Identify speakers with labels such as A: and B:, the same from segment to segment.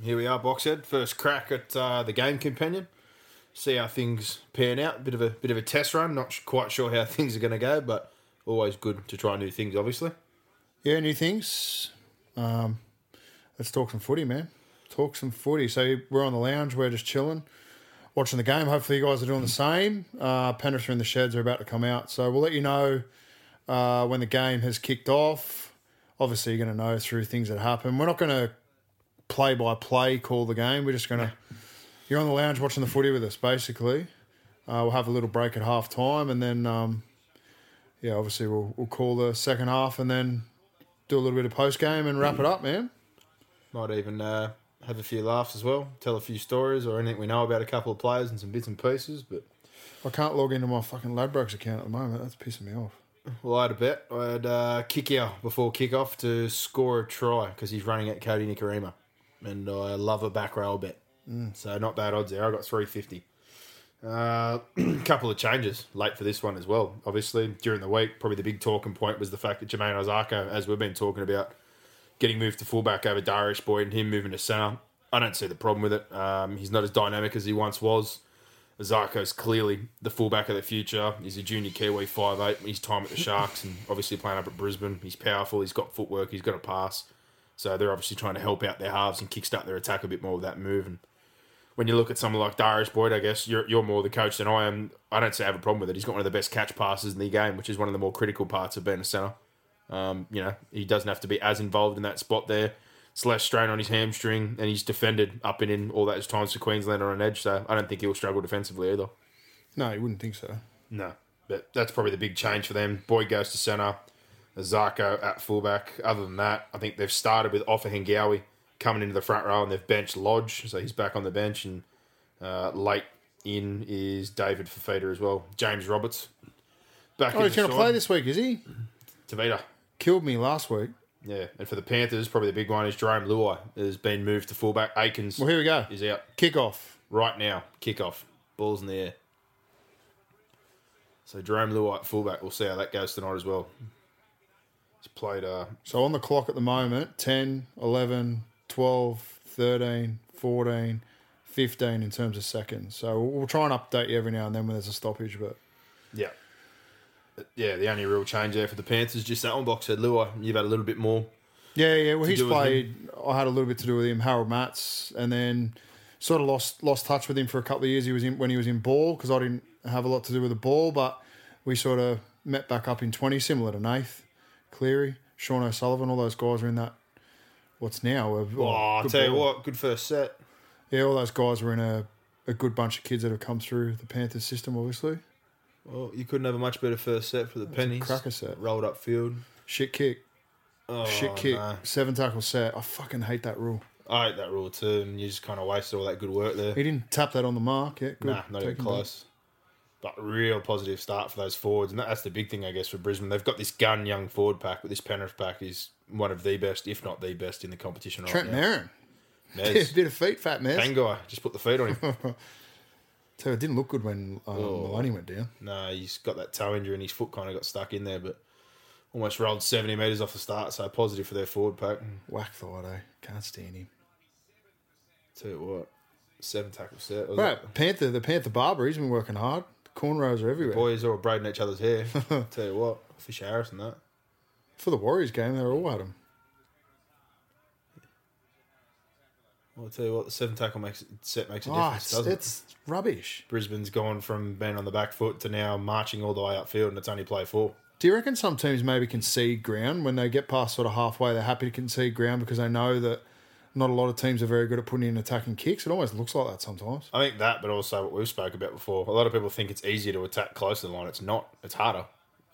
A: Here we are, Boxhead. First crack at uh, the game companion. See how things pan out. Bit of a bit of a test run. Not sh- quite sure how things are going to go, but always good to try new things. Obviously,
B: Yeah, new things. Um, let's talk some footy, man. Talk some footy. So we're on the lounge. We're just chilling, watching the game. Hopefully, you guys are doing the same. Uh, Penrith are in the sheds. Are about to come out. So we'll let you know uh, when the game has kicked off. Obviously, you're going to know through things that happen. We're not going to play by play call the game. We're just going to. You're on the lounge watching the footy with us, basically. Uh, we'll have a little break at half time, and then um, yeah, obviously we'll we'll call the second half, and then do a little bit of post game and wrap it up, man.
A: might even uh, have a few laughs as well. Tell a few stories or anything we know about a couple of players and some bits and pieces. But
B: I can't log into my fucking Ladbrokes account at the moment. That's pissing me off.
A: Well, I had a bet. I had uh, kick out before kickoff to score a try because he's running at Cody Nikarima, and I love a back rail bet. So not bad odds there. I got three fifty. A couple of changes late for this one as well. Obviously during the week, probably the big talking point was the fact that Jermaine Ozako, as we've been talking about, getting moved to fullback over Darius Boyd and him moving to centre. I don't see the problem with it. Um, he's not as dynamic as he once was. Zarko's clearly the fullback of the future. He's a junior Kiwi, 5'8. His time at the Sharks and obviously playing up at Brisbane. He's powerful. He's got footwork. He's got a pass. So they're obviously trying to help out their halves and kickstart their attack a bit more with that move. And when you look at someone like Darius Boyd, I guess you're, you're more the coach than I am. I don't say I have a problem with it. He's got one of the best catch passes in the game, which is one of the more critical parts of being a centre. Um, you know, he doesn't have to be as involved in that spot there. Slash strain on his hamstring, and he's defended up and in all those times for Queensland on an edge. So I don't think he'll struggle defensively either.
B: No, you wouldn't think so.
A: No, but that's probably the big change for them. Boyd goes to centre, Zarko at fullback. Other than that, I think they've started with Offa Hengawi coming into the front row, and they've benched Lodge, so he's back on the bench. And uh, late in is David Fafita as well. James Roberts back.
B: Oh,
A: in
B: he's going to play this week, is he?
A: Tavita.
B: Killed me last week.
A: Yeah, and for the Panthers, probably the big one is Jerome Luai has been moved to fullback. Aikens
B: Well, here we go.
A: is out
B: Kick off.
A: right now. Kick off. Ball's in the air. So Jerome Luai at fullback. We'll see how that goes tonight as well. He's played. Uh,
B: So on the clock at the moment 10, 11, 12, 13, 14, 15 in terms of seconds. So we'll, we'll try and update you every now and then when there's a stoppage, but
A: yeah, yeah. The only real change there for the Panthers just that one box said Luai. You've had a little bit more.
B: Yeah, yeah. Well, he's
A: do with
B: played. I had a little bit to do with him, Harold Matts, and then sort of lost lost touch with him for a couple of years. He was in when he was in ball because I didn't have a lot to do with the ball, but we sort of met back up in twenty, similar to Nath, Cleary, Sean O'Sullivan. All those guys are in that. What's now? A,
A: Oh, I
B: good
A: tell you
B: ball.
A: what, good first set.
B: Yeah, all those guys were in a, a good bunch of kids that have come through the Panthers system, obviously.
A: Well, Oh, you couldn't have a much better first set for the Pennies.
B: cracker set.
A: Rolled up field.
B: Shit kick,
A: Oh,
B: shit kick,
A: no.
B: seven tackle set. I fucking hate that rule.
A: I hate that rule too, and you just kind of wasted all that good work there.
B: He didn't tap that on the mark. Yeah, good.
A: Nah, not even
B: Taken back.
A: close. But real positive start for those forwards, and that, that's the big thing, I guess, for Brisbane. They've got this gun young forward pack, but this Penrith pack is one of the best, if not the best, in the competition right
B: Trent
A: now.
B: Merrin. Yeah,
A: Mez,
B: bit of feet, fat mess.
A: bang guy, just put the feet on him.
B: Tell you, it didn't look good when um,
A: Oh.
B: Maloney went down.
A: no, he's got that toe injury, and his foot kind of got stuck in there, but almost rolled seventy metres off the start. So positive for their forward pack.
B: Whack thought, eh? Can't stand him.
A: Tell you what, seven tackle set. was
B: Right,
A: it?
B: Panther, the Panther barber, he's been working hard. The cornrows are everywhere.
A: boys all braiding each other's hair. Tell you what, Fisher Harris and that.
B: For the Warriors game, they were all at him.
A: Well, I'll tell you what, the seven tackle makes set makes a difference,
B: Oh, it's,
A: doesn't it?
B: it's rubbish.
A: Brisbane's gone from being on the back foot to now marching all the way upfield, and it's only play four.
B: Do you reckon some teams maybe concede ground when they get past sort of halfway? They're happy to concede ground because they know that not a lot of teams are very good at putting in attacking kicks. It almost looks like that sometimes.
A: I think that, but also what we've spoke about before. A lot of people think it's easier to attack close to the line. It's not. It's harder.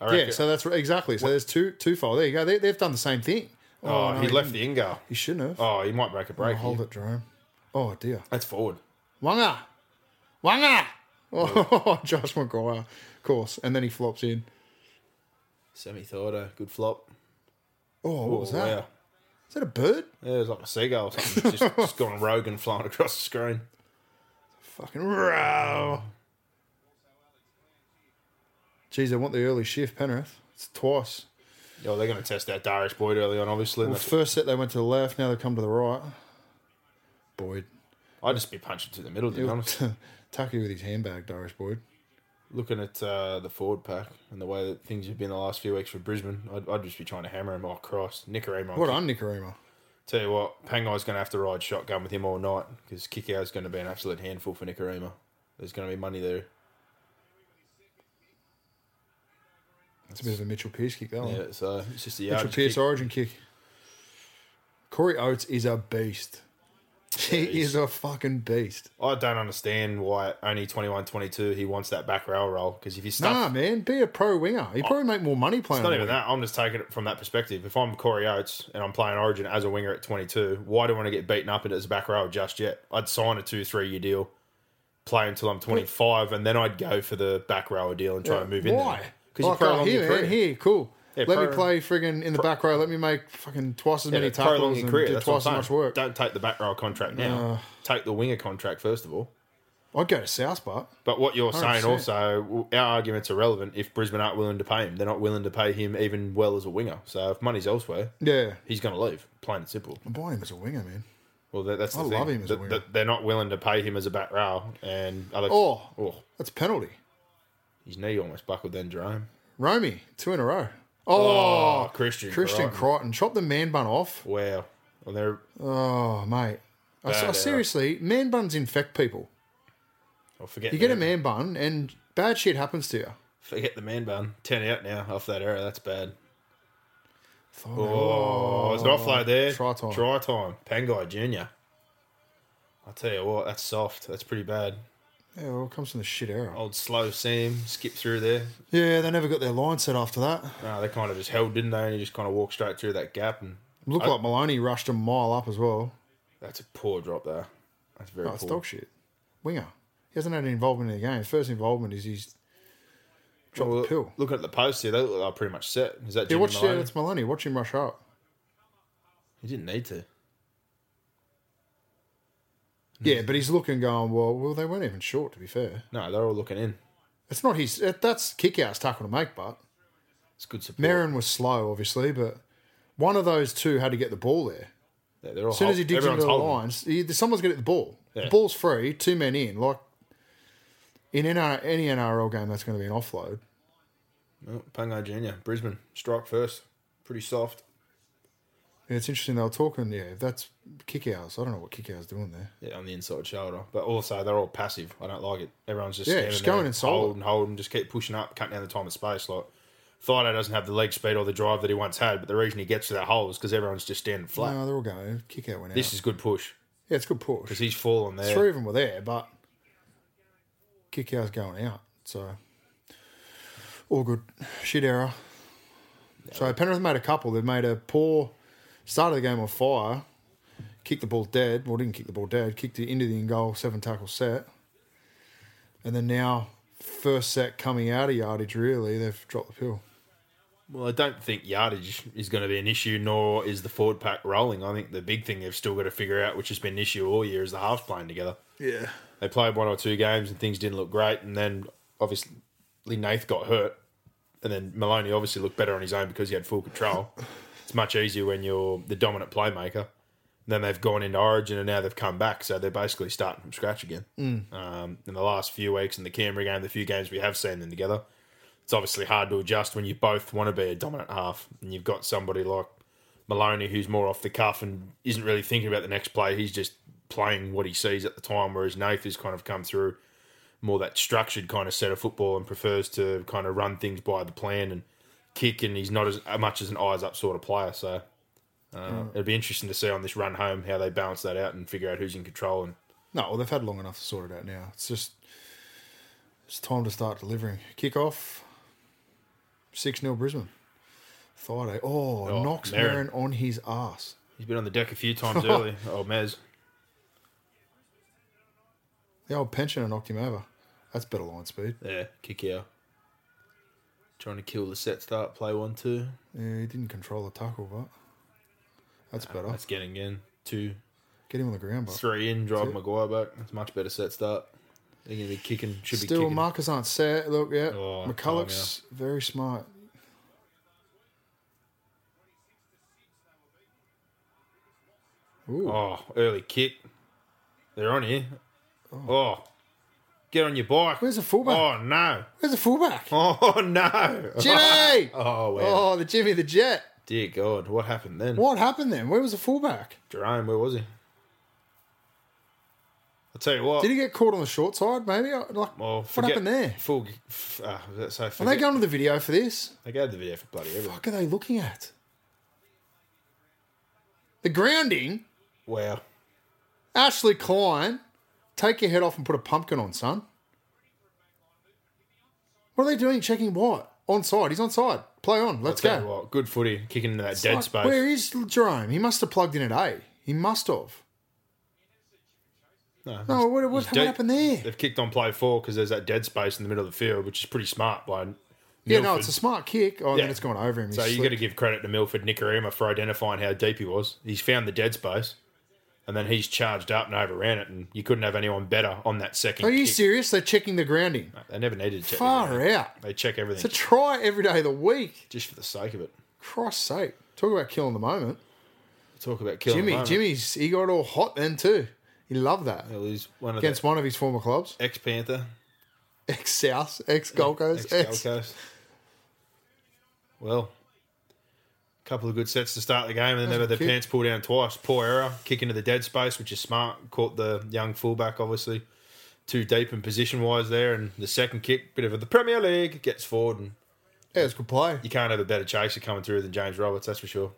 A: I
B: Yeah,
A: reckon-
B: so that's exactly. So there's two twofold. There you go. They, they've done the same thing.
A: oh,
B: no,
A: he left the ingal.
B: He shouldn't have.
A: Oh, he might break a break. here.
B: Hold it, Jerome. Oh dear.
A: That's forward.
B: Wanga, Wanga. Oh, Josh Maguire, of course. And then he flops in.
A: Semi thought good flop.
B: Oh, what was
A: Oh,
B: that?
A: wow.
B: Is that a bird?
A: Yeah, it was like a seagull or something. just, just gone rogue and flying across the screen.
B: Fucking row. Geez, I want the early shift, Penrith. It's twice.
A: Oh, they're going to test that Darius Boyd early on, obviously.
B: Well,
A: That's-
B: first set they went to the left, now they've come to the right. Boyd.
A: I'd just be punching to the middle, to be honest.
B: Tucky with his handbag, Darius Boyd.
A: Looking at uh, the forward pack and the way that things have been the last few weeks for Brisbane, I'd, I'd just be trying to hammer him. Oh, Christ. Nicarima.
B: What on Nicarima?
A: Tell you what, Pangai's going to have to ride shotgun with him all night because Kiko's going to be an absolute handful for Nicarima. There's going to be money there.
B: That's a bit of a Mitchell Pearce kick, that one.
A: Yeah, so it's just
B: Oh.
A: a
B: Mitchell
A: yard.
B: Pearce origin kick. Corey Oates is a beast. He
A: he's-
B: is a fucking beast.
A: I don't understand why only 21 22 he wants that back rail roll because if you stuff
B: Nah, man, be a pro winger. He'd probably make more money playing.
A: Oh, It's not
B: on
A: even
B: the
A: that. I'm just taking it from that perspective. If I'm Corey Oates and I'm playing Origin as a winger at 22, why do I want to get beaten up as a back row just yet? I'd sign a two, three year deal, play until I'm 25, and then I'd go for the back row deal and try
B: wing.
A: to move in.
B: Why?
A: Because you
B: Like,
A: prolong
B: oh, here,
A: your career.
B: man, here, cool.
A: Yeah,
B: let me
A: pro-
B: play friggin' in the back row. Let me make fucking twice as
A: Yeah,
B: many
A: prolong
B: tackles
A: your
B: and
A: career.
B: do
A: That's what I'm
B: twice as
A: saying.
B: much work. Uh,
A: Don't take the back row contract now. Take the winger contract first of all.
B: I'd go to South Park.
A: But what you're saying
B: 100%.
A: also, w- our argument's irrelevant if Brisbane aren't willing to pay him. They're not willing to pay him even well as a winger. So if money's elsewhere,
B: Yeah,
A: he's going to leave. Plain and simple.
B: I'm buying him as a winger, man.
A: Well, that, that's the
B: I
A: thing.
B: love him as a
A: That-
B: winger.
A: that they're not willing to pay him as a back row, and Alex,
B: Oh.
A: oh,
B: That's a penalty.
A: his knee almost buckled then, Jerome.
B: Romy, two in a row. Oh,
A: Oh, Christian,
B: Christian
A: Crichton.
B: Crichton chopped the man bun off.
A: wow. Well, they're
B: Oh, mate. I, I,
A: Bad error.
B: seriously, man buns infect people.
A: I forget.
B: You get a man bun and bad shit happens to you.
A: Forget the man bun. Ten out now off that error. That's bad.
B: Oh,
A: Oh, it's an offload there.
B: Try time.
A: Try time. Pangai Junior. I tell you what, that's soft. That's pretty bad.
B: yeah, well, it comes from the shit era.
A: Old slow Sam skip through there.
B: Yeah, they never got their line set after that.
A: No, they kind of just held, didn't they? And he just kind of walked straight through that gap, and
B: Looked like Maloney rushed a mile up as well.
A: that's a poor drop there. That's very
B: Oh, it's
A: poor.
B: dog shit. Winger. He hasn't had any involvement in the game. His first involvement is he's dropped
A: Well,
B: the pill. uh,
A: Looking at the post here, they look like they're pretty much set. Is that
B: Yeah,
A: Jimmy
B: watch yeah,
A: Maloney?
B: that's Maloney. Watch him rush up.
A: He didn't need to.
B: Yeah, but he's looking, going, well, well, they weren't even short. To be fair,
A: No, they're all looking in.
B: it's not his. that- That's kick out's tackle to make, but
A: It's good support.
B: Merrin was slow, obviously, but one of those two had to get the ball there.
A: Yeah, they're all
B: As soon as he digs into the lines, he, someone's going to get the ball.
A: Yeah.
B: The ball's free, two men in. Like in NR, any NRL game, that's going to be an offload.
A: Oh, Pango Junior, Brisbane strike first. Pretty soft.
B: Yeah, it's interesting. They were talking. Yeah, that's kick outs. I don't know what kick outs doing there.
A: Yeah, on the inside shoulder, but also they're all passive. I don't like it. Everyone's just
B: Yeah,
A: standing
B: just
A: there,
B: going inside.
A: hold and hold, and just keep pushing up, cutting down the time and space. Like Thido doesn't have the leg speed or the drive that he once had, but the reason he gets to that hole is because everyone's just standing flat.
B: No, they're all going. Kick out went out.
A: This is good push
B: yeah, it's a good push.
A: because he's fallen there.
B: Three of them were there, but kick out's going out. So all good. Shit error. So Penrith made a couple. They made a poor start of the game on fire. Kicked the ball dead. Well, didn't kick the ball dead. Kicked it into the in goal, seven tackle set. And then now, first set coming out of yardage, really, they've dropped the pill.
A: Well, I don't think yardage is going to be an issue, nor is the forward pack rolling. I think the big thing they've still got to figure out, which has been an issue all year, is the halves playing together.
B: Yeah.
A: They played one or two games and things didn't look great, and then obviously Nath got hurt, and then Maloney obviously looked better on his own because he had full control. it's much easier when you're the dominant playmaker. And then they've gone into Origin and now they've come back, so they're basically starting from scratch again. Um, in the last few weeks in the Canberra game, the few games we have seen them together, it's obviously hard to adjust when you both want to be a dominant half and you've got somebody like Maloney who's more off the cuff and isn't really thinking about the next play. He's just playing what he sees at the time, whereas Nath has kind of come through more that structured kind of set of football and prefers to kind of run things by the plan and kick, and he's not as much as an eyes up sort of player. So uh, it'll be interesting to see on this run home how they balance that out and figure out who's in control. And
B: No, well, they've had long enough to sort it out now. It's just, it's time to start delivering. Kick off. 6 0 Brisbane. Friday. Oh,
A: Oh,
B: knocks
A: Merrin.
B: Merrin on his ass.
A: He's been on the deck a few times early. Oh, Mez.
B: The old pensioner knocked him over. That's better line speed.
A: Yeah, kick out. Trying to kill the set start, play one, two.
B: Yeah, he didn't control the tackle, but that's better.
A: That's getting in. Two,
B: Get him on the ground, but
A: three in, drive Maguire back. That's much better set start. They're going to be kicking, should be
B: still
A: kicking.
B: markers aren't set. Look, yeah,
A: Oh,
B: McCulloch's very smart. Ooh,
A: oh, early kick. They're on here. Oh. Get on your bike.
B: Where's the fullback?
A: Oh, no.
B: where's the fullback?
A: Oh, no.
B: Jimmy!
A: Oh, wow.
B: Oh, the Jimmy the Jet.
A: Dear God, what happened then?
B: What happened then? Where was the fullback?
A: Jerome, where was he? I'll tell you what.
B: Did he get caught on the short side? Maybe. I- Like,
A: Oh. well,
B: what happened there?
A: Full, f- uh, so
B: Are
A: forget,
B: they going to the video for this?
A: they gave the video for bloody everything.
B: Fuck, are they looking at? The grounding.
A: Wow.
B: Ashley Klein, take your head off and put a pumpkin on, son. What are they doing? Checking what? On side. He's on side. Play on. Let's
A: Tell you
B: go.
A: what, good footy, kicking into that dead
B: Like,
A: space.
B: Where is Jerome? He must have plugged in at A. He must have.
A: No,
B: No,
A: he's-
B: what, what,
A: he's
B: what
A: dead-
B: happened there?
A: They've kicked on play four because there's that dead space in the middle of the field, which is pretty smart by. Milford.
B: Yeah, no, it's a smart kick. Oh, and then
A: Yeah.
B: it's gone over him. He
A: So you got
B: slipped.
A: to give credit to Milford Nicarima for identifying how deep he was. He's found the dead space, and then he's charged up and overran it, and you couldn't have anyone better on that second.
B: Are you
A: kick.
B: serious? They're checking the grounding.
A: They never needed to check.
B: Far
A: everything.
B: out.
A: They check everything
B: It's a try every day of the week.
A: just for the sake of it.
B: Christ's sake. Talk about killing the moment.
A: Talk about killing.
B: Jimmy,
A: a moment.
B: Jimmy's, he got all hot then too. He loved that.
A: Well, he's one of
B: Against
A: the
B: one of his former clubs.
A: ex Panther,
B: ex South, ex Gold
A: ex
B: Coast,
A: Gold
B: ex.
A: Coast. Well, a couple of good sets to start the game, and then they
B: That's
A: had their
B: cute.
A: pants pulled down twice. Poor error, kick into the dead space, which is smart. Caught the young fullback, obviously too deep in position wise there, and the second kick, bit of the Premier League, gets forward, and
B: Yeah, it's good play.
A: you can't have a better chaser coming through than James Roberts, that's for sure.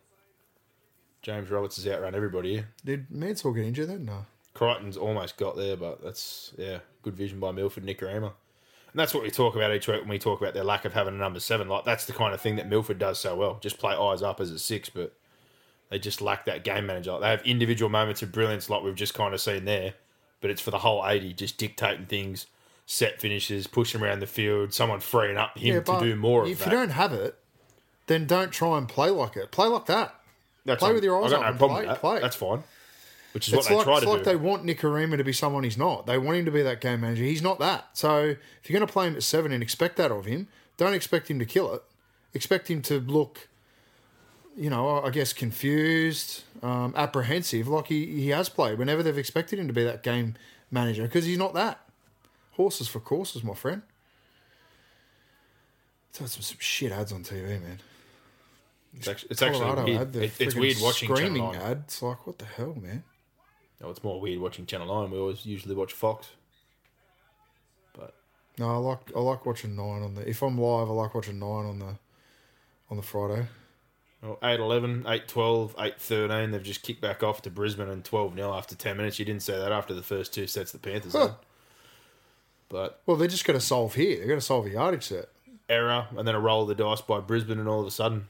A: James Roberts has outrun everybody here.
B: Did Mansell get injured then? No.
A: Crichton's almost got there, but that's yeah, good vision by Milford Nicarima. And that's what we talk about each week when we talk about their lack of having a number seven. Like that's the kind of thing that Milford does so well. Just play eyes up as a six, but they just lack that game manager. Like, they have individual moments of brilliance like we've just kind of seen there, but it's for the whole eighty, just dictating things, set finishes, pushing around the field, someone freeing up him
B: Yeah,
A: to do more of
B: if
A: that.
B: you don't have it, then don't try and play like it. Play like that.
A: That's
B: play
A: fine.
B: with your
A: I've
B: eyes
A: got
B: up
A: no
B: and
A: problem
B: play-
A: with that.
B: play.
A: That's fine. Which is
B: It's
A: what
B: like,
A: they try
B: it's
A: to
B: like
A: do.
B: they want Nicarima to be someone he's not. They want him to be that game manager. He's not that. So if you're going to play him at seven and expect that of him, don't expect him to kill it. Expect him to look, you know, I guess confused, um, apprehensive, like he, he has played whenever they've expected him to be that game manager because he's not that. Horses for courses, my friend. So it's some, some shit ads on TV, man.
A: it's actually, it's
B: Colorado
A: actually
B: ad,
A: weird.
B: the
A: It- it's
B: friggin'
A: weird watching Channel
B: screaming
A: 9.
B: ad. It's like what the hell, man.
A: No, it's more weird watching Channel 9. We always usually watch Fox. But
B: No, I like I like watching nine on the. If I'm live, I like watching nine on the on the Friday.
A: well, 8 11, 8 12, 8 13, they've just kicked back off to Brisbane and 12 0 after 10 minutes. You didn't say that after the first two sets the Panthers
B: Huh.
A: had. But
B: Well, they're just going to solve here. They're going to solve a yardage set.
A: error and then a roll of the dice by Brisbane, and all of a sudden,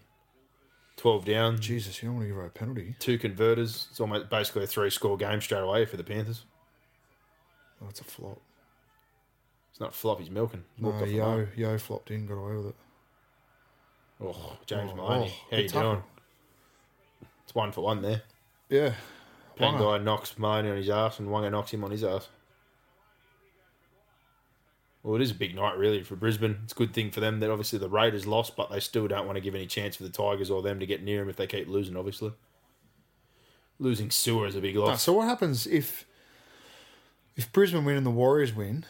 A: 12 down,
B: Jesus, you don't want to give her a penalty.
A: two converters. It's almost basically a three score game straight away for the Panthers.
B: Oh, it's a flop.
A: It's not flop, he's milking. He's
B: No,
A: walked off the
B: yo,
A: line.
B: yo flopped in, got away with it.
A: Oh, James
B: Oh,
A: Maloney.
B: oh,
A: How
B: good
A: you
B: tackle.
A: doing? It's one for one there.
B: Yeah,
A: One
B: Wonga.
A: guy knocks Maloney on his ass, and one guy knocks him on his ass. Well, it is a big night, really, for Brisbane. It's a good thing for them that obviously the Raiders lost, but they still don't want to give any chance for the Tigers or them to get near him if they keep losing, obviously. Losing Sewer is a big
B: No,
A: loss.
B: so what happens if if Brisbane win and the Warriors win?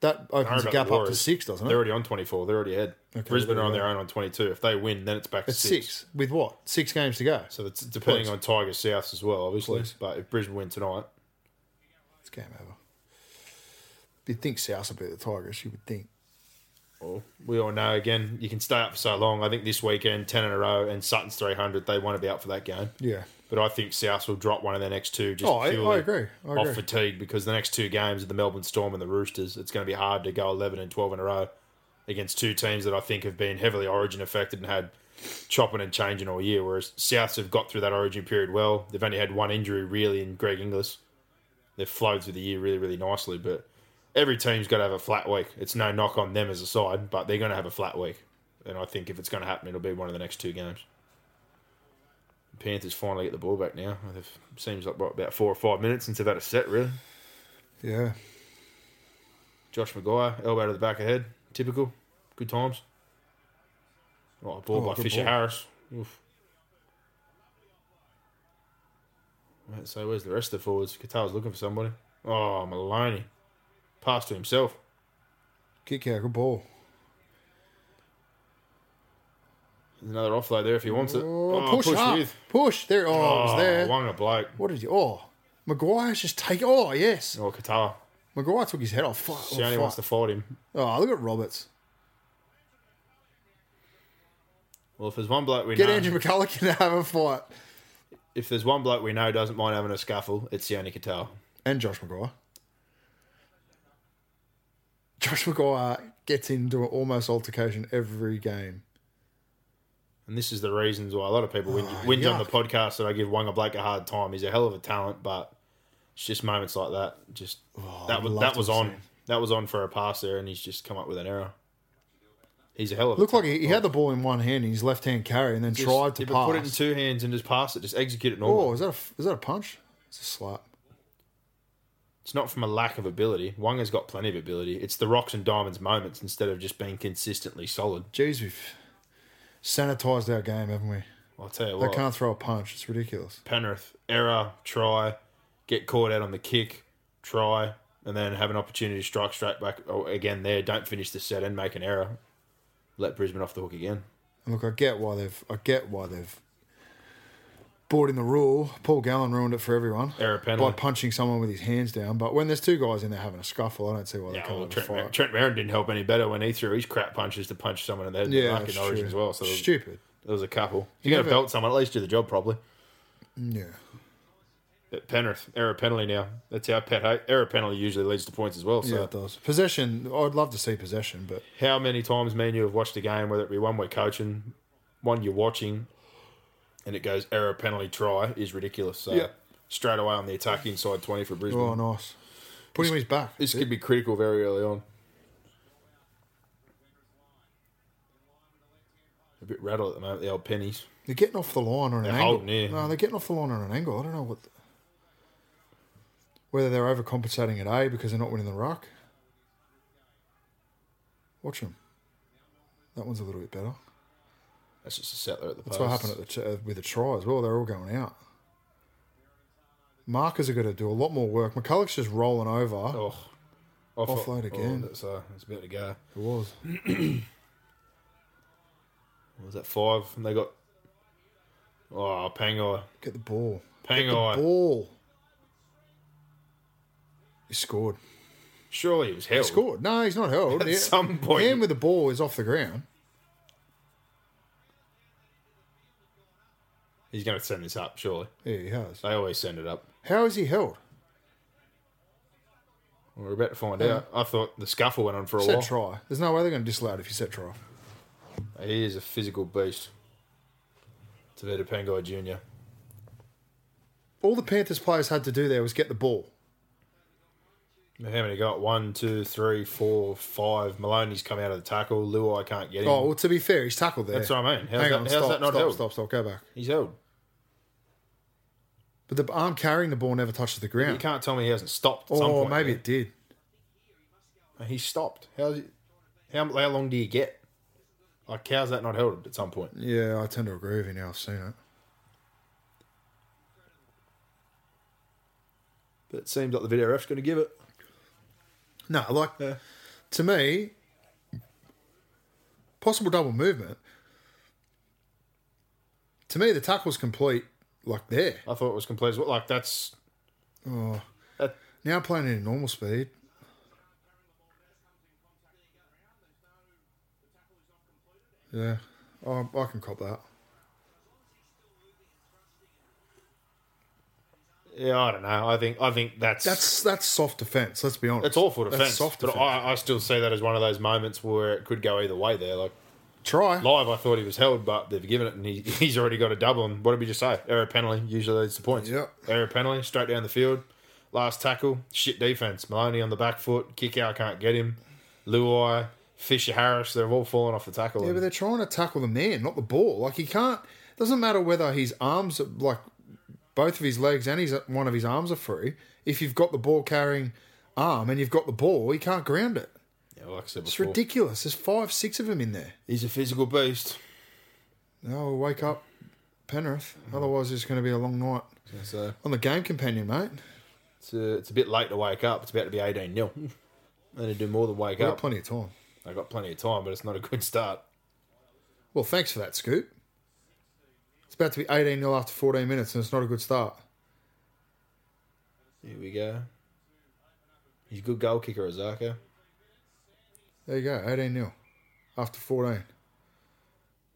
B: That
A: Don't worry
B: opens the gap
A: about the
B: up to
A: Warriors.
B: six, doesn't
A: They're
B: it?
A: already on 24. They're already ahead.
B: Okay,
A: Brisbane
B: there
A: are on
B: we
A: their own on 22. If they win, then it's back to
B: It's
A: six.
B: six. with what? Six games to go.
A: So that's depending
B: Close.
A: on Tigers Souths as well, obviously.
B: Close.
A: But if Brisbane win tonight,
B: It's game over. You'd think South would beat the Tigers. You would think.
A: Well, we all know again, you can stay up for so long. I think this weekend, 10 in a row, and Sutton's 300, they want to be up for that game.
B: Yeah.
A: But I think South will drop one of their next two just
B: Oh, I- I
A: purely
B: agree. I
A: off
B: agree.
A: fatigue because the next two games are the Melbourne Storm and the Roosters. It's going to be hard to go 11 and 12 in a row against two teams that I think have been heavily origin affected and had chopping and changing all year. Whereas Souths have got through that origin period well. They've only had one injury really in Greg Inglis. They've flowed through the year really, really nicely. But every team's got to have a flat week. It's no knock on them as a side, but they're going to have a flat week. And I think if it's going to happen, it'll be one of the next two games. The Panthers finally get the ball back now. It seems like what, about four or five minutes since they've had a set, really.
B: Yeah.
A: Josh McGuire, elbow to the back of head. Typical. Good times. Oh, ball
B: Oh,
A: by
B: good
A: Fisher
B: ball.
A: Harris. Oof. Right, so where's the rest of the forwards? Qatar's looking for somebody. Oh, Maloney. Pass to himself.
B: Kick out. Good ball.
A: There's another offload there if he wants it.
B: Oh, push, up.
A: with.
B: Push. There. Oh,
A: Oh,
B: it was there.
A: Wung a bloke.
B: What did you? Oh, Maguire's just take. Oh, yes.
A: Oh, Qatar.
B: Maguire took his head off. Fuck.
A: She only
B: oh,
A: wants to
B: fuck.
A: fight him.
B: Oh, look at Roberts.
A: Well, if there's one bloke we
B: Get
A: know,
B: Andrew McCulloch to have a fight.
A: if there's one bloke we know doesn't mind having a scuffle, it's Sione Qatar.
B: And Josh Maguire. Josh Maguire gets into an almost altercation every game.
A: And this is the reasons why a lot of people whinge, whinge on
B: Oh,
A: the
B: yuck.
A: podcast that I give Wanga Blake a hard time. He's a hell of a talent, but it's just moments like that. Just that was
B: Oh, love
A: that
B: to
A: was
B: have
A: on
B: seen.
A: that was on for a pass there, and he's just come up with an error. He's a hell of a
B: Looked like he, he had the ball in one hand in his left hand carry and then
A: Just-
B: tried to
A: if
B: pass.
A: I Put it in two hands and just pass it. Just execute it normal.
B: oh, is that a, is that a punch? It's a slap.
A: It's not from a lack of ability. Wanga's got plenty of ability. It's the rocks and diamonds moments instead of just being consistently solid.
B: Jeez, we've sanitised our game, haven't we?
A: I'll tell you
B: They
A: what.
B: can't throw a punch. It's ridiculous.
A: Penrith error, try, get caught out on the kick, try, and then have an opportunity to strike straight back oh, again there. Don't finish the set and make an error. Let Brisbane off the hook again.
B: And look, I get why they've I get why they've brought in the rule. Paul Gallen ruined it for everyone
A: Error
B: by
A: penalty.
B: punching someone with his hands down. But when there's two guys in there having a scuffle, I don't see why they
A: yeah,
B: can't
A: well,
B: have a
A: Trent, Mer-
B: fight.
A: Trent Merrin didn't help any better when he threw his crap punches to punch someone in the head in the
B: yeah,
A: back in
B: that's
A: Origin
B: true.
A: as well. So there was, there
B: stupid.
A: was a couple. If you're going to
B: never-
A: belt someone, at least do the job properly.
B: Yeah,
A: But Penrith, error penalty now. That's our pet hate. Error penalty usually leads to points as well. So
B: yeah, it does. Possession. I'd love to see possession, but
A: how many times me and you have watched a game, whether it be one we're coaching, one you're watching, and it goes error, penalty, try, is ridiculous. So
B: Yeah.
A: straight away on the attack inside 20 for Brisbane.
B: oh, nice. Put him on his back.
A: This could be critical very early on. A bit rattled at the moment, the old pennies.
B: They're getting off the line on an
A: They're
B: angle.
A: holding, yeah.
B: No, they're getting off the line on an angle. I don't know what. Whether they're overcompensating at A because they're not winning the ruck. Watch them. That one's a little bit better.
A: That's just a settler at the
B: That's
A: post.
B: what happened at the t- uh, with the try as well. They're all going out. Markers are going to do a lot more work. McCulloch's just rolling over.
A: Oh, off,
B: Offload again.
A: Oh, that's, uh, it's about to go.
B: It was.
A: What was that five? And they got. Oh, Pangai.
B: Get the ball. Get the
A: Pangai.
B: ball. He scored.
A: Surely it was held.
B: He scored. No, he's not held.
A: At
B: Yeah.
A: some point-
B: Hand with the ball is off the ground.
A: He's going to send this up, surely.
B: Yeah, he has.
A: They always send it up.
B: How is he held?
A: We're about to find
B: Yeah.
A: out. I thought the scuffle went on for a
B: Set
A: while.
B: try. There's no way they're going to disallow it if you set try.
A: He is a physical beast. Tavita Pangai Jr.
B: All the Panthers players had to do there was get the ball.
A: How many got? One, two, three, four, five. Maloney's come out of the tackle. Luai can't get him.
B: Oh, well, to be fair, he's tackled there.
A: That's what I mean. How's
B: Hang
A: that-
B: on,
A: how's
B: stop,
A: that not
B: stop,
A: held?
B: stop, stop, go back.
A: He's held.
B: But the arm carrying the ball never touches the
A: You
B: ground.
A: can't tell me he hasn't stopped. At some
B: Or
A: point
B: maybe it did.
A: there. he stopped. How's he, how how long do you get? Like how's that not held at some point?
B: Yeah, I tend to agree with you now. I've seen it.
A: But it seems like the video ref's going to give it.
B: No, like to me, possible double movement. To me, the tackle's complete. Like there,
A: I thought it was complete. as well. Like that's
B: Oh. now playing it in normal speed. Yeah, um, I, I can cop that.
A: Yeah, I don't know. I think I think that's
B: That's that's soft defence. Let's be honest.
A: that's awful defense.
B: That's soft
A: but
B: defence.
A: I, I still see that as one of those moments where it could go either way. There, like
B: Try.
A: live, I thought he was held, but they've given it, and he, he's already got a double. And what did we just say? Error penalty usually leads to points.
B: Yep.
A: Error penalty straight down the field. Last tackle, shit defense. Maloney on the back foot. Kick out can't get him. Luai, Fisher, Harris. They've all fallen off the tackle.
B: Yeah, but they're trying to tackle the man, not the ball. Like he can't. Doesn't matter whether his arms, are, like both of his legs and his one of his arms are free. If you've got the ball carrying arm and you've got the ball, he can't ground it.
A: Yeah, like I said
B: It's
A: before,
B: ridiculous. There's five, six of them in there.
A: he's a physical beast.
B: Oh, wake up, Penrith. Otherwise, it's going to be a long night
A: So
B: on the game companion, mate.
A: it's a, it's a bit late to wake up. It's about to be eighteen 0 They need to do more than wake
B: We've
A: up.
B: got plenty of time.
A: they got plenty of time, but it's not a good start.
B: Well, thanks for that, Scoop. It's about to be 18 0 after 14 minutes, and it's not a good start.
A: Here we go. He's a good goal kicker, Azaka.
B: There you go, 18 0 after 14.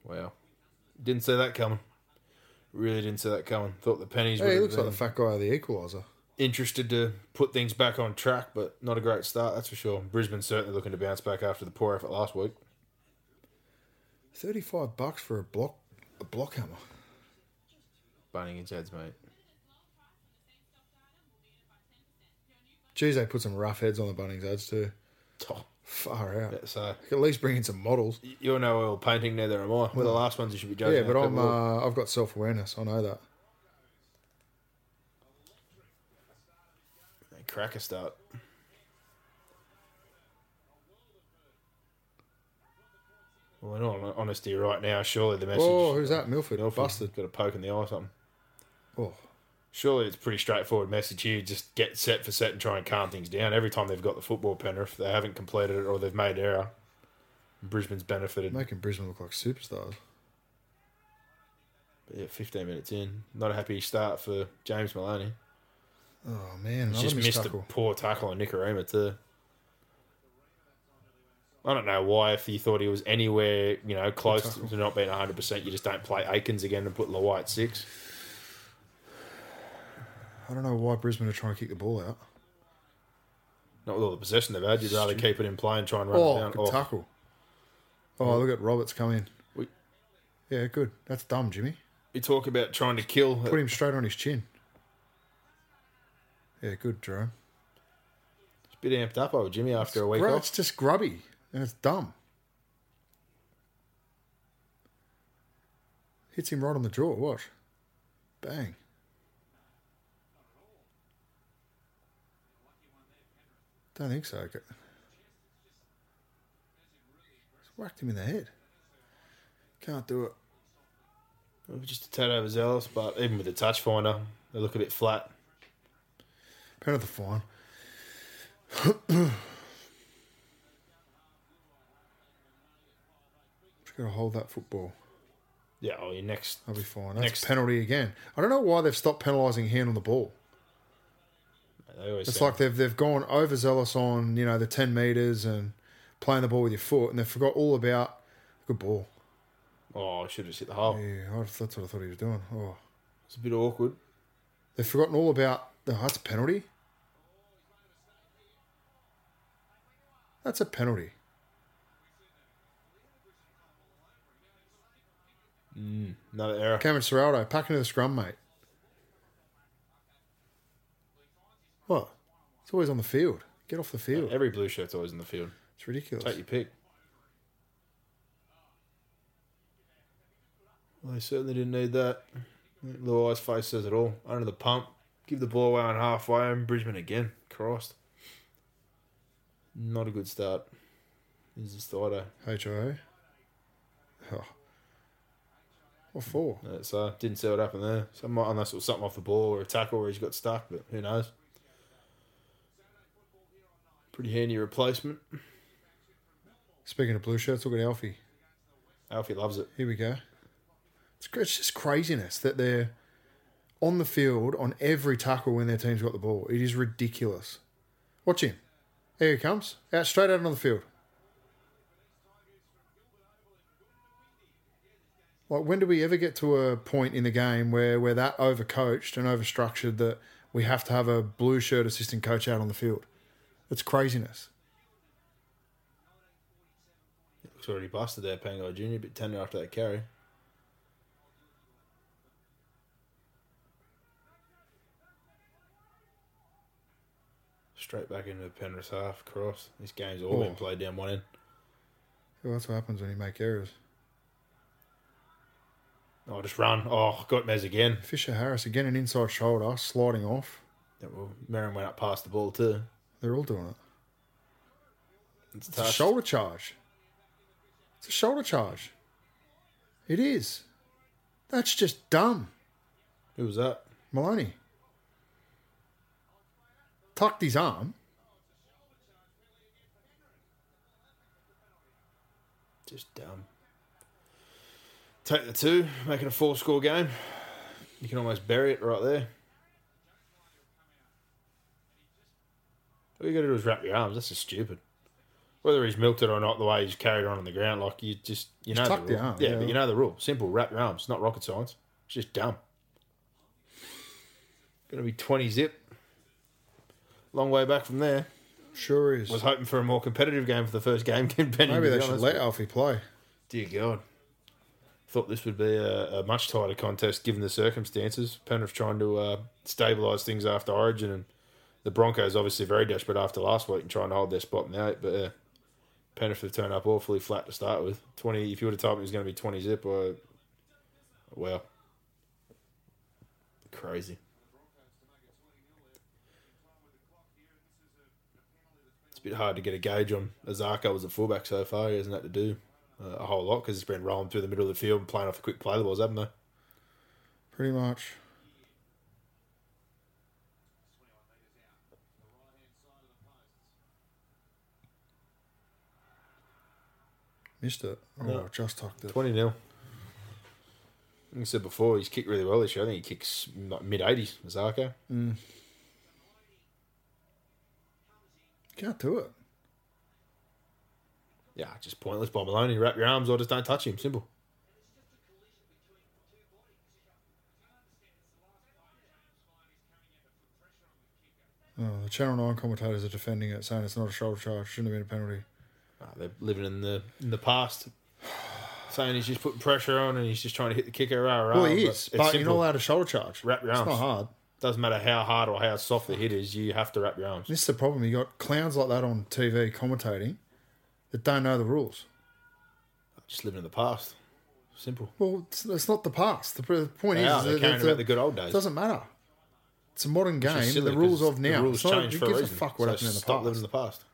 A: Wow. Didn't see that coming. Really didn't see that coming. Thought the pennies
B: Hey,
A: would
B: he
A: have
B: looks like
A: been
B: the fat guy of the equaliser.
A: interested to put things back on track, but not a great start, that's for sure. Brisbane's certainly looking to bounce back after the poor effort last week.
B: 35 bucks for a block a block hammer.
A: Bunning his heads, mate.
B: Geez, they put some rough heads on the Bunnings ads too.
A: Oh,
B: Far out.
A: yeah, so,
B: At least bring in some models.
A: you're no oil painting, neither am I. We're the last ones you should be judging.
B: Yeah, but
A: how
B: I'm
A: people look.
B: uh, I've got self awareness. I know that.
A: They crack a start. Well, in all honesty, right now, surely the message.
B: Oh, who's that? Milford.
A: Milford.
B: Busted.
A: Got a poke in the eye or something.
B: Oh,
A: Surely it's a pretty straightforward message here. Just get set for set and try and calm things down. Every time they've got the football Penrith, they haven't completed it or they've made error. Brisbane's benefited.
B: making Brisbane look like superstars.
A: But yeah, 15 minutes in. Not a happy start for James Maloney.
B: Oh man, another
A: Just
B: missed
A: missed
B: tackle.
A: a poor tackle on Nicarima too. I don't know why if you thought he was anywhere, you know, close to not being hundred percent, you just don't play Aikens again and put Lawai at six.
B: I don't know why Brisbane are trying to kick the ball out.
A: Not with all the possession they've had, you'd rather keep it in play and try and run it
B: Oh,
A: down.
B: good
A: Oh,
B: tackle. Oh, look at Roberts come in.
A: We-
B: Yeah, good. That's dumb, Jimmy.
A: you talk about trying to kill
B: Put him straight on his chin. Yeah, good, Jerome.
A: It's a bit amped up over Jimmy after a week
B: Bro,
A: off.
B: it's just grubby and it's dumb. Hits him right on the jaw. Watch. Bang. Don't think so. Just whacked him in the head. Can't do it.
A: It was Just a tad overzealous, but even with the touch finder, they look a bit flat.
B: Penrith are fine. Just got to hold that football.
A: Yeah, oh your next
B: That'll be fine. That's
A: Next.
B: penalty again. I don't know why they've stopped penalising hand on the ball.
A: they always
B: It's
A: say-
B: like they've they've gone overzealous on you know the ten meters and playing the ball with your foot, and they forgot all about good ball.
A: Oh, I should have hit the hole.
B: Yeah, I, that's what I thought he was doing. Oh,
A: It's a bit awkward.
B: they've forgotten all about oh, that's a penalty. That's a penalty.
A: Another error.
B: Cameron Serraldo, pack into the scrum, mate. What? It's always on the field. Get off the field.
A: Every blue shirt's always in the field.
B: It's ridiculous.
A: Take your pick. Well, they certainly didn't need that. Lawai's face says it all. Under the pump, give the ball away on halfway, and Brisbane again. Christ. Not a good start. This is Thido.
B: HIO. Oh. What for?
A: Uh, so didn't see what happened there. Some, unless it was something off the ball or a tackle where he's got stuck, but who knows? Pretty handy replacement.
B: Speaking of blue shirts, look at Alfie.
A: Alfie loves it.
B: Here we go. It's, cra- it's just craziness that they're on the field on every tackle when their team's got the ball. It is ridiculous. Watch him. There he comes. Out straight out on the field. Like when do we ever get to a point in the game where we're that overcoached and overstructured that we have to have a blue shirt assistant coach out on the field. It's craziness.
A: It's already busted there, Pango Jr. A bit tender after that carry. Straight back into the Penrith half cross. This game's all
B: Oh.
A: been played down one end.
B: Well, that's what happens when you make errors.
A: Oh, just run. Oh, got Mez again.
B: Fisher Harris again, an inside shoulder, sliding off.
A: Yeah, well, Merrin went up past the ball too.
B: They're all doing it.
A: It's,
B: It's a
A: touched.
B: shoulder charge. It's a shoulder charge. It is. That's just dumb,
A: Who was that?
B: Maloney. Tucked his arm.
A: Just dumb. Take the two, making a four score game. You can almost bury it right there. All you got to do is wrap your arms. That's just stupid. Whether he's milked it or not, the way he's carried on on the ground, like you just you know
B: tucked
A: the
B: the
A: rule.
B: arm,
A: yeah,
B: yeah.
A: but you know the rule. Simple. Wrap your arms. It's not rocket science. It's just dumb. Going to be twenty zip. Long way back from there.
B: Sure is.
A: Was hoping for a more competitive game for the first game. Maybe
B: Maybe they should let Alfie play.
A: Dear God. Thought this would be a, a much tighter contest given the circumstances. Penrith trying to uh, stabilise things after Origin, and the Broncos obviously very desperate after last week and trying to hold their spot in the eight. But uh, Penrith have turned up awfully flat to start with. Twenty. If you would have told me it was going to be twenty zip, or well, crazy. It's a bit hard to get a gauge on Azarko as a fullback so far. He hasn't had to do uh, a whole lot because he's been rolling through the middle of the field and playing off the quick play the balls, haven't they?
B: Pretty much. Missed it. Oh,
A: No.
B: just tucked it.
A: 20 nil. Like I said before, he's kicked really well this year. I think he kicks like mid 80s, Azarko.
B: Can't do it.
A: Yeah, just pointless by Maloney. Wrap your arms or just don't touch him. Simple.
B: Oh, the Channel 9 commentators are defending it, saying it's not a shoulder charge, shouldn't have been a penalty.
A: Ah, they're living in the in the past. Saying he's just putting pressure on and he's just trying to hit the kicker. Rah, rah,
B: Well, he is,
A: but it's
B: but you're not
A: simple.
B: allowed a shoulder charge.
A: Wrap your
B: it's
A: arms.
B: not hard.
A: Doesn't matter how hard or how soft the hit is, you have to wrap your arms.
B: This is the problem. You got clowns like that on TV commentating that don't know the rules.
A: Just living in the past. Simple.
B: Well, it's, it's not the past. The, the point
A: They
B: is,
A: are.
B: is
A: They're
B: that
A: caring
B: it's
A: about
B: a-
A: the good old days.
B: It doesn't matter. It's a modern
A: Which is
B: game.
A: silly
B: the rules
A: 'cause
B: of now.
A: The rules
B: It's not-
A: changed
B: who
A: for a
B: gives
A: reason.
B: a fuck what
A: so
B: happened in the
A: stop living in
B: past.
A: the past.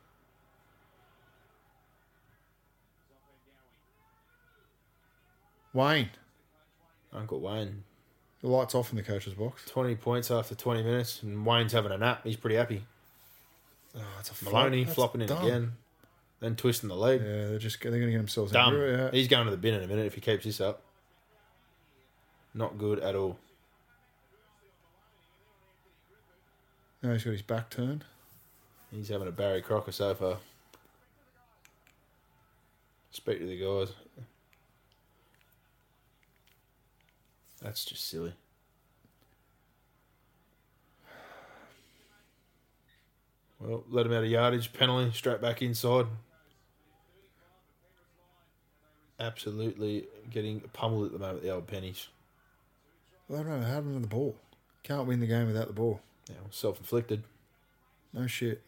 B: Wayne,
A: Uncle Wayne
B: the lights off in the coach's box.
A: 20 points after 20 minutes, and Wayne's having a nap. He's pretty happy.
B: Oh, it's a flop.
A: Maloney
B: That's
A: flopping in
B: dumb.
A: again, then twisting the leg.
B: Yeah, they're just they're going to get themselves in
A: Dumb.
B: everywhere.
A: He's going to the bin in a minute if he keeps this up. Not good at all.
B: Now he's got his back turned.
A: He's having a Barry Crocker so far. Speak to the guys. That's just silly. Well, let him out of yardage, penalty, straight back inside. Absolutely getting pummeled at the moment, the old pennies.
B: Well, I don't know what happened to the ball. Can't win the game without the ball.
A: You know, self inflicted.
B: No shit.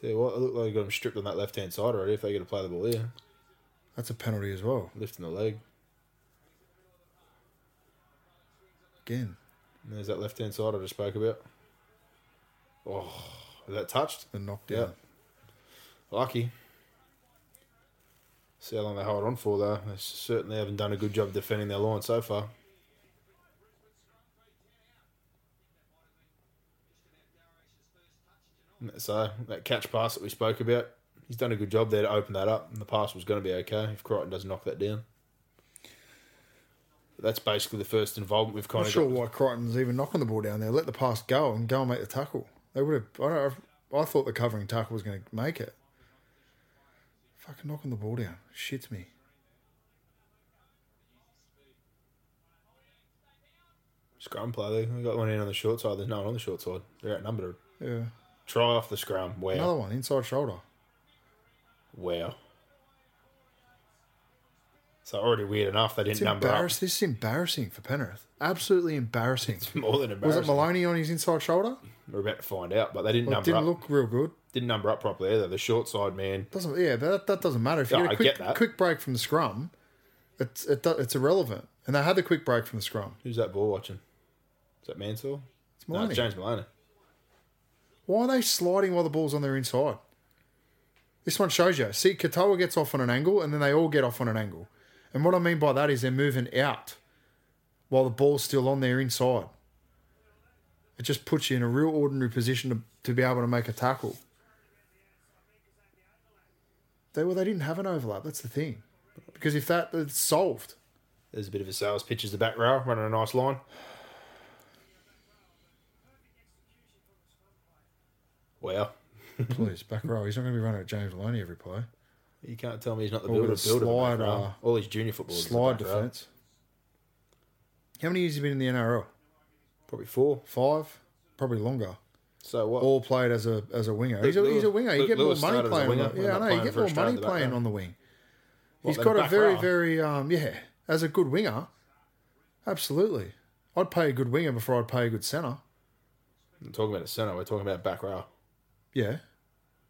A: Tell you what, it looked like they got him stripped on that left hand side already if they get to play the ball here.
B: That's a penalty as well.
A: Lifting the leg.
B: Again,
A: And there's that left hand side I just spoke about. Oh, is that touched?
B: the knockdown.
A: Yeah. Lucky. See how long they hold on for, though. They certainly haven't done a good job defending their line so far. So, that catch pass that we spoke about, he's done a good job there to open that up, and the pass was going to be okay if Crichton doesn't knock that down. But that's basically the first involvement we've kind
B: Not
A: of
B: sure
A: got.
B: why Crichton's even knocking the ball down there. Let the pass go and go and make the tackle. They would have. I don't. I thought the covering tackle was going to make it. Fucking knocking the ball down shits me.
A: Scrum play. They got one in on the short side. There's no one on the short side. They're outnumbered.
B: Yeah.
A: Try off the scrum. Wow.
B: Another one, inside shoulder.
A: Wow. So already weird enough they didn't
B: It's
A: number up.
B: embarrassing. This is embarrassing for Penrith. Absolutely embarrassing.
A: More than
B: Was it
A: embarrassing.
B: Maloney on his inside shoulder?
A: We're about to find out, but they didn't
B: Well, it
A: number
B: didn't
A: up.
B: look real good.
A: Didn't number up properly either. The short side man.
B: Doesn't yeah, but that, that doesn't matter. If you
A: No,
B: get a
A: I
B: quick,
A: get that.
B: quick break from the scrum, it's it, do- it's irrelevant. And they had the quick break from the scrum.
A: Who's that ball watching? Is that Mansell?
B: It's
A: No,
B: Maloney.
A: it's James Maloney.
B: Why are they sliding while the ball's on their inside? This one shows you. See, Katoa gets off on an angle, and then they all get off on an angle. And what I mean by that is they're moving out while the ball's still on their inside. It just puts you in a real ordinary position to, to be able to make a tackle. They well, they didn't have an overlap. That's the thing, because if that it's solved,
A: There's a bit of a sales pitch as the back row, running a nice line. Wow.
B: please back row. He's not going to be running at James Maloney every play.
A: You can't tell me he's not the
B: Or with
A: builder.
B: a
A: builder of the
B: slide,
A: back row.
B: uh,
A: All these junior footballers. are the
B: Slide
A: back row.
B: defense. How many years have you been in the NRL?
A: Probably four.
B: five, probably longer.
A: So what?
B: All played as a as a winger.
A: Luke
B: he's, a, he's a
A: Lewis-
B: winger. You
A: Luke
B: get more
A: Lewis
B: money
A: started as a
B: playing. On
A: winger,
B: the,
A: ended
B: yeah,
A: up
B: I know. You
A: playing
B: get
A: for
B: more
A: Australia
B: money
A: in the back
B: playing
A: row.
B: on the wing.
A: What,
B: He's
A: they're
B: got a
A: back
B: very
A: row?
B: very um, yeah as a good winger. Absolutely, I'd pay a good winger before I'd pay a good centre.
A: I'm talking about a centre. We're talking about a back row.
B: Yeah,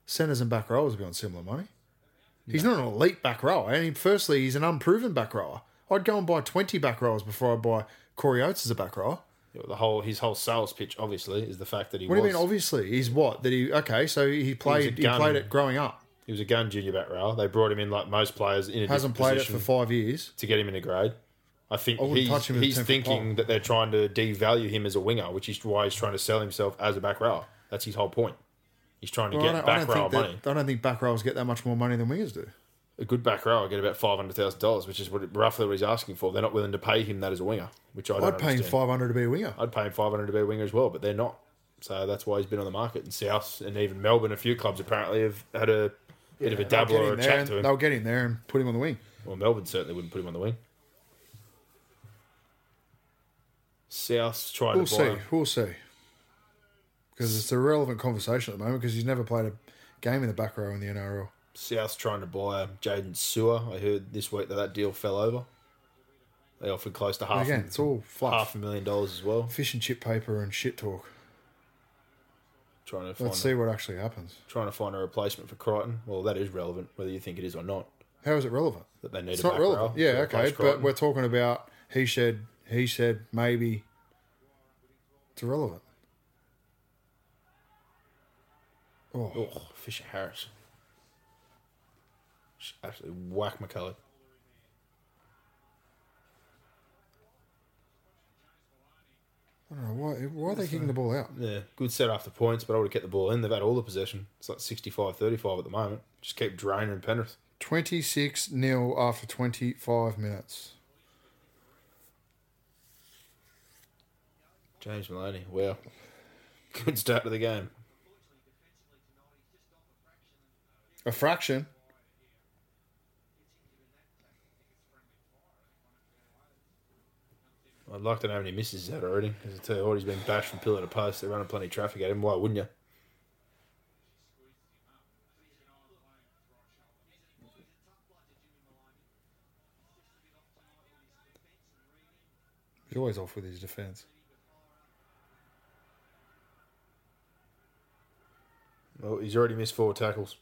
B: centres and back rowers would be on similar money. He's not an elite back rower. I mean, firstly, he's an unproven back rower. I'd go and buy twenty back rowers before I buy Corey Oates as a back rower.
A: Yeah, well, the whole his whole sales pitch obviously is the fact that he
B: What
A: was
B: do you mean? Obviously, he's what that he okay. So he played. He
A: gun.
B: played it growing up.
A: he was a gun junior back row. They brought him in like most players in a
B: hasn't
A: different
B: played
A: position
B: it for five years.
A: to get him in a grade. I think
B: wouldn't
A: he's,
B: touch him with a
A: he's
B: 10 foot pole.
A: thinking that they're trying to devalue him as a winger, which is why he's trying to sell himself as a back row. That's his whole point. He's trying to
B: Well,
A: get back row
B: think that-
A: money.
B: I don't think back rows get that much more money than wingers do.
A: a good back row get about five hundred thousand dollars, which is what roughly what he's asking for. They're not willing to pay him that as a winger, which I don't
B: I'd pay him
A: understand.
B: five hundred to be a winger.
A: I'd pay him five hundred to be a winger as well, but they're not. So that's why he's been on the market. And South and even Melbourne, a few clubs apparently have had a bit of a
B: They'll
A: dabble
B: get,
A: or
B: in
A: a
B: there
A: chat
B: and,
A: to him.
B: they'll get in there and put him on the wing.
A: Well, Melbourne certainly wouldn't put him on the wing. South's trying
B: We'll
A: to buy
B: see.
A: him.
B: We'll see. Because it's a relevant conversation at the moment because he's never played a game in the back row in the NRL.
A: South's trying to buy Jaden Sewer. I heard this week that that deal fell over. They offered close to half,
B: Again, it's all fluff,
A: half a million dollars as well.
B: fish and chip paper, and shit talk.
A: Trying to find
B: Let's see what actually happens.
A: trying to find a replacement for Crichton. Well, that is relevant, whether you think it is or not.
B: How is it relevant?
A: That they need
B: It's
A: a
B: not
A: back
B: relevant.
A: row to
B: Yeah,
A: replace
B: okay, but
A: Crichton.
B: we're talking about he said, he said, maybe. It's irrelevant. Oh,
A: Oh, Fisher Harris. Just Absolutely whack McCullough.
B: I don't know why. Why are they kicking the ball out?
A: Yeah, good set after points, but I would have kept the ball in. They've had all the possession. It's like 65 35 at the moment. Just keep draining Penrith.
B: Twenty six 0 after twenty five minutes.
A: James Maloney, wow. Good start to the game.
B: A fraction.
A: I'd like to know how many misses he's had already, because I tell you what, he's been bashed from pillar to post. They're running plenty of traffic at him. Why wouldn't you?
B: He's always off with his defense.
A: Well, he's already missed four tackles.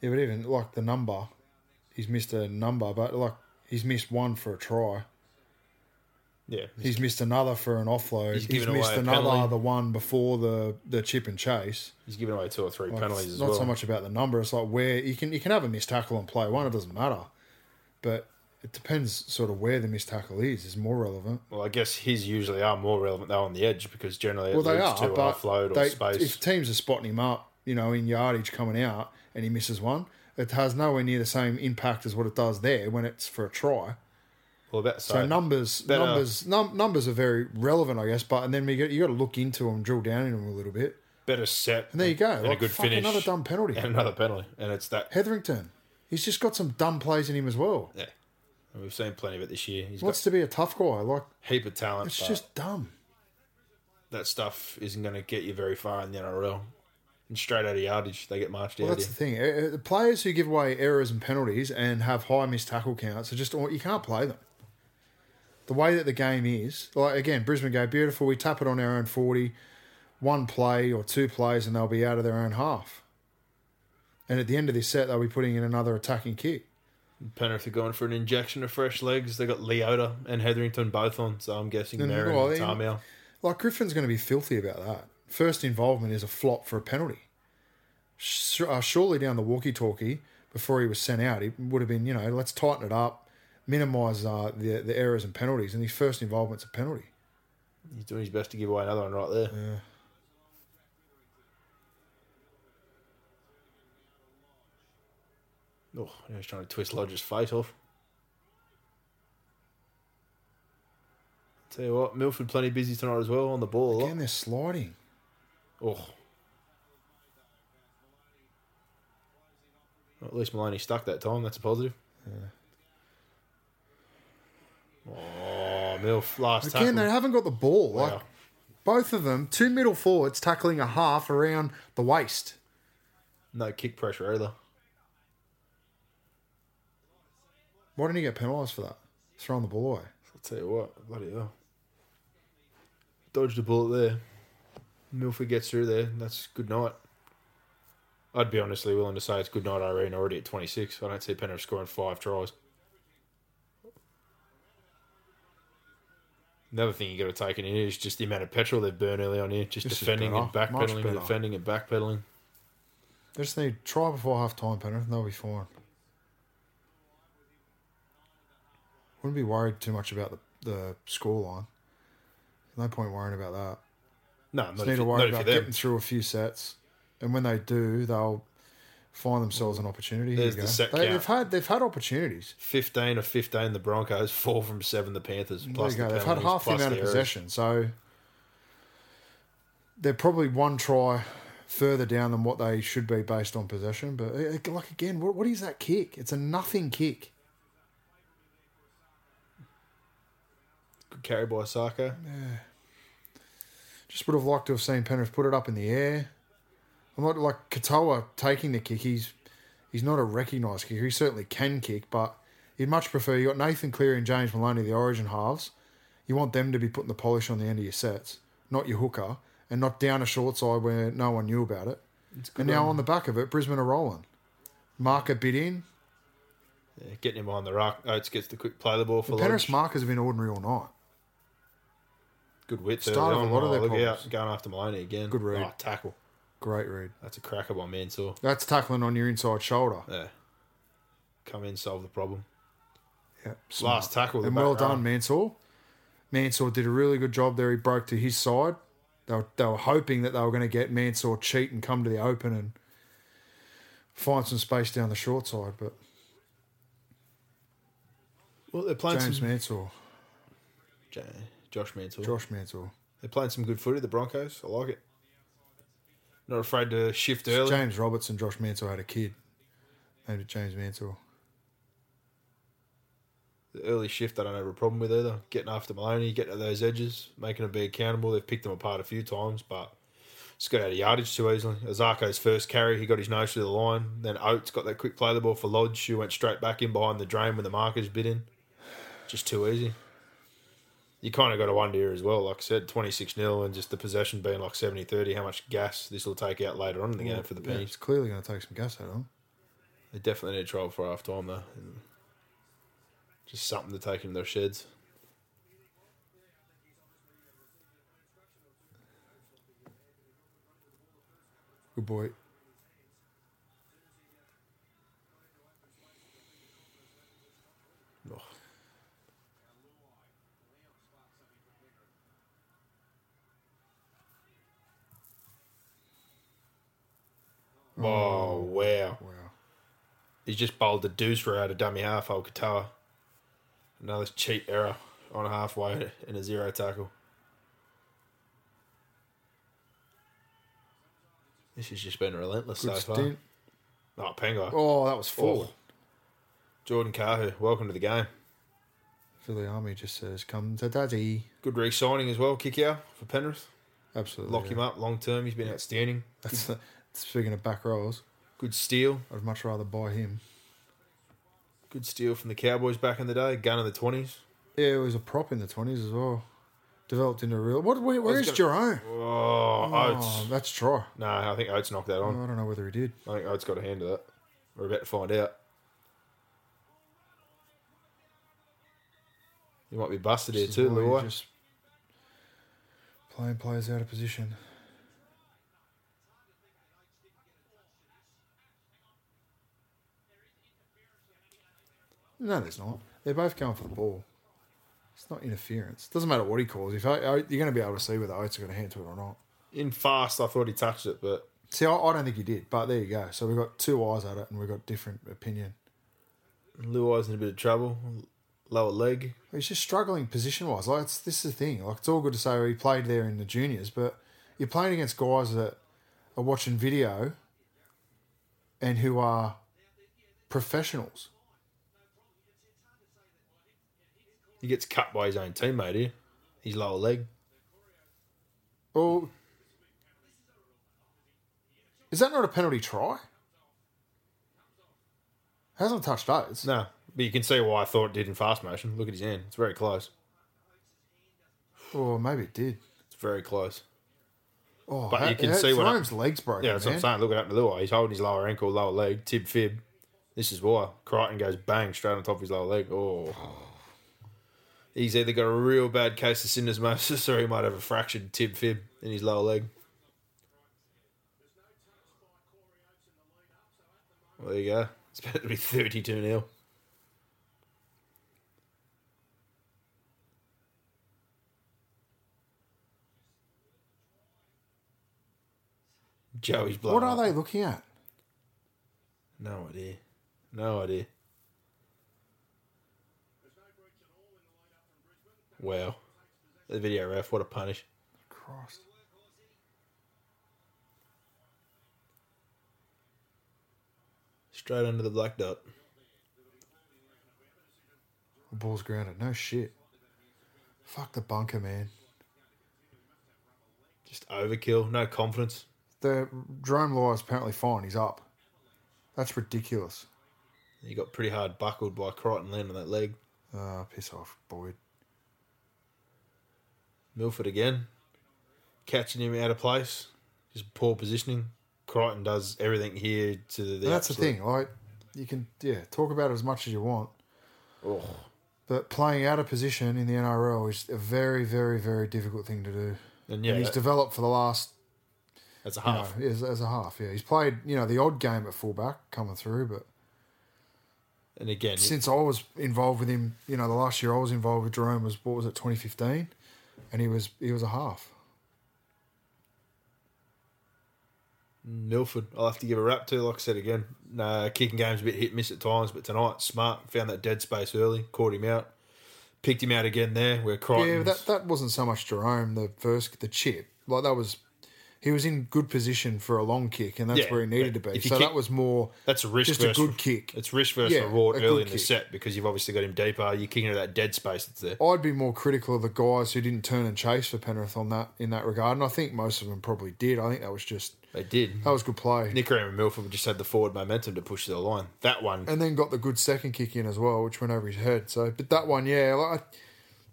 B: Yeah, but even like the number, he's missed a number, but like he's missed one for a try.
A: Yeah.
B: He's missed another for an offload.
A: He's
B: He's,
A: given
B: missed
A: away a
B: another
A: penalty.
B: the one before the the chip and chase.
A: He's given away two or three
B: Like,
A: penalties
B: it's
A: as
B: not
A: well.
B: so much about the number. It's like where you can you can have a missed tackle and play one. It doesn't matter, but it depends sort of where the missed tackle is is more relevant.
A: Well, I guess his usually are more relevant though on the edge because generally it
B: Well, they
A: leads
B: are,
A: to an
B: but
A: offload or
B: they-
A: space.
B: if teams are spotting him up, you know, in yardage coming out, and he misses one, it has nowhere near the same impact as what it does there when it's for a try.
A: well, about
B: So numbers,
A: better-
B: numbers, num- numbers are very relevant, I guess. But and then we get, you got to look into them, drill down into them a little bit,
A: better set.
B: and there you go.
A: And a
B: Like,
A: good
B: fuck,
A: finish.
B: Another dumb penalty.
A: and another penalty, and it's that
B: Hetherington. He's just got some dumb plays in him as well.
A: Yeah. And we've seen plenty of it this year. He's
B: What's to be a tough guy? Like
A: got a heap of talent.
B: it's
A: but
B: just dumb.
A: that stuff isn't going to get you very far in the NRL. And straight out of yardage, they get marched
B: Well,
A: out.
B: that's
A: here.
B: the thing. Uh, uh, The players who give away errors and penalties and have high missed tackle counts are just all- you can't play them. The way that the game is, like again, Brisbane go beautiful. We tap it on our own forty, one play or two plays, and they'll be out of their own half. And at the end of this set, they'll be putting in another attacking kick.
A: Penrith are going for an injection of fresh legs. They got Leota and Hetherington both on, so I'm guessing
B: And,
A: Merrin
B: well,
A: and
B: in-
A: Tarmel.
B: Like Griffin's going to be filthy about that. First involvement is a flop for a penalty. Sh- uh, surely down the walkie-talkie before he was sent out, it would have been you know let's tighten it up, minimise uh, the the errors and penalties. And his first involvement's a penalty.
A: He's doing his best to give away another one right there. Oh, now he's trying to twist Lodge's face off. Tell you what, Milford plenty busy tonight as well on the ball. A lot.
B: Again, they're sliding.
A: Oh. Well, at least Maloney stuck that time. That's a positive. Oh, Milf last
B: Again,
A: tackle.
B: they haven't got the ball. Like
A: Wow.
B: both of them, two middle forwards tackling a half around the waist.
A: No kick pressure either.
B: Why didn't he get penalised for that? Throwing the ball away.
A: I'll tell you what, bloody hell. Dodged a bullet there. Milford gets through there. and That's good night. I'd be honestly willing to say it's good night, Irene, already at 26. I don't see Penrith scoring five tries. Another thing you got to take in here is just the amount of petrol they've burned early on here. Just
B: This is
A: defending and
B: better. Much
A: backpedaling and
B: better.
A: defending and backpedaling.
B: They just need try before half time, Penrith, and they'll be fine. Wouldn't be worried too much about the, the scoreline. No point worrying about that.
A: No, not
B: Just
A: if,
B: need to
A: you-
B: worry
A: not if
B: about
A: you're them.
B: getting through a few sets, and when they do, they'll find themselves an opportunity. Here
A: There's
B: you
A: the
B: go.
A: set
B: they,
A: count.
B: They've had they've had opportunities.
A: 15 of 15 the Broncos, 4 from 7 the Panthers.
B: There
A: Plus
B: you go.
A: the
B: They've had
A: penalties,
B: half the
A: plus
B: amount of
A: errors.
B: possession, so they're probably one try further down than what they should be based on possession. But eh, eh, like again, what, what is that kick? It's a nothing kick.
A: Good carry by Saka.
B: Just would have liked to have seen Penrith put it up in the air. I'm not like Katoa taking the kick. He's he's not a recognised kicker. He certainly can kick, but you'd much prefer you got Nathan Cleary and James Maloney, the Origin halves. You want them to be putting the polish on the end of your sets, not your hooker, and not down a short side where no one knew about it. And now on the back of it, Brisbane are rolling. Marker bit in.
A: Yeah, getting him behind the rock. Oates gets the quick play of the ball for
B: Penrith's
A: Lodge.
B: markers have been ordinary all night.
A: Good wit.
B: Start of a lot of their
A: look
B: problems.
A: out. Going after Maloney again.
B: Good read.
A: Oh, tackle.
B: Great read.
A: That's a cracker by Mansour.
B: That's tackling on your inside shoulder.
A: Yeah. Come in, solve the problem.
B: Yep.
A: Last tackle. the
B: And
A: back
B: well
A: row.
B: done, Mansour. Mansour did a really good job there. He broke to his side. They were, they were hoping that they were going to get Mansour cheat and come to the open and find some space down the short side. But
A: Well, they're playing
B: James
A: some...
B: Mansour,
A: Ja- Josh Mansour.
B: Josh Mansour,
A: They're playing some good footy, the Broncos. I like it. Not afraid to shift early.
B: James Roberts and Josh Mansour had a kid named James Mansour.
A: The early shift, I don't have a problem with either. Getting after Maloney, getting at those edges, making them be accountable. They've picked them apart a few times, but just got out of yardage too easily. Azako's first carry, he got his nose through the line. Then Oates got that quick play of the ball for Lodge, who went straight back in behind the drain when the markers bit in. Just too easy. You kind of got to wonder here as well, like I said, 26 0 and just the possession being like 70 30, how much gas this will take out later on in the game for the
B: Yeah,
A: Pennies.
B: it's clearly going to take some gas out of him.
A: They definitely need a trial for half time though. And just something to take into their sheds.
B: Good boy.
A: Oh. Oh, wow.
B: Wow.
A: He's just bowled the deuce row out of dummy half, old Katoa. Another cheap error on halfway and a zero tackle. This has just been relentless
B: Good
A: so
B: stint.
A: far. Oh, Pengo.
B: Oh, that was forward.
A: Jordan Kahu, welcome to the game.
B: Philly Army just says, come to daddy.
A: Good re signing as well, kick out for Penrith.
B: Absolutely.
A: Lock him up long term. He's been outstanding.
B: That's the, speaking of back rows,
A: Good steal.
B: I'd much rather buy him.
A: Good steal from the Cowboys back in the day. Gun in the 20s.
B: Yeah, it was a prop in the 20s as well. Developed into a real. What, where, where is
A: gonna-
B: Jerome?
A: Oh,
B: Oh,
A: Oates.
B: that's try.
A: No, I think Oates knocked that on.
B: I don't know whether he did.
A: I think Oates got a hand to that. We're about to find out. You might be busted here
B: This is
A: too,
B: why you
A: Luai.
B: Just playing players out of position. No, there's not. They're both going for the ball. It's not interference. Doesn't matter what he calls. If I, I, you're going to be able to see whether Oates got a hand to it or not.
A: In fast, I thought he touched it, but
B: See, I, I don't think he did, but there you go. So we've got two eyes at it, and we've got different opinion.
A: Luai's in a bit of trouble. Lower leg.
B: He's just struggling position wise. Like it's, this is the thing. Like it's all good to say he played there in the juniors, but you're playing against guys that are watching video and who are professionals.
A: He gets cut by his own teammate here. His lower leg.
B: Well, is that not a penalty try? Hasn't touched those.
A: No, but you can see why I thought it did in fast motion. Look at his hand. It's very close.
B: Or Oh, maybe it did.
A: It's very close.
B: Oh,
A: But
B: ha-
A: you can
B: ha-
A: see what
B: Jerome's legs broken.
A: Yeah, that's
B: man.
A: what I'm saying. Look at up to Luai. He's holding his lower ankle, lower leg, tib fib. This is why. Crichton goes bang straight on top of his lower leg. Oh. He's either got a real bad case of syndesmosis or he might have a fractured tib fib in his lower leg. Well, there you go. It's about to be 32 0. Joey's blood.
B: What are they looking at?
A: No idea. No idea. Wow. The video ref, what a punish.
B: Christ.
A: Straight under the black dot.
B: The ball's grounded. No shit. Fuck the bunker, man.
A: Just overkill, no confidence.
B: The Jerome Law is apparently fine. He's up. That's ridiculous.
A: He got pretty hard buckled by Crichton Land on that leg.
B: Ah, piss off, Boyd.
A: Milford again. Catching him out of place. Just poor positioning. Crichton does everything here to the.
B: And that's the
A: absolute-
B: thing. Like, you can yeah talk about it as much as you want,
A: Oh.
B: but playing out of position in the NRL is a very, very, very difficult thing to do.
A: And yeah,
B: he's
A: that-
B: developed for the last
A: that's a
B: you
A: half.
B: know, as, as a half. Yeah, he's played you know the odd game at fullback coming through, but
A: And again,
B: since I was involved with him, you know, the last year I was involved with Jerome was what was it, twenty fifteen, and he was he was a half.
A: Milford, I'll have to give a rap to. Like I said again, nah, kicking game's a bit hit and miss at times, but tonight, smart, found that dead space early, caught him out, picked him out again there, where Crichton.
B: Yeah, that that wasn't so much Jerome the first the chip like that was he was in good position for a long kick and that's
A: Yeah,
B: where he needed
A: but
B: to be.
A: if you
B: So
A: kick-
B: that was more
A: that's a risk
B: just a
A: versus,
B: good kick.
A: It's risk versus
B: Yeah,
A: reward
B: a
A: early
B: good
A: in the
B: kick.
A: set because you've obviously got him deeper, you're kicking into that dead space that's there.
B: I'd be more critical of the guys who didn't turn and chase for Penrith on that in that regard, and I think most of them probably did. I think that was just
A: They did.
B: that was good play,
A: Nickeram and Milford just had the forward momentum to push to the line. That one,
B: and then got the good second kick in as well, which went over his head. So, but that one, yeah, like,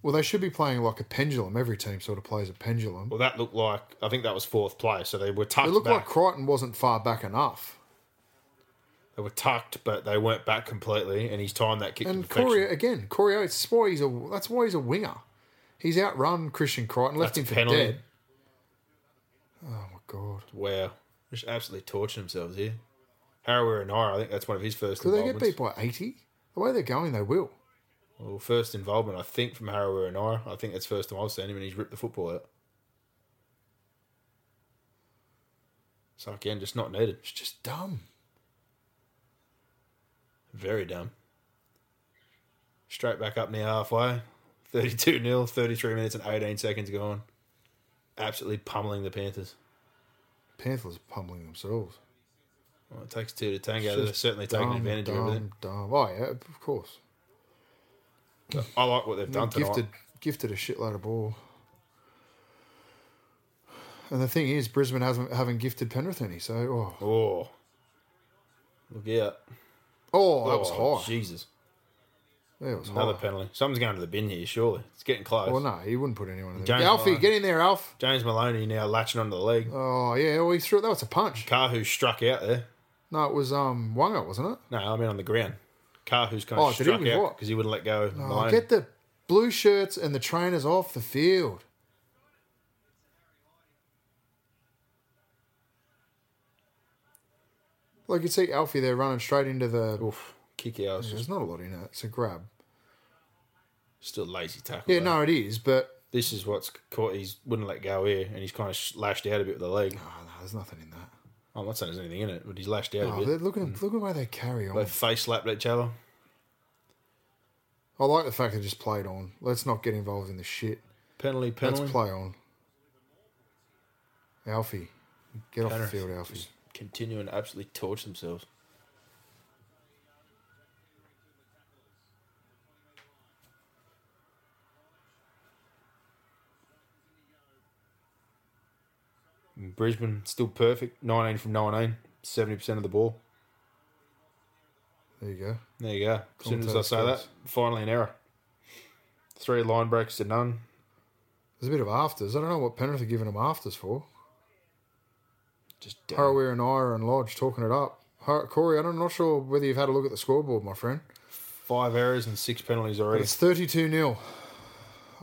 B: well, they should be playing like a pendulum. Every team sort of plays a pendulum.
A: well, that looked like, I think that was fourth play, so they were tucked
B: It looked
A: back.
B: like Crichton wasn't far back enough.
A: they were tucked, but they weren't back completely, and he's timed that kick to
B: And
A: perfection.
B: Corey again, Corey Oates. That's why he's a that's why he's a winger. He's outrun Christian Crichton, left
A: That's
B: him
A: a
B: for
A: penalty.
B: dead. Oh my god!
A: Wow. Just absolutely torching themselves here. Harawira and I, I think that's one of his first
B: Do they get
A: involvements.
B: beat by eighty? The way they're going, they will.
A: Well, first involvement, I think, from Harawira and I. I think that's the first time I've seen him, and he's ripped the football out. So, again, just not needed.
B: It's just dumb.
A: Very dumb. Straight back up near halfway. 32 0, 33 minutes and 18 seconds gone. Absolutely pummeling the Panthers.
B: Panthers pummeling themselves.
A: Well, it takes two to tango. They're certainly taking
B: Dumb,
A: advantage
B: dumb,
A: of it.
B: dumb. Oh yeah, of course.
A: I like what they've done tonight.
B: gifted, gifted a shitload of ball. And the thing is, Brisbane hasn't haven't gifted Penrith any. So oh, oh,
A: Oh, look out!
B: that was
A: Oh,
B: high.
A: Jesus,
B: Yeah, it was
A: another
B: high.
A: penalty. Something's going to the bin here. Surely it's getting close.
B: Oh. Well, no, he wouldn't put anyone in there.
A: James
B: Alfie,
A: Malone.
B: get in there, Alf.
A: James Maloney now latching onto the leg.
B: Oh yeah, well, he threw it. That was a punch.
A: Carhu struck out there.
B: No, it was um Wanga, wasn't it?
A: No, I mean on the ground. Carhu's kind of
B: Oh, did he?
A: struck
B: With
A: out
B: what?
A: because he wouldn't let go. of
B: Oh,
A: Maloney.
B: get the blue shirts and the trainers off the field. Like you see Alfie there running straight into the.
A: Oof, kick out.
B: There's not a lot in it. It's a grab.
A: Still lazy tackle.
B: Yeah,
A: though.
B: no, it is, but
A: This is what's caught. He's wouldn't let go here, and he's kind of lashed out a bit with the leg.
B: oh, no, there's nothing in that.
A: I'm not saying there's anything in it, but he's lashed out
B: Oh,
A: a bit.
B: they're- look at look at the way they carry on.
A: They face slapped each other.
B: I like the fact they just played on. Let's not get involved in the shit.
A: Penalty, penalty.
B: Let's play on. Alfie, get off the
A: Penrith.
B: field, Alfie.
A: Just continuing to absolutely torch themselves. Brisbane still perfect, 19 from 19, 70% of the ball.
B: There you go.
A: There you go. As soon as I
B: Commentator
A: say that,
B: scores.
A: finally an error. Three line breaks to none.
B: There's a bit of afters. I don't know what Penrith are giving them afters for.
A: Just dead.
B: Harawira and Ira and Lodge talking it up. Har- Corey, I'm not sure whether you've had a look at the scoreboard, my friend.
A: five errors and six penalties
B: But
A: already.
B: it's 32 0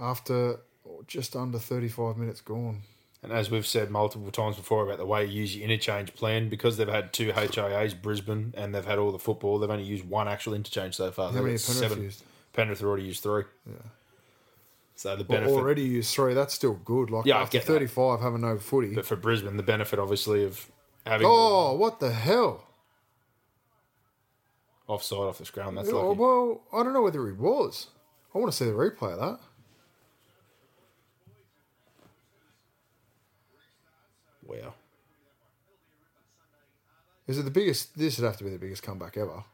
B: after just under 35 minutes gone.
A: And as we've said multiple times before about the way you use your interchange plan, because they've had two HIAs, Brisbane, and they've had all the football, they've only used one actual interchange so far. They've
B: many
A: got
B: have Penrith used?
A: Penrith already used three. Yeah. So the
B: Well,
A: benefit,
B: already used three. That's still good. Like
A: Yeah, I
B: after
A: get that.
B: 35 having no footy.
A: but for Brisbane, the benefit obviously of having
B: oh, what the hell?
A: offside off the ground. That's
B: Oh,
A: lucky.
B: well, I don't know whether he was. I want to see the replay of that.
A: Wow.
B: Is it the biggest? This would have to be the biggest comeback ever.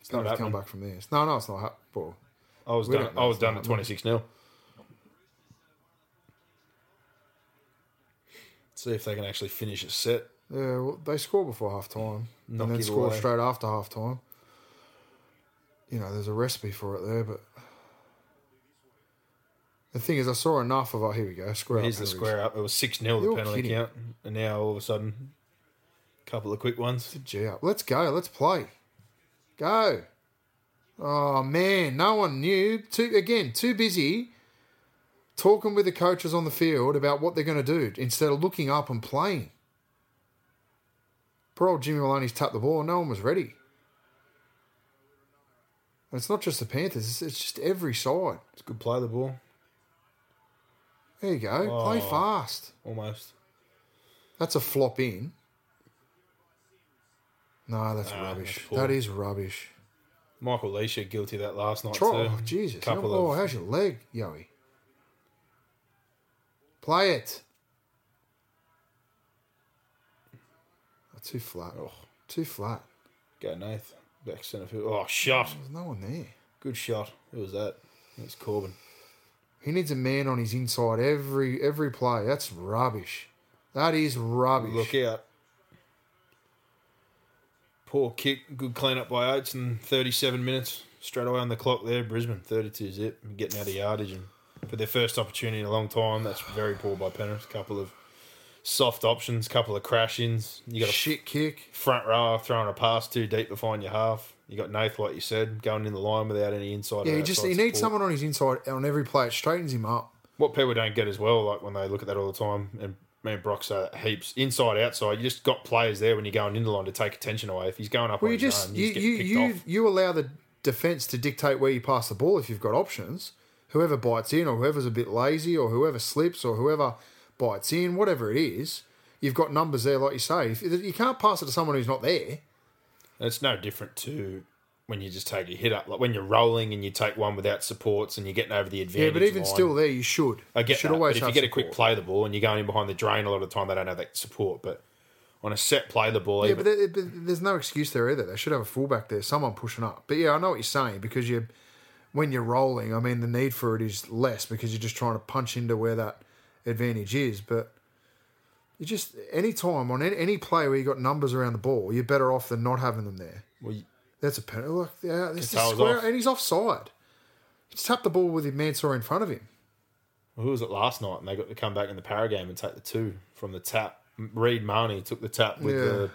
B: It's
A: not
B: not a
A: happening.
B: comeback from this. No, no, it's not. hap- Well,
A: I was
B: We
A: done.
B: don't know
A: I was
B: if
A: done
B: that
A: at twenty six 0 See if they can actually finish a set.
B: Yeah, well, they score before half time
A: Knock
B: and then
A: it
B: score
A: away.
B: straight after half time. You know, there's a recipe for it there, but the thing is, I saw enough of. Oh, here we go. Square.
A: Here's
B: up
A: the
B: penalties.
A: square up. It was 6 0 the
B: You're
A: penalty
B: kidding.
A: count. And now all of a sudden, a couple of quick ones.
B: Gee up. Let's go. Let's play. Go. Oh man, no one knew. Too again, too busy talking with the coaches on the field about what they're going to do instead of looking up and playing. Poor old Jimmy Maloney's tapped the ball. No one was ready. And it's not just the Panthers. It's, it's just every side.
A: It's a good play of the ball.
B: There you go. Play
A: Oh.
B: fast.
A: Almost.
B: That's a flop in. No, that's
A: Ah,
B: rubbish.
A: that's poor.
B: that is rubbish.
A: Michael Leisha guilty of that last night.
B: Try,
A: too.
B: oh, Jesus.
A: Couple
B: oh,
A: of
B: how's your leg, Yoey? Play it. Oh, too flat.
A: Oh.
B: Too flat.
A: go Nath. Back centre field. Oh shot.
B: There's no one there.
A: Good shot. Who was that? It's Corbin.
B: He needs a man on his inside every every play. That's rubbish. That is rubbish.
A: Look out. Poor kick. Good clean up by Oates in thirty seven minutes. Straight away on the clock there, Brisbane, thirty two zip, getting out of yardage and for their first opportunity in a long time, that's very poor by Penrith. Couple of soft options, couple of crash ins. You got a
B: Shit kick.
A: front row throwing a pass too deep behind your half. You got Nath, like you said, going in the line without any inside. or
B: Yeah, he just
A: outside
B: he needs
A: support.
B: someone on his inside on every play. It straightens him up.
A: What people don't get as well, like when they look at that all the time, and me and Brock say that heaps inside outside. You just got players there when you're going in the line to take attention away. If he's going up,
B: Well,
A: on
B: you
A: his
B: just
A: own,
B: you
A: he's getting
B: you
A: um, picked
B: you,
A: off.
B: you allow the defense to dictate where you pass the ball if you've got options. Whoever bites in, or whoever's a bit lazy, or whoever slips, or whoever bites in, whatever it is, you've got numbers there, like you say. If, you can't pass it to someone who's not there.
A: And it's no different to when you just take a hit up, like when you're rolling and you take one without supports and you're getting over the advantage.
B: Yeah, but even
A: line.
B: still, there you should.
A: I
B: you
A: get
B: should
A: that,
B: always
A: but if you
B: have
A: get a
B: support.
A: quick play of the ball and you're going in behind the drain, a lot of the time they don't have that support. But on a set play the ball.
B: Yeah,
A: even.
B: but, there, but there's no excuse there either. They should have a fullback there, someone pushing up. But yeah, I know what you're saying because you, when you're rolling, I mean the need for it is less because you're just trying to punch into where that advantage is. But you just any time on any, any play where you got numbers around the ball, you're better off than not having them there.
A: Well, you-
B: That's a penalty. Look, yeah, this is
A: Katoa's
B: square,
A: off.
B: and he's offside. He's tapped the ball with his Mansour in front of him.
A: who was it last night? And they got to come back in the para game and take the two from the tap. Reed Marnie took the tap with
B: Yeah.
A: the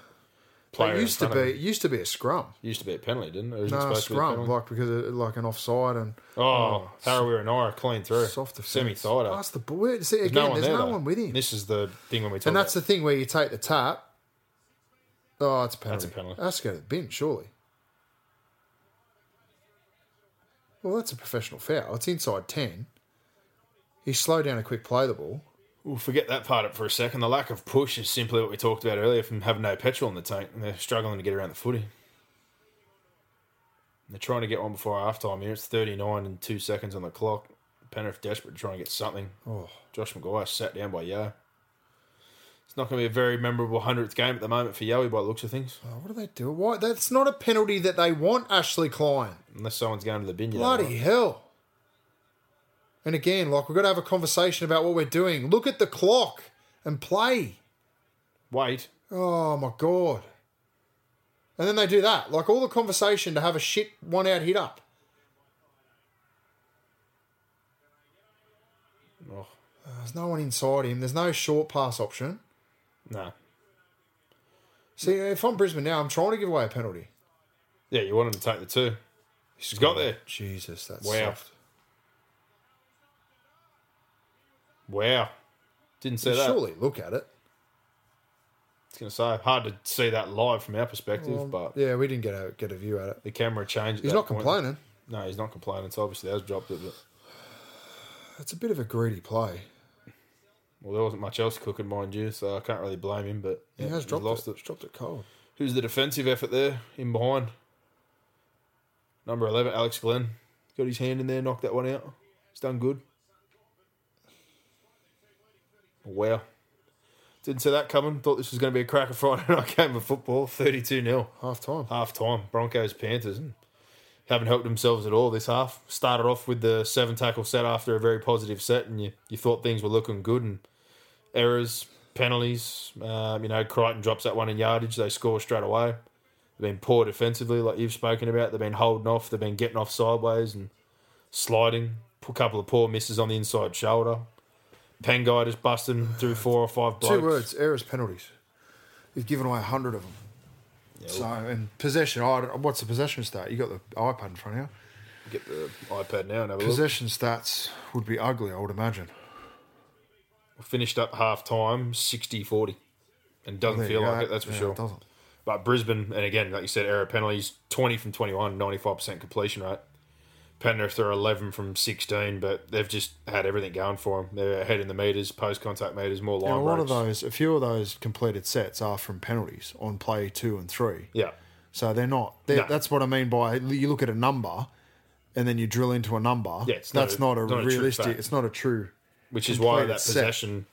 A: player.
B: It used
A: in
B: to
A: front
B: be,
A: of
B: it
A: him.
B: used to be a scrum,
A: It used to be a penalty, didn't it? It wasn't
B: no
A: supposed to be a
B: scrum,
A: penalty.
B: like because of, like an offside and
A: oh, Tarawera and I are clean through.
B: soft defense.
A: Semi thought
B: Pass the ball. Where- See, again, there's no one with him.
A: This is the thing when we talk.
B: and that's
A: about,
B: the thing where you take the tap. Oh, it's a penalty.
A: That's a penalty.
B: That's go to the bin, surely. Well, that's a professional foul. It's inside ten. He slowed down a quick play the ball.
A: we'll forget that part up for a second. The lack of push is simply what we talked about earlier from having no petrol in the tank, and they're struggling to get around the footy. And they're trying to get one before half time here. It's thirty nine and two seconds on the clock. Penrith desperate to try and get something.
B: Oh,
A: Josh McGuire sat down by Yo. It's not going to be a very memorable hundredth game at the moment for Yowie by the looks of things,
B: oh, what do they do? Why? That's not a penalty that they want, Ashley Klein.
A: unless someone's going to the bin. You don't
B: Bloody
A: know.
B: hell. And again, like, we've got to have a conversation about what we're doing. Look at the clock and play.
A: wait,
B: Oh, my God. And then they do that. Like, all the conversation to have a shit one out hit up.
A: oh,
B: There's no one inside him. There's no short pass option.
A: no,
B: See, if I'm Brisbane now, I'm trying to give away a penalty.
A: yeah, you wanted to take the two. He's got there.
B: Oh, Jesus, that's
A: Wow.
B: soft.
A: Wow, didn't see that.
B: Surely look at it.
A: It's gonna say hard to see that live from our perspective, but
B: Yeah, we didn't get a get a view at it.
A: the camera changed. at
B: He's
A: that
B: not
A: point.
B: complaining.
A: No, he's not complaining. So obviously that was dropped it, but
B: That's a bit of a greedy play.
A: well, there wasn't much else cooking, mind you. So I can't really blame him. But
B: He has
A: he's
B: dropped
A: lost
B: it.
A: it.
B: He's dropped it cold.
A: Who's the defensive effort there in behind? Number eleven, Alex Glenn, got his hand in there, knocked that one out. He's done good. Wow. Didn't see that coming. Thought this was going to be a cracker Friday night game of football. 32 0.
B: Half time.
A: half time. Broncos Panthers and haven't helped themselves at all this half. Started off with the seven tackle set after a very positive set, and you, you thought things were looking good and errors, penalties. Um, you know, Crichton drops that one in yardage. They score straight away. They've been poor defensively, like you've spoken about. They've been holding off. They've been getting off sideways and sliding. A couple of poor misses on the inside shoulder. Pangai just busting through four or five blokes.
B: Two words: errors, penalties. You've given away a hundred of them. So and possession. I don't, what's the possession stat? You got the iPad in front of you.
A: Get the iPad now and have a look.
B: Possession stats would be ugly, I would imagine.
A: finished up half time 60-40 and doesn't
B: There you
A: feel
B: go.
A: like it that's for
B: Yeah,
A: sure
B: It doesn't.
A: but brisbane and again like you said error penalties 20 from 21 95% completion rate penrith are 11 from 16 but they've just had everything going for them they're ahead in the meters post contact meters more line
B: Now, a lot of
A: breaks.
B: those, a few of those completed sets are from penalties on play two and three.
A: yeah
B: So they're not. They're,
A: No.
B: That's what I mean by you look at a number, and then you drill into a number.
A: Yeah, it's not
B: that's
A: a-
B: not a,
A: it's not a true
B: realistic.
A: fact.
B: it's not a true.
A: which is why
B: Completed
A: that
B: set.
A: possession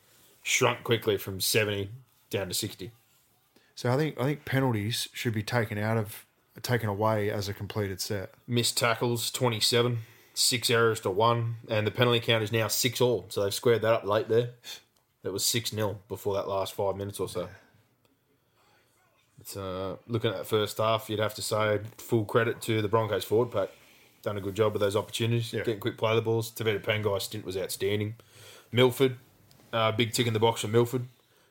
A: shrunk quickly from 70 down to 60
B: So I think I think penalties should be taken out of, taken away as a completed set.
A: missed tackles 27 six errors to one and the penalty count is now six all so they've squared that up late there it was six nil before that last five minutes or so it's uh, looking at that first half you'd have to say full credit to the broncos forward pack done a good job with those opportunities
B: Yeah.
A: getting quick play the balls Tavita Pangai's stint was outstanding Milford uh, big tick in the box for Milford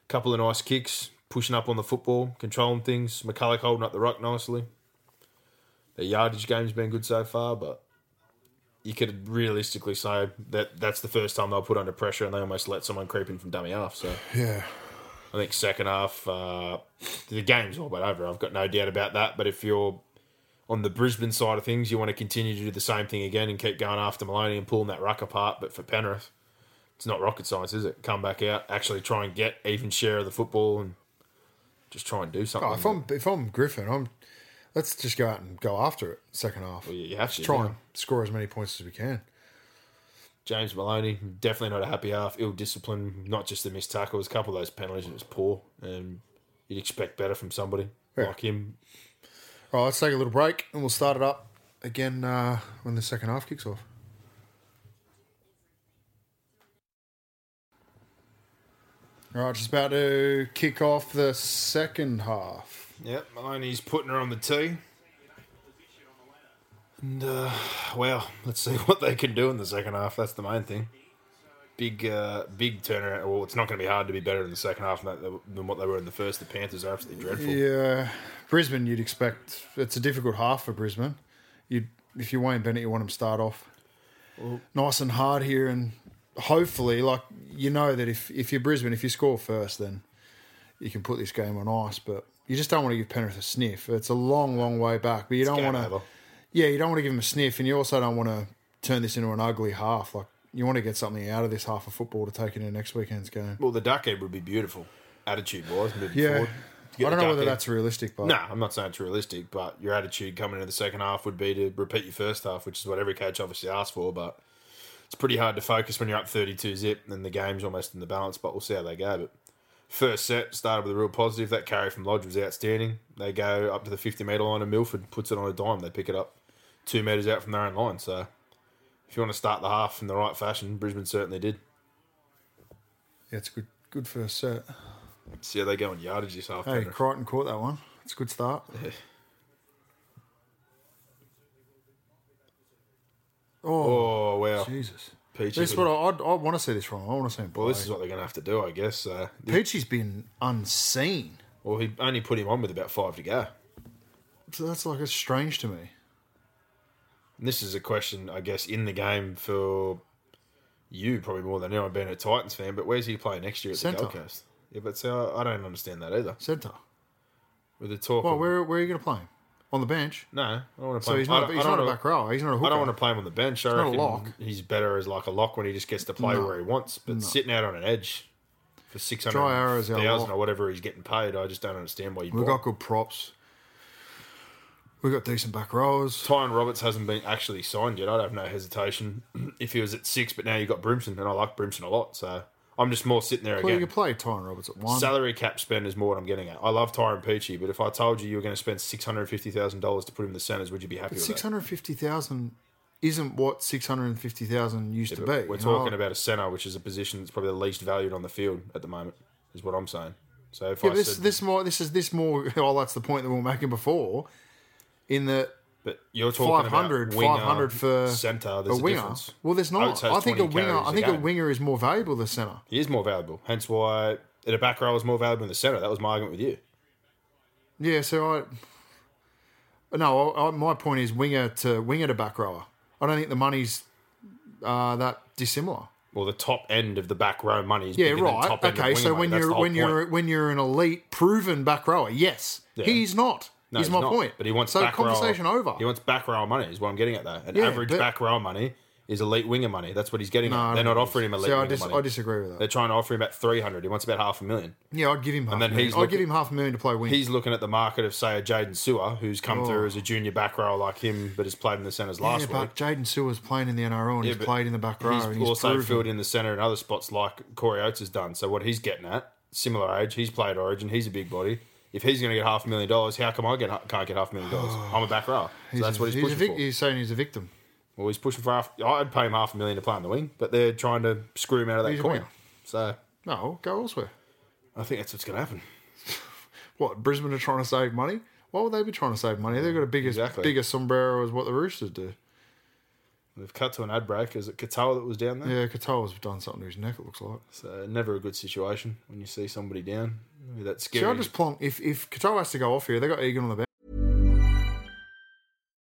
A: couple of nice kicks pushing up on the football controlling things McCulloch holding up the ruck nicely the yardage game's been good so far, but you could realistically say that that's the first time they'll put under pressure and they almost let someone creep in from dummy half. So
B: Yeah.
A: I think second half, uh, the game's all but over. I've got no doubt about that. But if you're on the Brisbane side of things, you want to continue to do the same thing again and keep going after Maloney and pulling that ruck apart. But for Penrith, it's not rocket science, is it? Come back out, actually try and get even share of the football and just try and do something.
B: Oh, if I'm if I'm Griffin, I'm let's just go out and go after it second half.
A: you you have
B: Let's
A: to
B: try
A: yeah.
B: and score as many points as we can.
A: James Maloney, definitely not a happy half, ill discipline, not just the missed tackles, a couple of those penalties, it was poor. And Um, You'd expect better from somebody
B: Yeah.
A: like him.
B: All right, let's take a little break and we'll start it up again uh, when the second half kicks off. All right, just about to kick off the second half.
A: Yep, Maloney's putting her on the tee. And, uh, well, let's see what they can do in the second half. That's the main thing. Big, uh, big turnaround. Well, it's not going to be hard to be better in the second half than, that, than what they were in the first. The Panthers are absolutely dreadful.
B: Yeah, Brisbane, you'd expect it's a difficult half for Brisbane. You, if you're Wayne Bennett, you want him to start off nice and hard here, and hopefully, like you know that if if you're Brisbane, if you score first, then you can put this game on ice. But you just don't want to give Penrith a sniff. It's a long, long way back, but you don't
A: game
B: want to.
A: over.
B: Yeah, you don't want to give them a sniff, and you also don't want to turn this into an ugly half. Like you want to get something out of this half of football to take into next weekend's game.
A: Well, the duck egg would be beautiful, attitude wise, moving
B: Yeah,
A: forward.
B: I
A: You get
B: don't
A: the
B: know
A: duck
B: whether
A: egg.
B: that's realistic, but
A: No, I'm not saying it's realistic, but your attitude coming into the second half would be to repeat your first half, which is what every coach obviously asks for, but it's pretty hard to focus when you're up 32 zip and the game's almost in the balance, but we'll see how they go. But first set started with a real positive. That carry from Lodge was outstanding. They go up to the 50 metre line and Milford puts it on a dime. They pick it up two metres out from their own line. So if you want to start the half in the right fashion, Brisbane certainly did.
B: yeah, it's a good good first set.
A: See how they go in yardage this half.
B: Hey,
A: Penrith.
B: Crichton caught that one. It's a good start. Oh,
A: oh, wow.
B: Jesus.
A: Peaches
B: This is
A: would-
B: what I, I'd- I want to see this from. I want to see him play.
A: well, this is what they're going to have to do, I guess. Uh,
B: Peachy's been unseen.
A: Well, he only put him on with about five to go.
B: So that's like, it's strange to me.
A: And this is a question, I guess, in the game for you probably more than anyone being a Titans fan. But where's he playing next year at
B: Centre.
A: the Gold Coast? Yeah, but so I don't understand that either.
B: Centre.
A: With the talk,
B: Well,
A: of-
B: where, where are you going to play him? On the bench?
A: no, I don't want to play.
B: So
A: him.
B: he's
A: I
B: not,
A: don't-
B: he's
A: I don't
B: not a
A: wanna-
B: back row. He's not a hooker.
A: I don't want to play him on the bench. I
B: not a
A: reckon
B: lock.
A: he's better as like a lock when he just gets to play where he wants. But sitting out on an edge for six hundred
B: Dry arrows out
A: thousand
B: lock.
A: or whatever he's getting paid, I just don't understand why you.
B: We've got
A: bought
B: good props. We've got decent back rows.
A: Tyron Roberts hasn't been actually signed yet. I'd have no hesitation if he was at six, but now you've got Brimson, and I like Brimson a lot. So I'm just more sitting there
B: Well, you
A: again.
B: can play Tyron Roberts at one.
A: Salary cap spend is more what I'm getting at. I love Tyron Peachy, but if I told you you were going to spend $650,000 to put him in the centres, would you be happy with
B: Six hundred fifty thousand isn't what six hundred fifty thousand used to
A: that?
B: be.
A: We're
B: you know?
A: talking about a centre, which is a position that's probably the least valued on the field at the moment, is what I'm saying. So if
B: Yeah,
A: I
B: but this
A: said,
B: this more this is this more. Well, that's the point that we were making before. In that
A: but you're talking
B: 500,
A: about winger,
B: 500 for
A: centre,
B: a
A: there's a,
B: winger.
A: difference.
B: well, there's
A: Oates
B: not.
A: has
B: I think a
A: 20
B: winger.
A: carries
B: I think a
A: game.
B: winger is more valuable than centre.
A: He is more valuable, hence why at a back row is more valuable in the centre. That was my argument with you.
B: Yeah. So I. No, I, I, my point is winger to winger to back rower. I don't think the money's uh, that dissimilar.
A: Well, the top end of the back row money is
B: Yeah,
A: bigger than
B: right.
A: top end of
B: Okay,
A: winger
B: so
A: money.
B: when
A: That's the
B: you're
A: whole
B: when you're
A: point.
B: when you're an elite, proven back rower, yes,
A: Yeah.
B: he's not.
A: No,
B: is
A: he's
B: my
A: not,
B: point.
A: but he wants
B: so
A: back
B: conversation
A: row,
B: over.
A: He wants back row money is what I'm getting at. There, an
B: Yeah,
A: average
B: but-
A: back row money is elite winger money. That's what he's getting.
B: I
A: at. They're
B: don't
A: not offering him elite
B: See, I,
A: winger
B: dis-
A: money.
B: I disagree with that.
A: They're trying to offer him about three hundred. He wants about half a million.
B: yeah, I'd give him half.
A: then
B: a million.
A: he's
B: I'd give
A: looking-
B: him half a million to play wing.
A: He's looking at the market of say a Jaden Sewer, who's come through as a junior back row like him, but has played in the centres
B: Oh. yeah,
A: last week.
B: but Jaden Sewer's playing in the NRL and he's
A: but
B: played in the back row.
A: He's,
B: and
A: also
B: proven-
A: filled in the centre and other spots like Corey Oates has done. So what he's getting at, similar age, he's played Origin, he's a big body. If he's going to get half a million dollars, how come I get can't get half a million dollars? I'm a back row. So
B: He's
A: that's
B: a-
A: what he's,
B: a
A: pushing
B: vic-
A: for.
B: He's saying he's a victim.
A: well, he's pushing for half. I'd pay him half a million to play on the wing, but they're trying to screw him out of that
B: He's a
A: coin.
B: winger.
A: So
B: No, go elsewhere.
A: I think that's what's going to happen.
B: What Brisbane are trying to save money? Why would they be trying to save money? They've got a bigger
A: Exactly.
B: bigger sombrero as what the Roosters do.
A: We've cut to an ad break. Is it Katoa that was down there?
B: Yeah, Katoa's done something to his neck. It looks like.
A: So never a good situation when you see somebody down. That's
B: See,
A: scary.
B: I just plonk. If if Katoa has to go off here, they got Egan on the bench.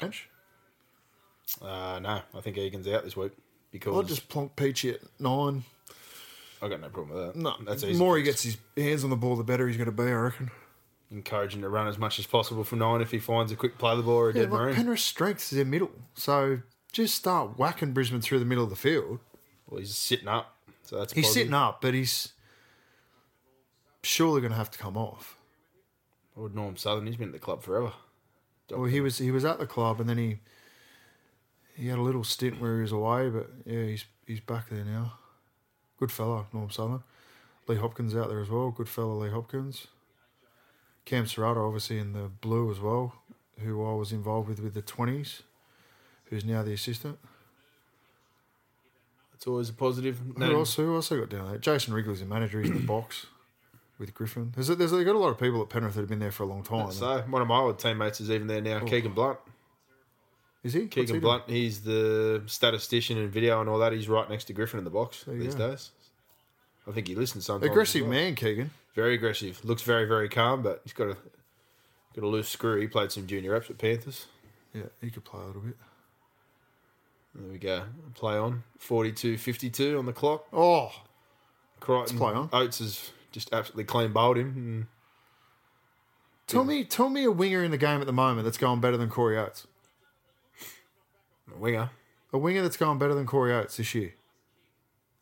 B: bench.
A: uh, no, I think Egan's out this week because
B: I'll just plonk Peachy at nine.
A: I got no problem with that.
B: No,
A: that's
B: the
A: easy.
B: more he gets his hands on the ball, the better he's going to be, I reckon.
A: encouraging to run as much as possible from nine if he finds a quick play the ball or a
B: Yeah,
A: dead
B: like
A: maroon.
B: Penrith's strength is their middle. So just start whacking Brisbane through the middle of the field.
A: well, he's sitting up, so that's
B: He's
A: positive.
B: sitting up, but he's surely going to have to come off.
A: Old Norm Southern, he's been at the club forever.
B: Well, Oh, he was he was at the club, and then he he had a little stint where he was away, but yeah, he's he's back there now. Good fella, Norm Southern. Lee Hopkins out there as well. Good fella, Lee Hopkins. Cam Serrato, obviously in the blue as well, who I was involved with with the twenties, who's now the assistant.
A: It's always a positive.
B: Who else? Who else I got down there? Jason Wrigley's the manager. He's in the box with Griffin. There's, there's they got a lot of people at Penrith that have been there for a long time.
A: So one of my old teammates is even there now, Keegan Blunt.
B: Is Oh, he What's he
A: Keegan
B: doing?
A: Blunt, he's the statistician and video and all that. He's right next to Griffin in the box
B: you
A: these
B: go.
A: days. I think he listens sometimes. as
B: Aggressive
A: well.
B: man, Keegan.
A: Very aggressive. Looks very, very calm, but he's got a got a loose screw. He played some junior reps at Panthers.
B: Yeah, he could play a little bit.
A: There we go. Play on. 42-52 on the clock.
B: Oh,
A: Crichton
B: play on.
A: Oates has just absolutely clean bowled him. And
B: Tell me, tell me a winger in the game at the moment that's going better than Corey Oates.
A: Mm. a winger
B: A winger that's going better than Corey Oates this year.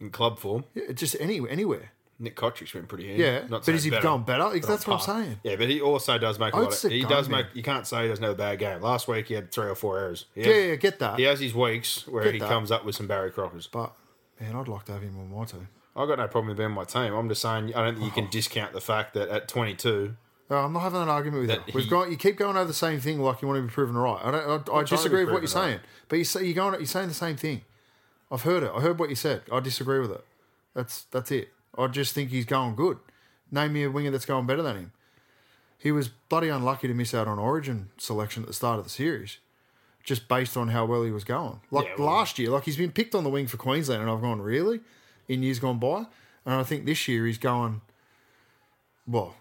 A: in club form.
B: Yeah, just any anywhere.
A: Nick Kotrick's been pretty handy.
B: Yeah,
A: Not
B: but
A: saying
B: is he
A: better,
B: going better?
A: but
B: That's
A: on
B: what I'm
A: par.
B: saying.
A: Yeah, but he also does make a lot.
B: Oates
A: Of,
B: is a
A: he does
B: gun,
A: make.
B: man.
A: You can't say he doesn't have a bad game. Last week he had three or four errors. He
B: Yeah,
A: has-
B: yeah, get that.
A: He has his weeks where
B: Get
A: he
B: that.
A: comes up with some Barry Crockers.
B: But man, I'd like to have him on my team.
A: I've got no problem with being my team. I'm just saying I don't think you
B: Oh.
A: can discount the fact that at 22,
B: No, I'm not having an argument with
A: That
B: you. We've
A: he-
B: got you keep going over the same thing like you want to be proven right. I don't. I, I
A: to be
B: disagree with what you're
A: proven right.
B: saying, but you say you're going. You're saying the same thing. I've heard it. I heard what you said. I disagree with it. That's that's it. I just think he's going good. Name me a winger that's going better than him. He was bloody unlucky to miss out on Origin selection at the start of the series, just based on how well he was going. Like
A: Yeah, well-
B: last year, like he's been picked on the wing for Queensland, and I've gone really in years gone by, and I think this year he's going well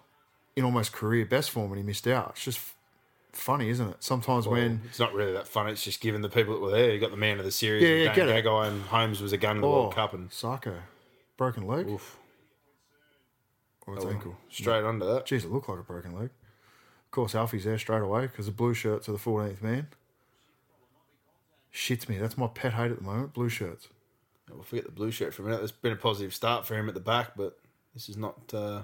B: in almost career best form, and he missed out. It's just f- funny, isn't it? Sometimes when
A: it's not really that fun. It's just given the people that were there. You got the man of the series.
B: Yeah,
A: and
B: yeah,
A: Dan
B: get it.
A: Gagai and Holmes was a gun in the
B: oh,
A: World Cup and
B: Sarko broken leg
A: oof,
B: or its ankle.
A: straight under that.
B: Jeez, it looked like a broken leg. Of course, Alfie's there straight away because the blue shirts are the 14th man. Shits me. That's my pet hate at the moment. Blue shirts.
A: We'll forget the blue shirt for a minute. It's been a positive start for him at the back, but this is not uh,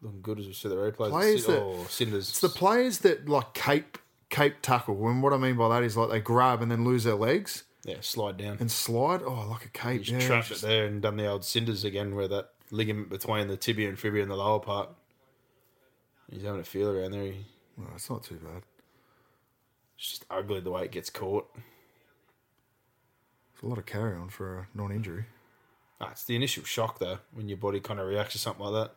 A: looking good as we see the replays.
B: Players
A: Sin-
B: that-
A: oh, Cinders.
B: It's the players that like cape cape tackle. And what I mean by that is like they grab and then lose their legs
A: yeah, slide down.
B: and slide. Oh, like a cape.
A: He's
B: yeah,
A: trapped
B: just-
A: it there and done the old cinders again, where that ligament between the tibia and fibia in the lower part. He's having a feel around there. He-
B: No, it's not too bad.
A: It's just ugly the way it gets caught.
B: It's a lot of carry on for a non-injury.
A: Ah, it's the initial shock though, when your body kind of reacts to something like that.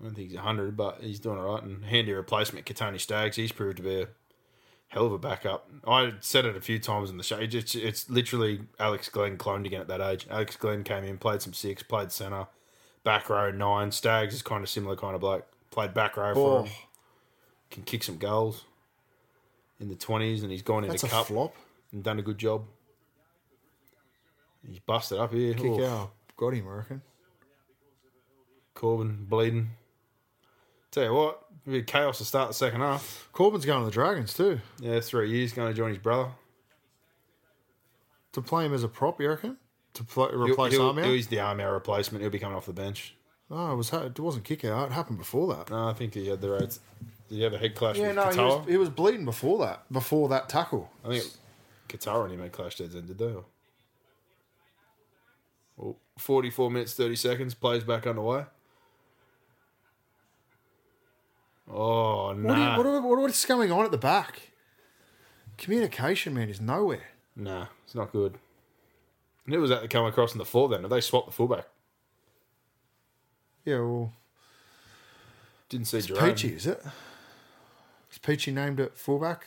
A: I don't think he's hundred, but he's doing all right. And handy replacement, Katoni Staggs. He's proved to be a hell of a backup. I said it a few times in the show. It's, it's literally Alex Glenn cloned again at that age. Alex Glenn came in, played some six, played centre, back row nine. Staggs is kind of similar kind of bloke. Played back row for
B: Oh.
A: him. Can kick some goals in the twenties, and he's gone into
B: That's a
A: cup
B: flop.
A: and done a good job. He's busted up here. oh,
B: Kick
A: Oof.
B: out. Got him, I reckon.
A: Corbin bleeding. Tell you what, a bit of chaos to start the second half.
B: Corbin's going to the Dragons too.
A: Yeah, three years going to join his brother.
B: To play him as a prop, you reckon? To play,
A: He'll-
B: replace
A: he'll-
B: Armour?
A: He's the arm hour replacement. He'll be coming off the bench.
B: No, it was it wasn't kick out. It happened before that.
A: No, I think he had the right. Did he have a head clash
B: Yeah,
A: with
B: no,
A: Qatar?
B: he was, he was bleeding before that. Before that tackle.
A: I think it, Qatar and him had clashed heads then, did they? Well, 44 Oh, minutes, 30 seconds. Plays back underway. Oh, no.
B: What, do you, what, are- what, what's going on at the back? Communication, man, is nowhere.
A: Nah, it's not good. And who was that that came across in the four then? Have they swapped the fullback?
B: Yeah, well,
A: Didn't see Jerome.
B: Peachy, is it? Is Peachy named at fullback?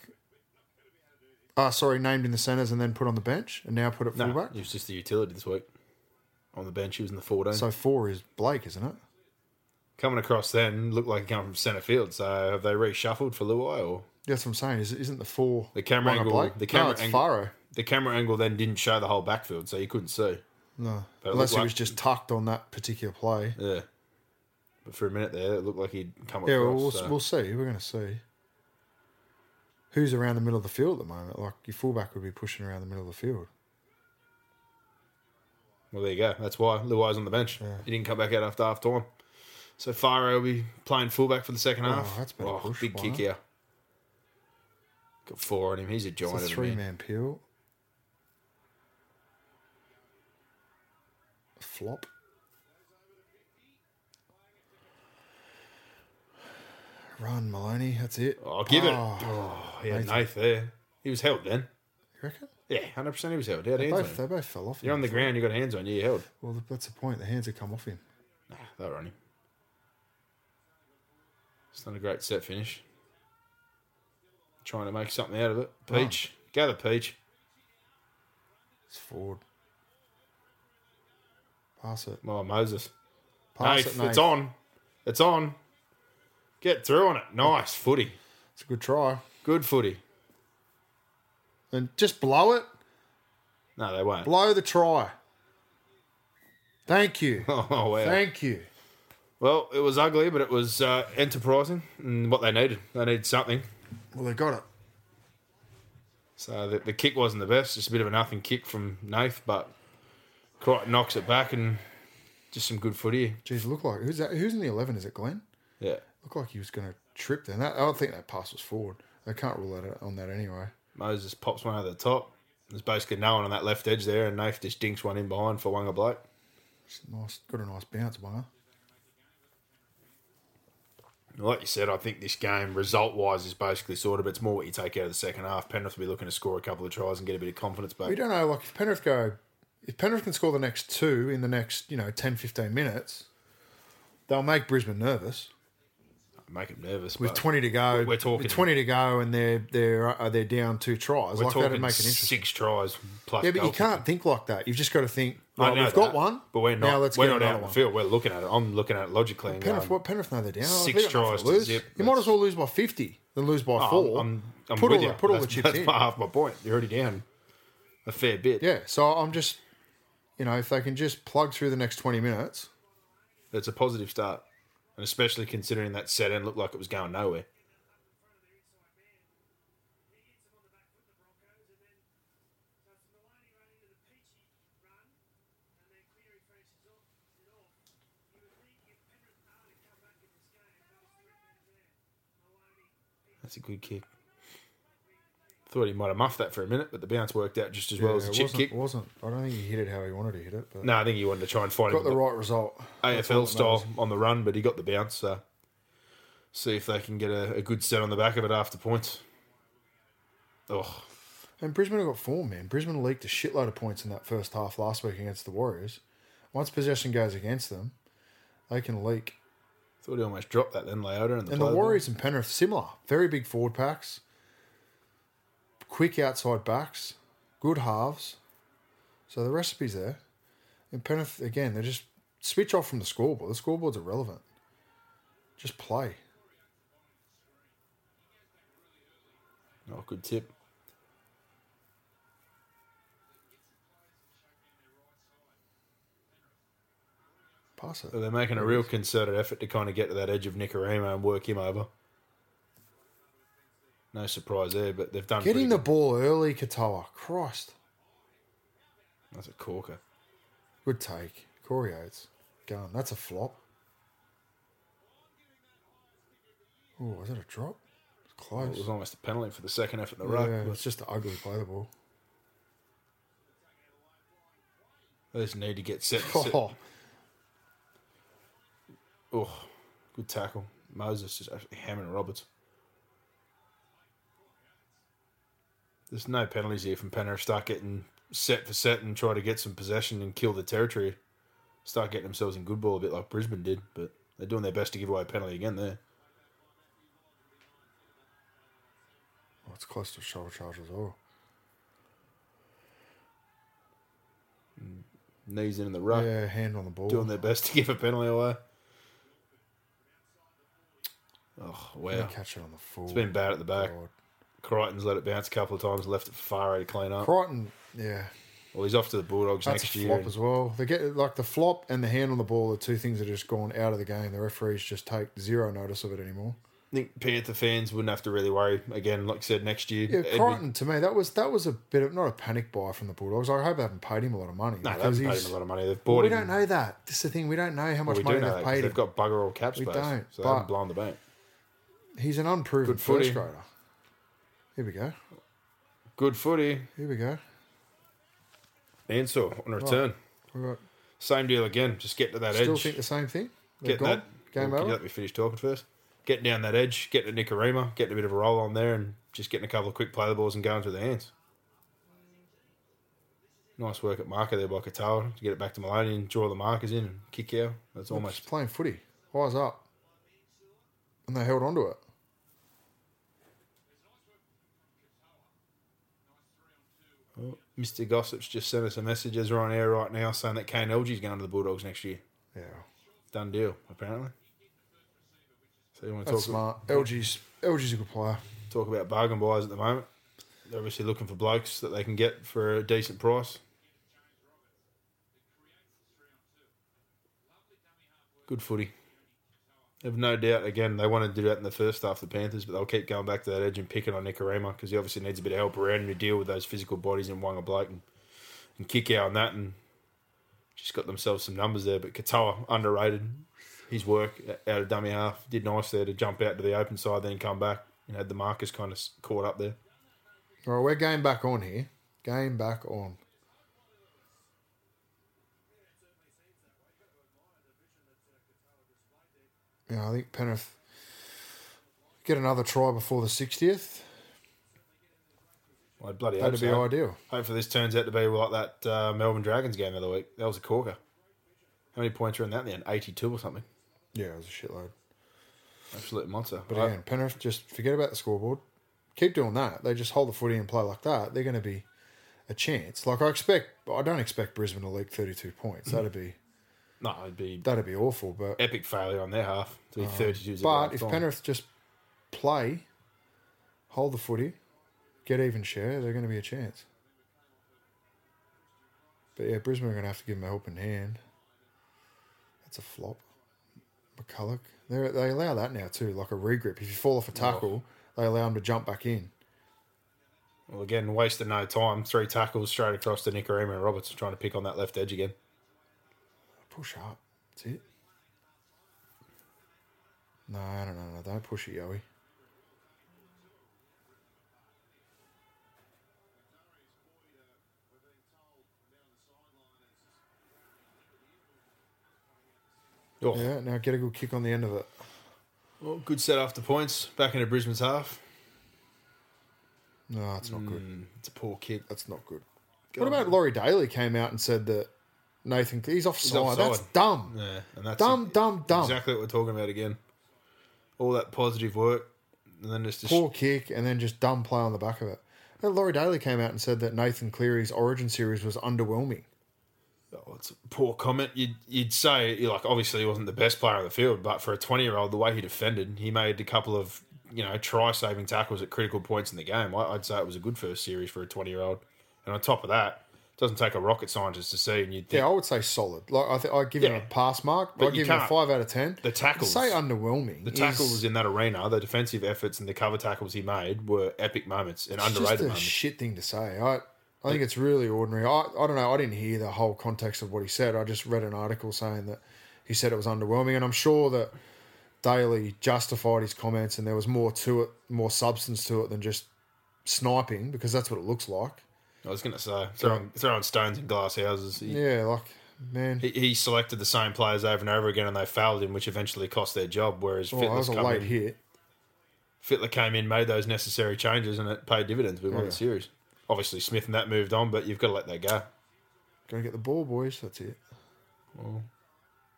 B: Ah, sorry, named in the centres and then put on the bench and now put at
A: Nah,
B: fullback.
A: he was just the utility this week. On the bench, he was in the 14.
B: So four is Blake, isn't it?
A: Coming across then looked like he came from centre field. So have they reshuffled for Luai or
B: That's what I'm saying. Is, isn't the four
A: The camera
B: one of
A: angle-
B: Blake?
A: the camera
B: no, it's
A: angle-
B: Faro.
A: the camera angle then didn't show the whole backfield, so you couldn't see.
B: No.
A: But it
B: Unless
A: looked
B: he was
A: like-
B: just tucked on that particular play.
A: Yeah. But for a minute there, it looked like he'd come
B: Yeah, well,
A: across.
B: we'll,
A: so-
B: we'll see. We're going to see. Who's around the middle of the field at the moment? Like, your fullback would be pushing around the middle of the field.
A: Well, there you go. That's why Luai's on the bench. He didn't come back out after half time. So Faro will be playing fullback for the second half.
B: Oh,
A: Oh,
B: that's been a push,
A: big kick
B: wasn't it?
A: here. Got four on him. He's a giant.
B: It's a
A: of a
B: three
A: man.
B: man peel. Flop. Run, Maloney. That's it.
A: Oh, give it.
B: Oh,
A: Oh, he had an eighth there. He was held then.
B: You reckon?
A: Yeah, hundred percent. He was held. He had
B: They
A: hands on
B: both,
A: him.
B: they both fell off.
A: You're on
B: him.
A: the ground. You got hands on you. You're held.
B: Well, that's the point. The hands have come off him.
A: Nah, they were on him. It's not a great set finish. Trying to make something out of it. Peach, gather peach.
B: It's forward. Pass it.
A: Oh, Moses.
B: Pass
A: Nath,
B: it. Nate.
A: it's on. It's on. Get through on it. Nice footy.
B: It's a good try.
A: Good footy.
B: And just blow it.
A: No, they won't.
B: Blow the try. Thank you.
A: Oh, wow.
B: Thank you.
A: well, it was ugly, but it was uh, enterprising and what they needed. They needed something.
B: Well, they got it.
A: So the, the kick wasn't the best. Just a bit of a nothing kick from Nath, but Crichton knocks it back and just some good footy.
B: Jeez, look like who's that? Who's in the eleven? Is it Glenn?
A: Yeah.
B: Looked like he was going to trip then. That, I don't think that pass was forward. I can't rule that out on that anyway.
A: Moses pops one over the top. There's basically no one on that left edge there, and Nath just dinks one in behind for Wanga Blake.
B: It's nice, got a nice bounce, Bunga.
A: Like you said, I think this game, result wise, is basically sorted, but it's more what you take out of the second half. Penrith will be looking to score a couple of tries and get a bit of confidence back.
B: We don't know, like if Penrith go, if Penrith can score the next two in the next, you know, 10, 15 minutes, they'll make Brisbane nervous.
A: Make him nervous.
B: With
A: but
B: twenty to go,
A: we're talking-
B: With twenty to go, and they're they're uh, they're down two tries.
A: we're
B: like
A: talking
B: that'd make it interesting.
A: six tries plus.
B: Yeah, but you
A: goal
B: can't
A: kick.
B: think like that. You've just got to think.
A: I
B: Right,
A: know
B: we've got
A: that,
B: one,
A: but we're not.
B: Now let's
A: we're
B: get
A: not
B: another
A: out on the
B: one.
A: field. We're looking at it. I'm looking at it logically. And
B: Penrith,
A: going,
B: what Penrith know they're down.
A: Six
B: They've got nothing
A: tries to
B: lose.
A: zip.
B: You might as well lose by fifty than lose by
A: "Oh,
B: 4
A: I'm, I'm
B: put
A: with
B: all
A: you.
B: the, put all
A: That's-
B: the chips
A: That's
B: in.
A: half my point. You're already down a fair bit.
B: Yeah, so I'm just, you know, if they can just plug through the next twenty minutes,
A: It's a positive start, and especially considering that set end looked like it was going nowhere. That's a good kick. Thought he might have muffed that for a minute, but the bounce worked out just as well as
B: Yeah,
A: the
B: it
A: chip
B: wasn't,
A: kick.
B: it wasn't. I don't think he hit it how he wanted to hit it, but
A: No, I think he wanted to try and find
B: got
A: him
B: the right result. That's all
A: AFL
B: that
A: style
B: matters.
A: on the run, but he got the bounce. So see if they can get a, a good set on the back of it after points. Oh,
B: And Brisbane have got form, man. Brisbane leaked a shitload of points in that first half last week against the Warriors. Once possession goes against them, they can leak.
A: thought he almost dropped that then, Leota. And the,
B: And the
A: play.
B: Warriors and Penrith similar. Very big forward packs, quick outside backs, good halves. So the recipe's there. And Penrith again, they just switch off from the scoreboard. The scoreboard's irrelevant. Just play.
A: Oh, good tip.
B: Pass it.
A: So they're making a real concerted effort to kind of get to that edge of Nicarima and work him over. No surprise there, but they've done
B: Getting
A: pretty
B: the
A: good.
B: ball early, Katoa. Christ.
A: That's a corker.
B: Good take. Corey Oates. Gone. That's a flop. Oh, was that a drop? It's
A: It was
B: Close.
A: almost a penalty for the second effort in the
B: Yeah,
A: ruck.
B: it's just an ugly play the ball.
A: They just need to get set. set.
B: Oh,
A: Oh, good tackle. Moses just actually hammering Roberts. There's no penalties here from Penner. Start getting set for set and try to get some possession and kill the territory. Start getting themselves in good ball a bit like Brisbane did, but they're doing their best to give away a penalty again there.
B: Oh, it's close to shoulder charge as well.
A: Knees in the ruck,
B: Yeah, hand on the ball.
A: Uh, doing their best to give a penalty away. Oh, wow.
B: Didn't catch it on the full.
A: It's been bad at the back. Crichton's let it bounce a couple of times, left it for Farrow to clean up.
B: Crichton, yeah.
A: Well, he's off to the Bulldogs
B: That's
A: next
B: a
A: year.
B: flop as well. They get like the flop and the hand on the ball are two things that have just gone out of the game. The referees just take zero notice of it anymore.
A: I think Panther fans wouldn't have to really worry again. Like I said, next year.
B: Yeah,
A: Edward-
B: Crichton to me that was that was a bit of not a panic buy from the Bulldogs. I hope they haven't paid him a lot of money.
A: no, they
B: because
A: haven't paid
B: he's-
A: him a lot of money. They've bought
B: we
A: him.
B: don't know that. This is the thing. We don't know how much
A: We
B: money
A: do know
B: they've
A: that 'cause
B: paid him.
A: they've got bugger all cap space.
B: don't,
A: So they haven't
B: but-
A: blown the bank.
B: He's an unproven
A: Good footy.
B: first grader. Here we go.
A: Good footy.
B: Here we go.
A: Ansel on return.
B: We got,
A: Same deal again. Just get to that
B: still
A: edge.
B: think the same thing. They're
A: get
B: gone.
A: that
B: Game
A: well, can
B: over.
A: you Let me finish talking first. Getting down that edge, getting to Nicarima, getting a bit of a roll on there, and just getting a couple of quick play the balls and going through the hands. Nice work at marker there by Katoa to get it back to Maloney and draw the markers in and kick out.
B: Almost
A: That's almost
B: playing footy. Eyes up, and they held on to it.
A: Mr. Gossip's just sent us a message as we're on air right now saying that Kane Elgie's going to the Bulldogs next year.
B: Yeah,
A: Done deal, apparently. So you want to
B: that's
A: talk,
B: smart. LG's LG's a good player.
A: talk about bargain buys at the moment? They're obviously looking for blokes that they can get for a decent price. Good footy. I have no doubt, again, they want to do that in the first half, the Panthers, but they'll keep going back to that edge and picking on Nicarima because he obviously needs a bit of help around him to deal with those physical bodies and Wanga Blake and, and kick out on that. And just got themselves some numbers there. But Katoa, underrated. His work out of dummy half did nice there to jump out to the open side, then come back and had the Marcus kind of caught up there.
B: All right, we're game back on here. Game back on. Yeah, I think Penrith get another try before the 60th.
A: I'd bloody hope
B: That'd be
A: so.
B: ideal.
A: Hopefully, this turns out to be like that uh, Melbourne Dragons game the other week. That was a corker. How many points were in that then? 82 or something.
B: Yeah, it was a shitload.
A: Absolute monster.
B: But
A: I-
B: again, Penrith just forget about the scoreboard. Keep doing that. They just hold the footy and play like that. They're going to be a chance. Like I expect, I don't expect Brisbane to leak thirty-two points. That'd be
A: no, it'd be
B: that'd be awful. But
A: epic failure on their half. To be 32 's at
B: Oh. but
A: half
B: if
A: time.
B: Penrith just play, hold the footy, get even share, they're going to be a chance. But yeah, Brisbane are going to have to give them a helping hand. That's a flop. McCulloch, they they allow that now too, like a regrip. If you fall off a tackle, they allow them to jump back in.
A: Well, again, wasting no time. Three tackles straight across to Nicarima and Roberts trying to pick on that left edge again.
B: Push up. That's it. No, no, no, no. Don't push it, Yoey.
A: Oh,
B: Yeah, now get a good kick on the end of it.
A: well, good set after points. Back into Brisbane's half.
B: No, it's not good.
A: Mm, it's a poor kick.
B: That's not good.
A: Go
B: what
A: on.
B: about Laurie Daly came out and said that Nathan he's offside. That's
A: offside.
B: dumb.
A: Yeah, and that's
B: Dumb, dumb, dumb.
A: Exactly what we're talking about again. All that positive work, and then it's just
B: Poor kick and then just dumb play on the back of it. And Laurie Daly came out and said that Nathan Cleary's Origin series was underwhelming.
A: oh, it's a poor comment. You'd you'd say you're like obviously he wasn't the best player on the field, but for a 20 year old, the way he defended, he made a couple of you know try saving tackles at critical points in the game. I, I'd say it was a good first series for a 20 year old. And on top of that, it doesn't take a rocket scientist to see, and you'd think
B: Yeah, I would say solid. Like I, th- I give him
A: Yeah.
B: a pass mark.
A: But
B: I
A: you
B: give him a
A: can't-
B: five out of ten.
A: the tackles-
B: say underwhelming.
A: the
B: is-
A: tackles in that arena, the defensive efforts and the cover tackles he made were epic moments and
B: It's
A: underrated
B: just a
A: moments.
B: shit thing to say. I I think it's really ordinary. I, I don't know. I didn't hear the whole context of what he said. I just read an article saying that he said it was underwhelming, and I'm sure that Daly justified his comments, and there was more to it, more substance to it than just sniping, because that's what it looks like.
A: I was going to say throwing, throwing stones in glass houses. He-
B: Yeah, like man,
A: he, he selected the same players over and over again, and they failed him, which eventually cost their job. Whereas
B: oh, that was
A: Fitler's
B: a
A: come
B: late
A: in,
B: hit.
A: Fitler came in, made those necessary changes, and it paid dividends. We won the
B: Yeah.
A: series. Obviously, Smith and that moved on, but you've got to let that go.
B: Gonna get the ball, boys. That's it.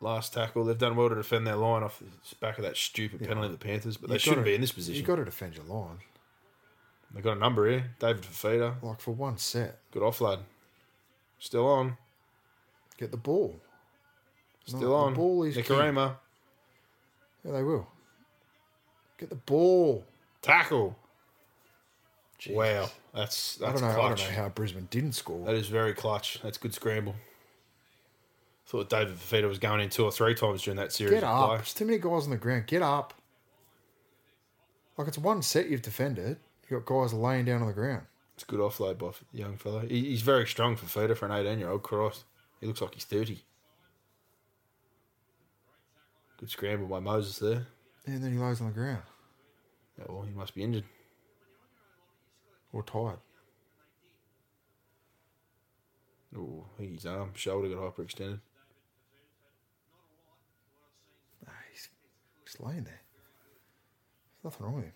A: Last tackle, they've done well to defend their line off the back of that stupid penalty of the Panthers, but they
B: You
A: shouldn't
B: gotta-
A: be in this
B: You
A: position.
B: got to defend your line,
A: They've got a number here. David Fafita,
B: like for one set.
A: good offload. Still on,
B: Get the ball.
A: still
B: the
A: on.
B: ball is
A: Nicarima,
B: Yeah, they will. Get the ball.
A: tackle. Wow, that's
B: I don't
A: that's
B: know. I don't
A: clutch.
B: know how Brisbane didn't score.
A: That is very clutch. That's good scramble. Thought David Fafita was going in two or three times during that series.
B: Get
A: of
B: up.
A: play.
B: There's too many guys on the ground. Get up. Like it's one set you've defended. You got guys laying down on the ground.
A: It's a good offload by the young fellow. He, he's very strong for Fafita for an eighteen-year-old. Christ, he looks like he's thirty. Good scramble by Moses there.
B: And then he lays on the ground.
A: Yeah, well, he must be injured.
B: Or tired.
A: Oh, I think his arm, shoulder got hyperextended.
B: Nah, he's just laying there. There's nothing wrong with him.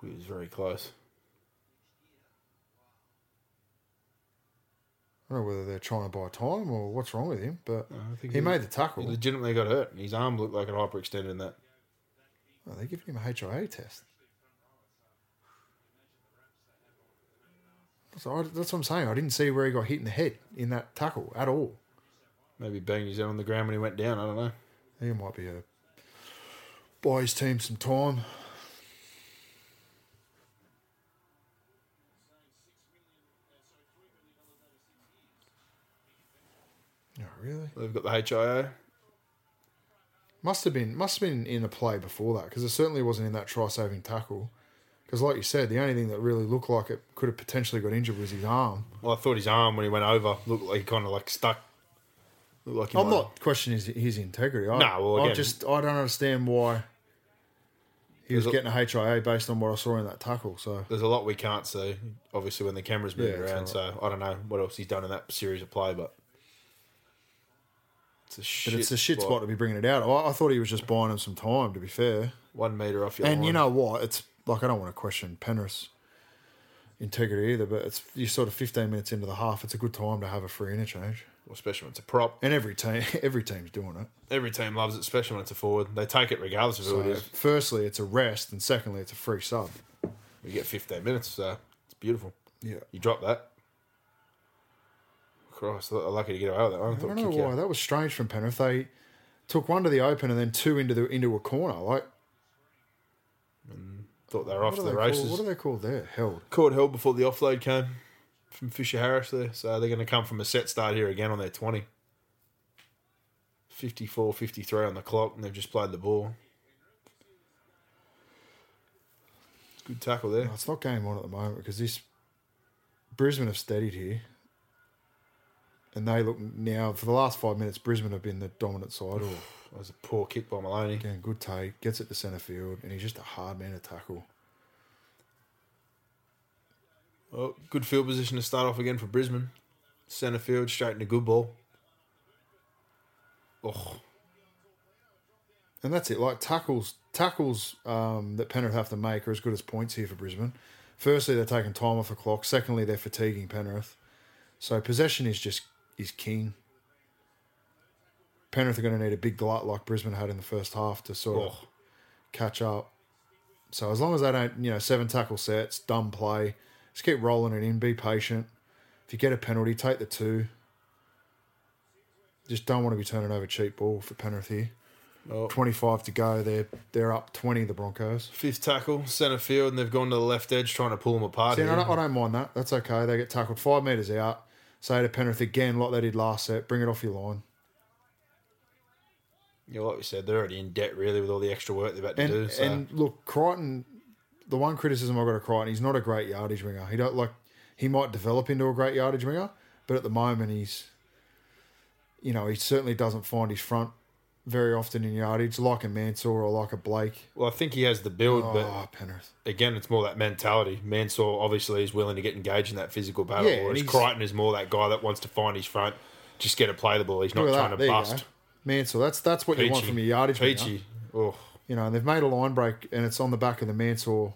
A: He was very close.
B: I don't know whether they're trying to buy time or what's wrong with him, but
A: I think
B: he
A: he-
B: made the
A: He
B: tackle.
A: legitimately got hurt. and His arm looked like it hyperextended in that.
B: Oh, they're giving him a HIA test. So I, that's what I'm saying. I didn't see where he got hit in the head in that tackle at all.
A: Maybe banged his head on the ground when he went down. I don't know.
B: He might be a buy his team some time. Oh, really?
A: They've got the HIO.
B: Must have been must have been in the play before that because it certainly wasn't in that try saving tackle. Because like you said, the only thing that really looked like it could have potentially got injured was his arm.
A: Well, I thought his arm when he went over looked like he kind of like stuck. Looked like he
B: I'm
A: might-
B: not questioning his, his integrity. I,
A: No, well,
B: I
A: again-
B: just I don't understand why he was
A: There's a-
B: getting a HIA based on what I saw in that tackle. So
A: There's a lot we can't see, obviously, when the camera's moving
B: Yeah, it's
A: around. So I don't know what else he's done in that series of play, but it's a
B: But
A: shit.
B: it's a shit spot to be bringing it out. I, I thought he was just buying him some time, to be fair.
A: One meter off your
B: And you
A: line.
B: know what? It's like I don't want to question Penrith's integrity either, but it's you're sort of 15 minutes into the half. It's a good time to have a free interchange,
A: especially when it's a prop.
B: and every team every team's doing it.
A: Every team loves it, especially when it's a forward. They take it regardless of who it
B: So,
A: is.
B: firstly, it's a rest, and secondly, it's a free sub.
A: We get 15 minutes, so it's beautiful.
B: Yeah,
A: You drop that. Christ, they're lucky to get away with that one. I,
B: I
A: thought
B: don't know
A: kick
B: why
A: out.
B: that was strange from Penrith. They took one to the open and then two into the into a corner. Like
A: thought they were off
B: what
A: to
B: are,
A: the
B: they called,
A: races.
B: what are they called there? Held.
A: Court held before the offload came from Fisher Harris there. So they're going to come from a set start here again on their 20. 54 53 on the clock, and they've just played the ball. Good tackle there.
B: No, it's not game on at the moment because this Brisbane have steadied here, and they look now for the last five minutes. Brisbane have been the dominant side. Or
A: That was a poor kick by Maloney.
B: again, good take, gets it to centre field, and he's just a hard man to tackle.
A: Well, good field position to start off again for Brisbane. Centre field, straight into good ball. Oh,
B: And that's it. Like tackles, tackles um, that Penrith have to make are as good as points here for Brisbane. Firstly, they're taking time off the clock. Secondly, they're fatiguing Penrith. So possession is just is king. Penrith are going to need a big glut like Brisbane had in the first half to sort of
A: oh.
B: catch up. So as long as they don't, you know, seven tackle sets, dumb play, just keep rolling it in. Be patient. If you get a penalty, take the two. Just don't want to be turning over cheap ball for Penrith here.
A: Well,
B: Twenty-five to go. They're they're up twenty. The Broncos.
A: fifth tackle, centre field, and they've gone to the left edge trying to pull them apart.
B: See,
A: here.
B: I, don't, I don't mind that. That's okay. They get tackled five meters out. Say to Penrith again, like they did last set. Bring it off your line.
A: Yeah, like we said, they're already in debt really with all the extra work they're about to
B: And
A: do. So
B: and look, Crichton. The one criticism I've got of Crichton, he's not a great yardage winger. He don't like. He might develop into a great yardage winger, but at the moment he's. You know, he certainly doesn't find his front very often in yardage, like a Mansour or like a Blake.
A: well, I think he has the build,
B: Oh, Penrith.
A: but again, it's more that mentality. Mansour obviously is willing to get engaged in that physical battle,
B: Yeah, and
A: whereas
B: he's-
A: Crichton is more that guy that wants to find his front, just get a play the ball. He's not
B: Look at
A: trying
B: that.
A: to
B: There you
A: bust.
B: go. Mansour, that's that's what you want from your yardage winger.
A: Peachy. Oh,
B: you know, and they've made a line break and it's on the back of the Mansour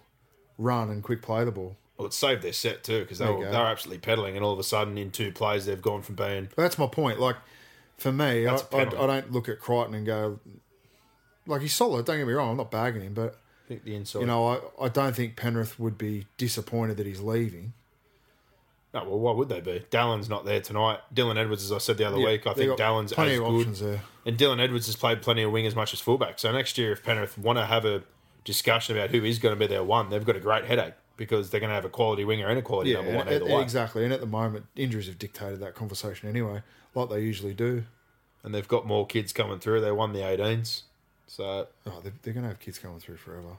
B: run and quick play the ball.
A: well, it saved their set too because they
B: There you
A: were
B: go.
A: they were absolutely peddling, and all of a sudden in two plays they've gone from being
B: But that's my point. Like, for me, I,
A: That's a
B: I, I
A: penalty.
B: don't look at Crichton and go, like, he's solid. Don't get me wrong. I'm not bagging him, but,
A: I think the inside.
B: you know, I, I don't think Penrith would be disappointed that he's leaving.
A: no, well, why would they be? Dallin's not there tonight. Dylan Edwards, as I said the other
B: Yeah,
A: week, I
B: they
A: think
B: got
A: Dallin's
B: plenty
A: as
B: of
A: good.
B: options there.
A: And Dylan Edwards has played plenty of wing as much as fullback. So next year, if Penrith want to have a discussion about who is going to be their one, they've got a great headache because they're going to have a quality winger and a quality
B: Yeah, e-,
A: number
B: and-
A: one either
B: and-
A: way.
B: exactly. And at the moment, injuries have dictated that conversation anyway, like they usually do.
A: And they've got more kids coming through. They won the 18s. So
B: Oh, they're, they're going to have kids coming through forever.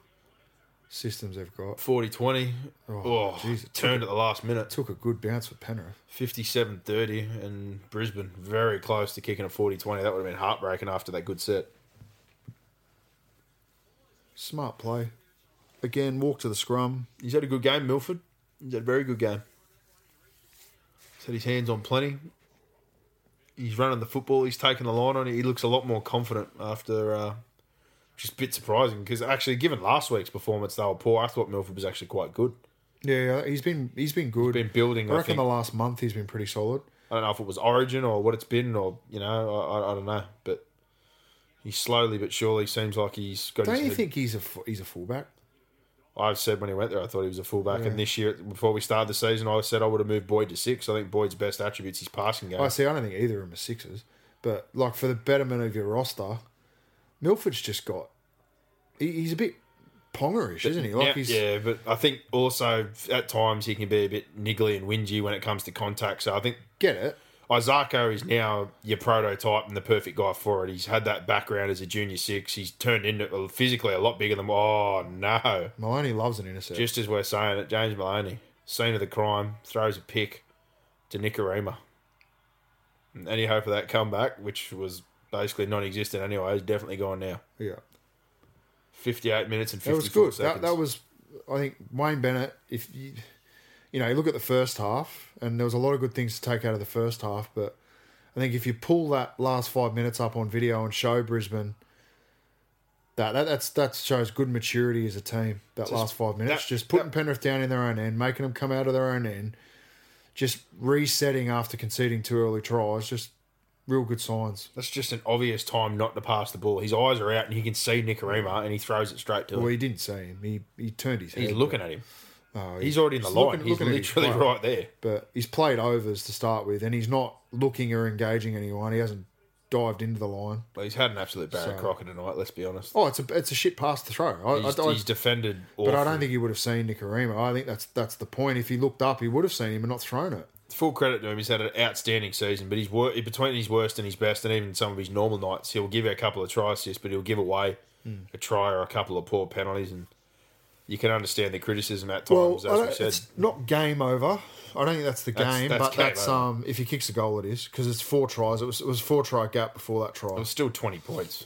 B: Systems they've got
A: 40 20.
B: Oh,
A: Oh,
B: jeez, it
A: turned at the last minute.
B: took a good bounce for Penrith.
A: 57 30. And Brisbane very close to kicking a 40 20. That would have been heartbreaking after that good set.
B: Smart play. Again, walk to the scrum.
A: He's had a good game, Milford. He's had a very good game. He's had his hands on plenty. He's running the football. He's taking the line on it. He looks a lot more confident after, uh, which is a bit surprising because actually, given last week's performance, they were poor. I thought Milford was actually quite good.
B: Yeah, he's been he's been good.
A: Been building,
B: I
A: I,
B: reckon
A: think.
B: the last month he's been pretty solid.
A: I don't know if it was Origin or what it's been, or you know, I, I, I don't know. But he slowly but surely seems like he's got.
B: Don't
A: his
B: you
A: head-
B: think he's a fu- he's a fullback?
A: I've said when he went there, I thought he was a fullback. And this year, before we started the season, I said I would have moved Boyd to six. I think Boyd's best attributes his passing game.
B: I see. I don't think either of them are sixes, but like for the betterment of your roster, Milford's just got. He, he's a bit pongerish, isn't he? Like
A: yeah,
B: he's
A: yeah, but I think also at times he can be a bit niggly and whingy when it comes to contact. So I think
B: get it.
A: Isako is now your prototype and the perfect guy for it. He's had that background as a junior six. He's turned into physically a lot bigger than. Oh no!
B: Maloney loves an intercept.
A: Just as we're saying it, James Maloney, scene of the crime, throws a pick to Nicarima. And any hope of that comeback, which was basically non-existent anyway, is definitely gone now.
B: yeah,
A: Fifty-eight minutes and
B: that was
A: fifty-four
B: good.
A: seconds.
B: That, that was, I think Wayne Bennett. If you, you know, you look at the first half, and there was a lot of good things to take out of the first half, but I think if you pull that last five minutes up on video and show Brisbane. That, that that's that shows good maturity as a team. That last five minutes,
A: that-
B: just putting Penrith down in their own end, making them come out of their own end, just resetting after conceding two early tries. Just real good signs.
A: That's just an obvious time not to pass the ball. His eyes are out and he can see Nicarima and he throws it straight to him.
B: Well, he didn't see him. He he turned his head.
A: he's looking at him.
B: Oh,
A: He's already in the
B: he's
A: line.
B: looking-
A: He's
B: looking at his
A: literally
B: player.
A: right there.
B: but he's played overs to start with, and he's not looking or engaging anyone. He hasn't dived into the line.
A: But he's had an absolute Barry Crocker tonight, let's be honest.
B: Oh, it's a it's a shit pass to throw. I,
A: He's,
B: I, I-
A: he's defended
B: but I
A: awfully.
B: don't think he would have seen Nicarima. I think that's that's the point. If he looked up, he would have seen him and not thrown it.
A: full credit to him. He's had an outstanding season, but he's wor- between his worst and his best, and even some of his normal nights, he'll give a couple of try assists, but he'll give away
B: Hmm.
A: a try or a couple of poor penalties, and you can understand the criticism at
B: Well,
A: times,
B: I don't-
A: as we said.
B: it's not game over. I don't think that's the
A: That's-
B: game,
A: that's
B: but
A: game
B: that's
A: over.
B: um if he kicks a goal, it is because it's four tries. It was it was a four try gap before that try.
A: It was still twenty points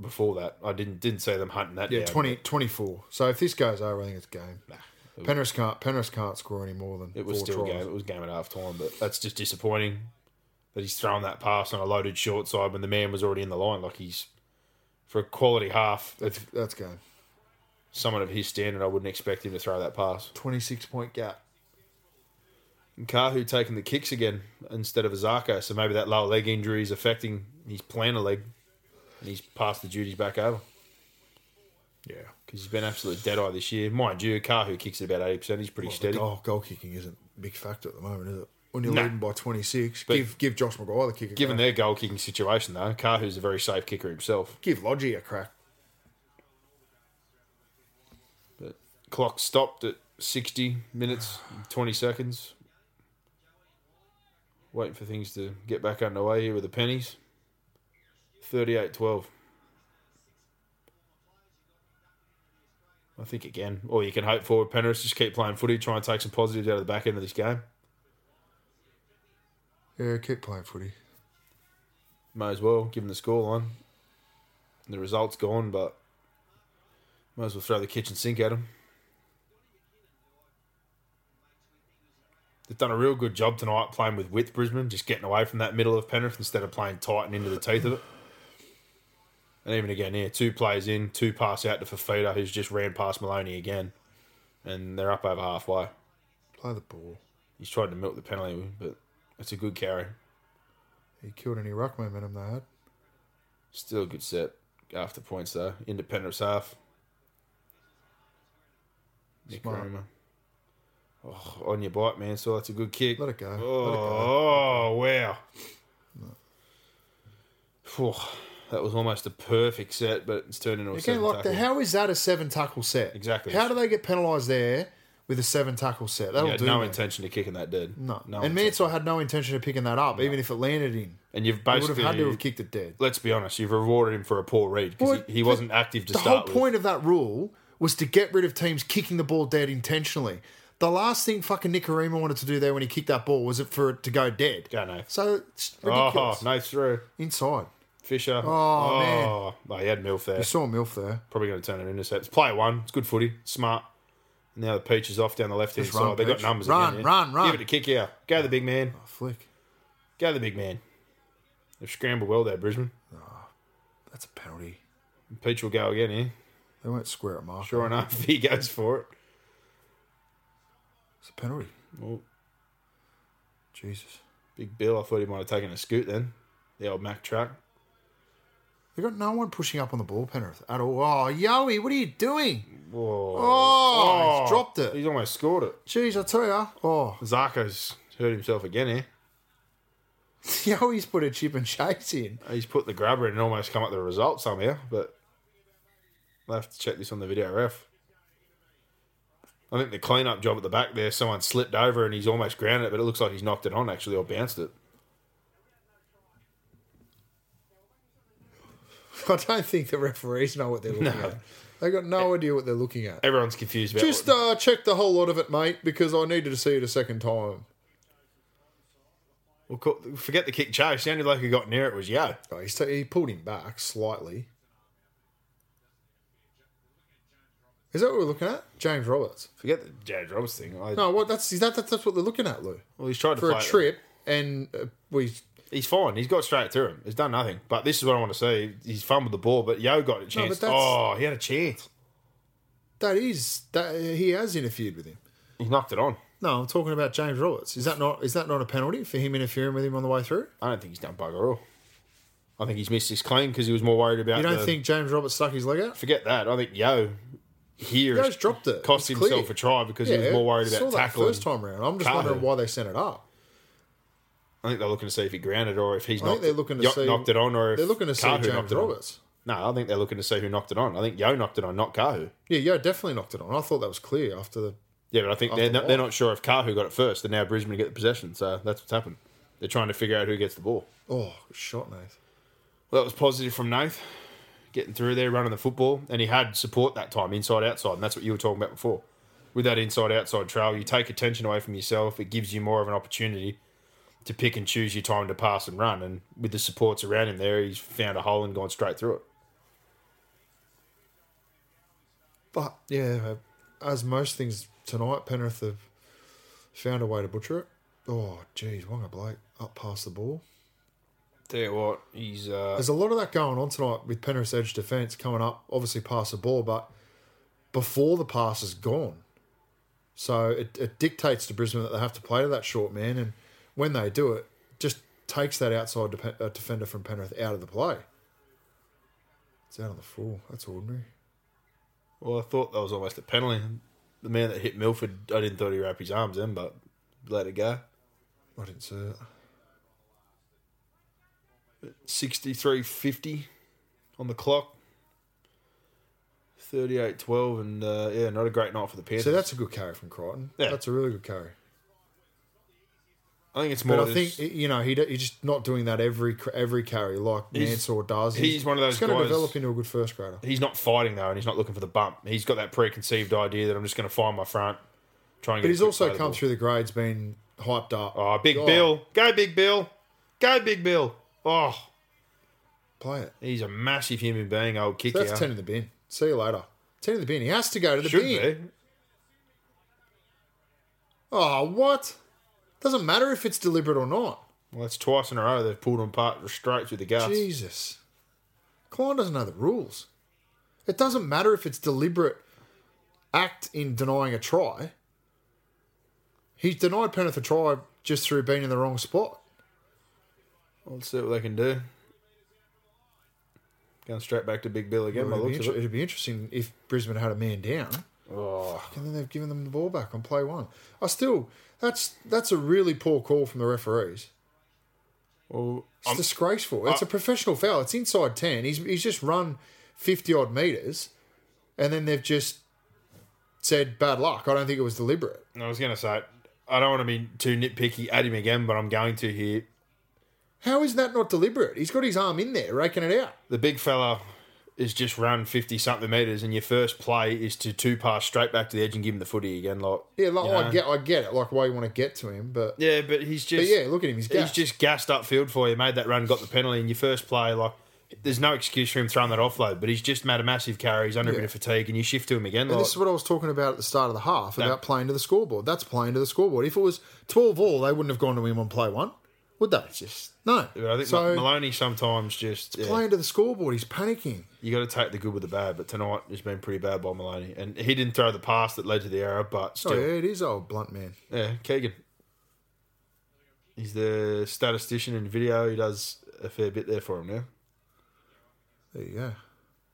A: before that. I didn't didn't see them hunting that.
B: yeah,
A: down.
B: 20, 24. So if this goes over, I think it's game. Penrith can't Penrith can't score any more than
A: It was
B: four
A: still
B: tries.
A: game. It was game at half time, but that's just disappointing that he's thrown that pass on a loaded short side when the man was already in the line. Like he's for a quality half,
B: That's that's game.
A: someone of his standard, I wouldn't expect him to throw that pass.
B: Twenty six point gap.
A: Kahu taking the kicks again instead of Azaka, so maybe that lower leg injury is affecting his plantar leg. And he's passed the duties back over
B: Yeah.
A: because he's been absolute dead eye this year. Mind you, Kahu kicks at about 80%. He's pretty steady.
B: Oh, goal kicking isn't a big factor at the moment, is it? When you're
A: No.
B: leading by 26,
A: But-
B: give give Josh Maguire the kick. A
A: Given
B: crack.
A: their goal kicking situation, though, Kahu's a very safe kicker himself.
B: give Lodgy a crack.
A: But clock stopped at 60 minutes, and 20 seconds. Waiting for things to get back underway here with the pennies. 38 12. I think again, all you can hope for with Penrith is just keep playing footy, try and take some positives out of the back end of this game.
B: Yeah, keep playing footy.
A: May as well, given the scoreline. The result's gone, but might as well throw the kitchen sink at them. They've done a real good job tonight playing with width Brisbane, just getting away from that middle of Penrith instead of playing tight and into the teeth of it. And even again here, two plays in, two pass out to Fafita, who's just ran past Maloney again. And they're up over halfway.
B: Play the ball.
A: He's tried to milk the penalty, but it's a good carry.
B: He killed any ruck momentum they had.
A: Still a good set after points though. Independence half. Nick
B: Smart.
A: Roma. Oh, on your bike, man. So that's a good kick.
B: Let it go. Let it
A: Oh, wow. Phew. That was almost a perfect set, but it's turned into a
B: Again,
A: seven
B: like the,
A: tackle.
B: how is that a seven tackle set?
A: Exactly.
B: How do they get penalised there with a seven tackle set? That'll
A: You had
B: do.
A: no
B: me.
A: intention of kicking that dead.
B: No.
A: no.
B: and
A: intention.
B: Mansour had no intention of picking that up, even if it landed in.
A: and you've
B: He would have
A: basically
B: had to have kicked it dead.
A: Let's be honest, you've rewarded him for a poor read because
B: Well,
A: he, he wasn't active to
B: the
A: start
B: whole
A: with.
B: point of that rule was to get rid of teams kicking the ball dead intentionally. The last thing fucking Nicarima wanted to do there when he kicked that ball was it for it to go dead.
A: Go no.
B: So it's
A: Oh,
B: ridiculous.
A: no through.
B: Inside.
A: Fisher.
B: Oh, man.
A: Oh, he had MILF there.
B: You saw Milf there.
A: Probably going to turn it intercepts. Play one. It's good footy. Smart. Now the peach is off down the left hand
B: Just run,
A: side. They've got
B: Peach.
A: numbers
B: Run,
A: again. yeah.
B: run, run.
A: Give it a kick out. Go the big man.
B: Oh, Flick.
A: Go the big man. They've scrambled well there, Brisbane.
B: That's a penalty.
A: Peach will go again here.
B: They won't square at Mark.
A: Sure enough, he goes for it.
B: It's a penalty.
A: Oh,
B: Jesus.
A: big Bill. I thought he might have taken a scoot then. The old Mac truck.
B: They've got no one pushing up on the ball, Penrith, at all. Oh, Yowie, what are you doing?
A: Whoa.
B: Oh, he's dropped it.
A: He's almost scored it.
B: Jeez, I tell ya. Oh,
A: Zarko's hurt himself again here.
B: Yowie's put a chip and chase in.
A: He's put the grabber in and almost come up with the result somehow, but I'll have to check this on the video ref. I think the clean-up job at the back there, someone slipped over and he's almost grounded it, but it looks like he's knocked it on actually or bounced it.
B: I don't think the referees know what they're looking at. They got no idea what they're looking at.
A: Everyone's confused about
B: Just
A: what-
B: uh, check the whole lot of it, mate, because I needed to see it a second time.
A: well, co- forget the kick chase. Sounded like he got near it was yo.
B: Oh, he's ta- he pulled him back slightly. Is that what we're looking at? James Roberts.
A: Forget the Jared Roberts thing. I,
B: No, what that's is that that's, that's what they're looking at, Lou.
A: well, he's tried to
B: For a
A: play it.
B: trip, and uh, we
A: He's fine. He's got straight through him. He's done nothing. But this is what I want to see. He's fumbled the ball, but Yo got a chance.
B: that's-
A: oh, he had a chance.
B: that is that he has interfered with him.
A: He knocked it on.
B: No, I'm talking about James Roberts. Is that not is that not a penalty for him interfering with him on the way through?
A: I don't think he's done bugger all. I think he's missed his claim because he was more worried about.
B: You don't
A: the-
B: think James Roberts stuck his leg out?
A: Forget that. I think Yo here
B: Yo's
A: has
B: dropped it.
A: cost
B: It's
A: himself
B: clear.
A: a try because he was more worried
B: saw
A: about
B: that
A: tackling.
B: first time round. I'm just
A: Carter.
B: wondering why they sent it up.
A: I think they're looking to see if he grounded or if he's
B: I think
A: knocked,
B: they're looking to
A: Yo-
B: see
A: knocked it on or if
B: They're looking to see
A: Kahu knocked
B: James
A: it on.
B: Roberts.
A: No, I think they're looking to see who knocked it on. I think Yo knocked it on, not Kahu.
B: Yeah, yeah, definitely knocked it on. I thought that was clear after the.
A: Yeah, but I think
B: After
A: they're
B: what?
A: not, they're not sure if Kahu got it first, and now Brisbane get the possession. So that's what's happened. They're trying to figure out who gets the ball.
B: Oh, shot, Nath.
A: Well, that was positive from Nath getting through there, running the football, and he had support that time, inside outside, and that's what you were talking about before. With that inside outside trail, you take attention away from yourself. It gives you more of an opportunity to pick and choose your time to pass and run. And with the supports around him there, he's found a hole and gone straight through it.
B: But yeah, uh, as most things tonight, Penrith have found a way to butcher it. Oh, geez, Wonga Blake up past the ball.
A: Tell you what, he's uh,
B: There's a lot of that going on tonight with Penrith's edge defence coming up, obviously past the ball, but before the pass is gone. So it, it dictates to Brisbane that they have to play to that short man, and when they do it, just takes that outside dep- uh, defender from Penrith out of the play. It's out on the full. That's ordinary.
A: well, I thought that was almost a penalty. The man that hit Milford, I didn't thought he wrapped his arms in, but let it go.
B: I didn't see it.
A: 63.50 on the clock. 38.12 and uh, yeah, not a great night for the Panthers.
B: So that's a good carry from Crichton.
A: Yeah.
B: That's a really good carry.
A: I think it's more.
B: But I
A: just-
B: think you know he he's just not doing that every every carry like
A: He's-
B: Mansour does.
A: he's one of those
B: He's going
A: guys-
B: to develop into a good first grader.
A: he's not fighting though, and he's not looking for the bump. He's got that preconceived idea that I'm just going to find my front, try and.
B: But
A: get a
B: he's
A: quick
B: also
A: play of the
B: come
A: ball.
B: through the grades being hyped up.
A: Oh, Big
B: God,
A: Bill, go Big Bill, go Big Bill. Oh,
B: Play it.
A: he's a massive human being. Old kick
B: That's
A: out.
B: 10 in the bin. See you later. 10 in the bin. He has to go to the
A: Should
B: bin.
A: be.
B: Oh, what? Doesn't matter if it's deliberate or not.
A: Well, that's twice in a row they've pulled him apart straight through the guts.
B: Jesus. Klein doesn't know the rules. It doesn't matter if it's deliberate act in denying a try. He's denied Penrith a try just through being in the wrong spot.
A: Let's see what they can do. Going straight back to Big Bill again. by
B: it'd,
A: the
B: be
A: looks
B: inter-
A: of it.
B: it'd be interesting if Brisbane had a man down.
A: Oh,
B: and then they've given them the ball back on play one. I still that's that's a really poor call from the referees.
A: Well,
B: It's disgraceful. It's a professional foul. It's inside 10. He's, he's just run 50 odd metres and then they've just said bad luck. I don't think it was deliberate.
A: I was going to say, I don't want to be too nitpicky at him again, but I'm going to here.
B: How is that not deliberate? He's got his arm in there, raking it out.
A: The big fella is just run 50 something metres, and your first play is to two pass straight back to the edge and give him the footy again. Like,
B: Yeah, like,
A: you
B: I
A: know.
B: get I get it, like why you want to get to him, but,
A: Yeah, but he's just.
B: but yeah, look at him. He's,
A: He's
B: gassed.
A: just gassed upfield for you, made that run, got the penalty in your first play. Like, there's no excuse for him throwing that offload, but he's just made a massive carry. He's under a bit of fatigue, and you shift to him again. Like,
B: And this is what I was talking about at the start of the half about playing to the scoreboard. That's playing to the scoreboard. If it was 12 all, they wouldn't have gone to him on play one, would they?
A: just-
B: no.
A: I think
B: so
A: Maloney sometimes just yeah,
B: playing to the scoreboard, he's panicking.
A: you got to take the good with the bad. But tonight has been pretty bad by Maloney, and he didn't throw the pass that led to the error. But
B: Oh,
A: still,
B: yeah, it is old blunt man.
A: Yeah, Keegan. He's the statistician in video. He does a fair bit there for him now.
B: There you go.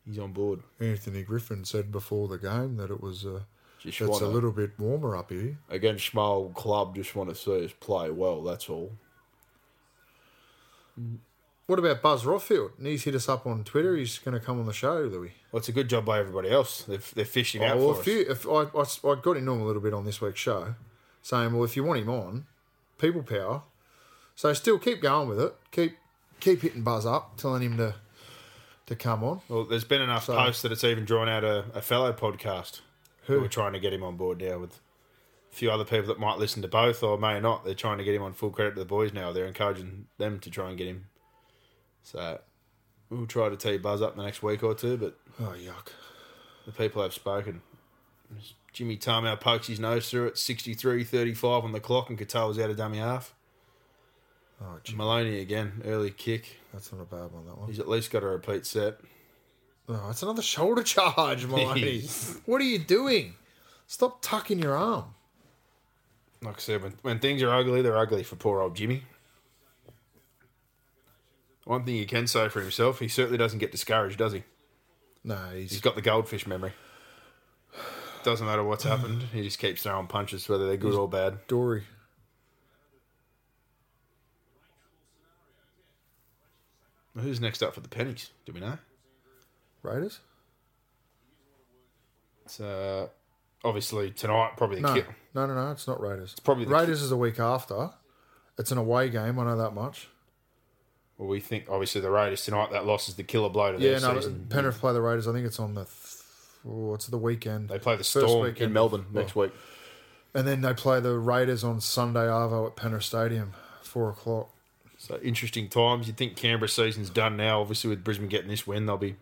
A: He's on board.
B: Anthony Griffin said before the game that it was uh,
A: Just
B: it's a
A: wanna-
B: little bit warmer up here.
A: Again, Schmal Club just want to see us play well. That's all.
B: What about Buzz Rothfield? And He's hit us up on Twitter. He's going to come on the show, Louis.
A: Well, it's a good job by everybody else. They've they're fishing out
B: well,
A: for
B: if you, if I, I s- I got him on a little bit on this week's show, saying, well, if you want him on, people power. So still keep going with it. Keep keep hitting Buzz up, telling him to to come on.
A: Well, there's been enough posts that it's even drawn out a, a fellow podcast who are trying to get him on board now with a few other people that might listen to both or may not. They're trying to get him on full credit to the boys now. They're encouraging them to try and get him. So we'll try to tee Buzz up in the next week or two, but
B: Oh yuck!
A: the people have spoken. Jimmy Tarmow pokes his nose through it, 63-35 on the clock, and Qatar was out of dummy half.
B: Oh, gee,
A: Maloney again, early kick.
B: that's not a bad one. That one.
A: He's at least got a repeat set.
B: Oh, it's another shoulder charge, Maloney. what are you doing? Stop tucking your arm.
A: Like I said, when, when things are ugly, they're ugly for poor old Jimmy. One thing you can say for himself, he certainly doesn't get discouraged, does he?
B: No,
A: He's
B: he's
A: got the goldfish memory. Doesn't matter what's happened, he just keeps throwing punches, whether they're good or bad.
B: Dory.
A: Who's next up for the pennies? Do we know?
B: Raiders.
A: It's uh, obviously tonight, probably the
B: No,
A: kick.
B: no, no, no. It's not Raiders. It's
A: probably the
B: Raiders is a week after. It's an away game. I know that much.
A: Well, we think obviously the Raiders tonight. That loss is the killer blow to
B: Yeah,
A: their
B: no.
A: season.
B: Penrith play the Raiders. I think it's on the. Th- oh, it's the weekend.
A: They play the
B: First
A: Storm
B: weekend.
A: in Melbourne next week.
B: and then they play the Raiders on Sunday Arvo at Penrith Stadium, four o'clock.
A: So uh, interesting times. You'd think Canberra season's done now. Obviously, with Brisbane getting this win, they'll be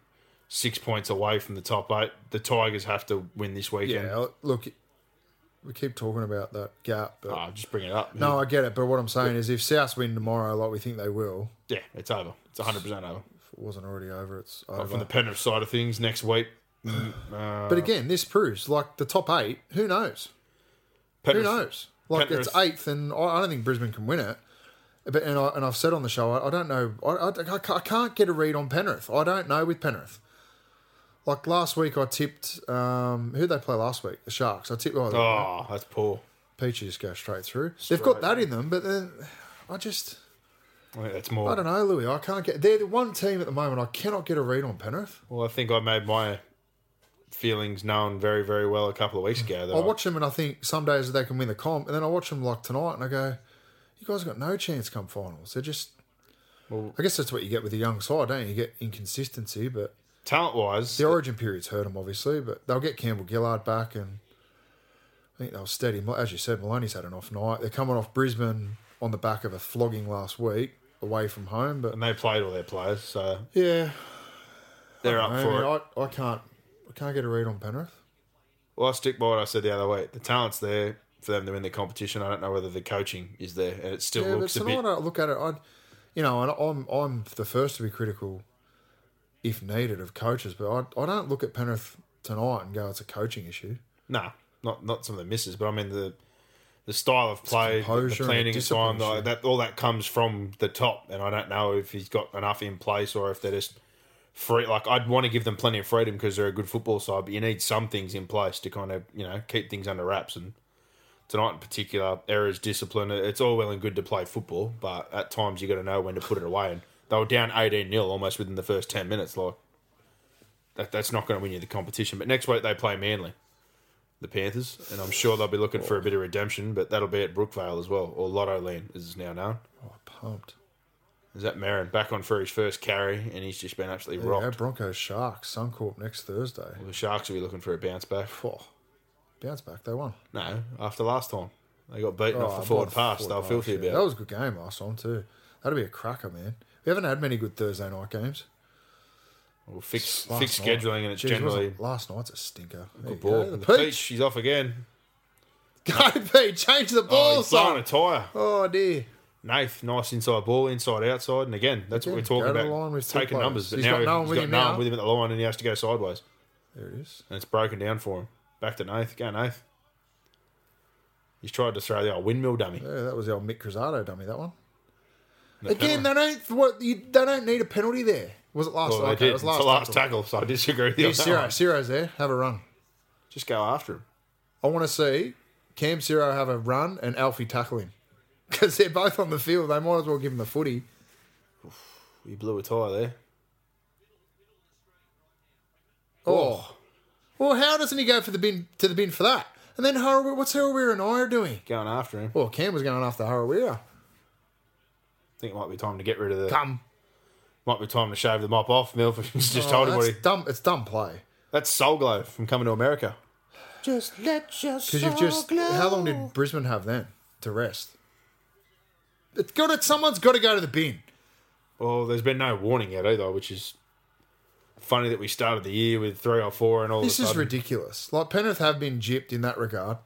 A: six points away from the top eight. The Tigers have to win this weekend.
B: Yeah, look, we keep talking about that gap, but
A: Ah, just bring it up.
B: no, I get it. But what I'm saying is, if South win tomorrow, like we think they will,
A: Yeah, it's over. It's 100% over.
B: if it wasn't already over, it's
A: But From
B: over.
A: the Penrith side of things, next week,
B: but again, this proves like the top eight. Who knows? Who
A: Penrith,
B: knows? Like it's
A: Penrith-
B: eighth, and I I don't think Brisbane can win it. But and, I, and I've said on the show, I, I don't know. I, I, I ca- I can't get a read on Penrith. I don't know with Penrith. Like last week, I tipped um, who they play last week, the Sharks. I tipped. Oh,
A: Oh, that's poor.
B: Peaches go straight through. They've got that in them, but then I just
A: I think that's more.
B: I don't know, Louis. I can't get. They're the one team at the moment I cannot get a read on Penrith.
A: Well, I think I made my feelings known very, very well a couple of weeks ago. That
B: I
A: I
B: watch them and I think some days they can win the comp, and then I watch them like tonight and I go, "You guys got no chance come finals." They're just. I guess that's what you get with a young side, don't you? You get inconsistency, but
A: talent wise,
B: the origin periods hurt them obviously. But they'll get Campbell Gillard back, and I think they'll steady. him. As you said, Maloney's had an off night. They're coming off Brisbane on the back of a flogging last week away from home, but
A: and they played all their players, so
B: yeah,
A: they're up
B: I,
A: for
B: mean,
A: it.
B: I, I can't I can't get a read on Penrith.
A: Well, I stick by what I said the other week. The talent's there for them to win the competition. I don't know whether the coaching is there, and it still
B: Yeah, but
A: looks a
B: tonight
A: bit.
B: I look at it, I, you know, and I'm I'm the first to be critical, if needed, of coaches. But I, I don't look at Penrith tonight and go it's a coaching issue.
A: Nah, not not some of the misses, but I mean the the style of play, the
B: composure and
A: planning
B: the
A: and time,
B: discipline,
A: like,
B: sure.
A: that all that comes from the top. And I don't know if he's got enough in place or if they're just free. Like I'd want to give them plenty of freedom because they're a good football side, but you need some things in place to kind of you know keep things under wraps. And tonight in particular, errors, discipline. It's all well and good to play football, but at times you got to know when to put it away. And they were down 18 0 almost within the first 10 minutes. Like, that, that's not going to win you the competition. But next week they play Manly, the Panthers, and I'm sure they'll be looking for a bit of redemption, but that'll be at Brookvale as well, or Lotto Land, as it's now known.
B: Oh, pumped.
A: Is that Marin back on for his first carry, and he's just been absolutely
B: Yeah,
A: rocked.
B: Broncos Sharks, Suncorp next Thursday.
A: The Sharks will be looking for a bounce back.
B: Phew. Bounce back, they won.
A: No, after last time. They got beaten
B: Oh,
A: off the
B: I
A: forward
B: thought
A: pass.
B: forward
A: They'll
B: pass,
A: feel filthy
B: yeah.
A: about
B: That
A: it.
B: was a good game last time too. That'd be a cracker, man. We haven't had many good Thursday night games.
A: We'll fix,
B: Last
A: fix
B: night-
A: scheduling, and it's
B: Jeez,
A: generally
B: wasn't- last night's a stinker. There you
A: good ball.
B: Go, the
A: The
B: peach.
A: Peach, he's off again.
B: Go Pete, change the
A: Oh,
B: ball,
A: he's blowing a
B: son.
A: tyre.
B: Oh dear.
A: Nath, nice inside ball, inside outside, and again, that's
B: Again,
A: what we're
B: go
A: talking
B: to the
A: about.
B: line with two
A: taking
B: players.
A: numbers, but
B: He's
A: now
B: got no one
A: he's
B: with
A: got
B: him
A: no one
B: now.
A: with him at the line, and he has to go sideways,
B: There it is.
A: and it's broken down for him. Back to Nath, go Nath. He's tried to throw the old windmill dummy.
B: Yeah, that was the old Mick Cruzado dummy. That one.
A: The
B: Again,
A: penalty.
B: they don't. What you, they don't need a penalty there. Was it last?
A: Well,
B: okay,
A: they did.
B: It was
A: It's
B: last.
A: the last
B: tackle.
A: tackle, so I disagree with you.
B: Yeah,
A: on that
B: Ciro,
A: one.
B: Ciro's there. Have a run.
A: Just go after him.
B: I want to see Cam Ciro have a run and Alfie tackle him because they're both on the field. They might as well give him the footy.
A: He blew a tire there.
B: Oh. Well, how doesn't he go for the bin to the bin for that? And then Harawira, what's Harawira and Ira doing?
A: Going after him.
B: Well, Cam was going after Harawira.
A: I think it might be time to get rid of the.
B: Dumb.
A: Might be time to shave the mop off. Milford's just
B: Oh,
A: told him
B: that's
A: what he.
B: dumb. It's dumb play.
A: That's Solglow from coming to America.
C: Just let your
B: Because you've just. How long did Brisbane have then to rest? It's got it. Someone's got to go to the bin.
A: Well, Oh, there's been no warning yet either, which is funny that we started the year with three or four and all
B: This
A: of
B: is
A: a sudden.
B: ridiculous. Like Penrith have been gypped in that regard.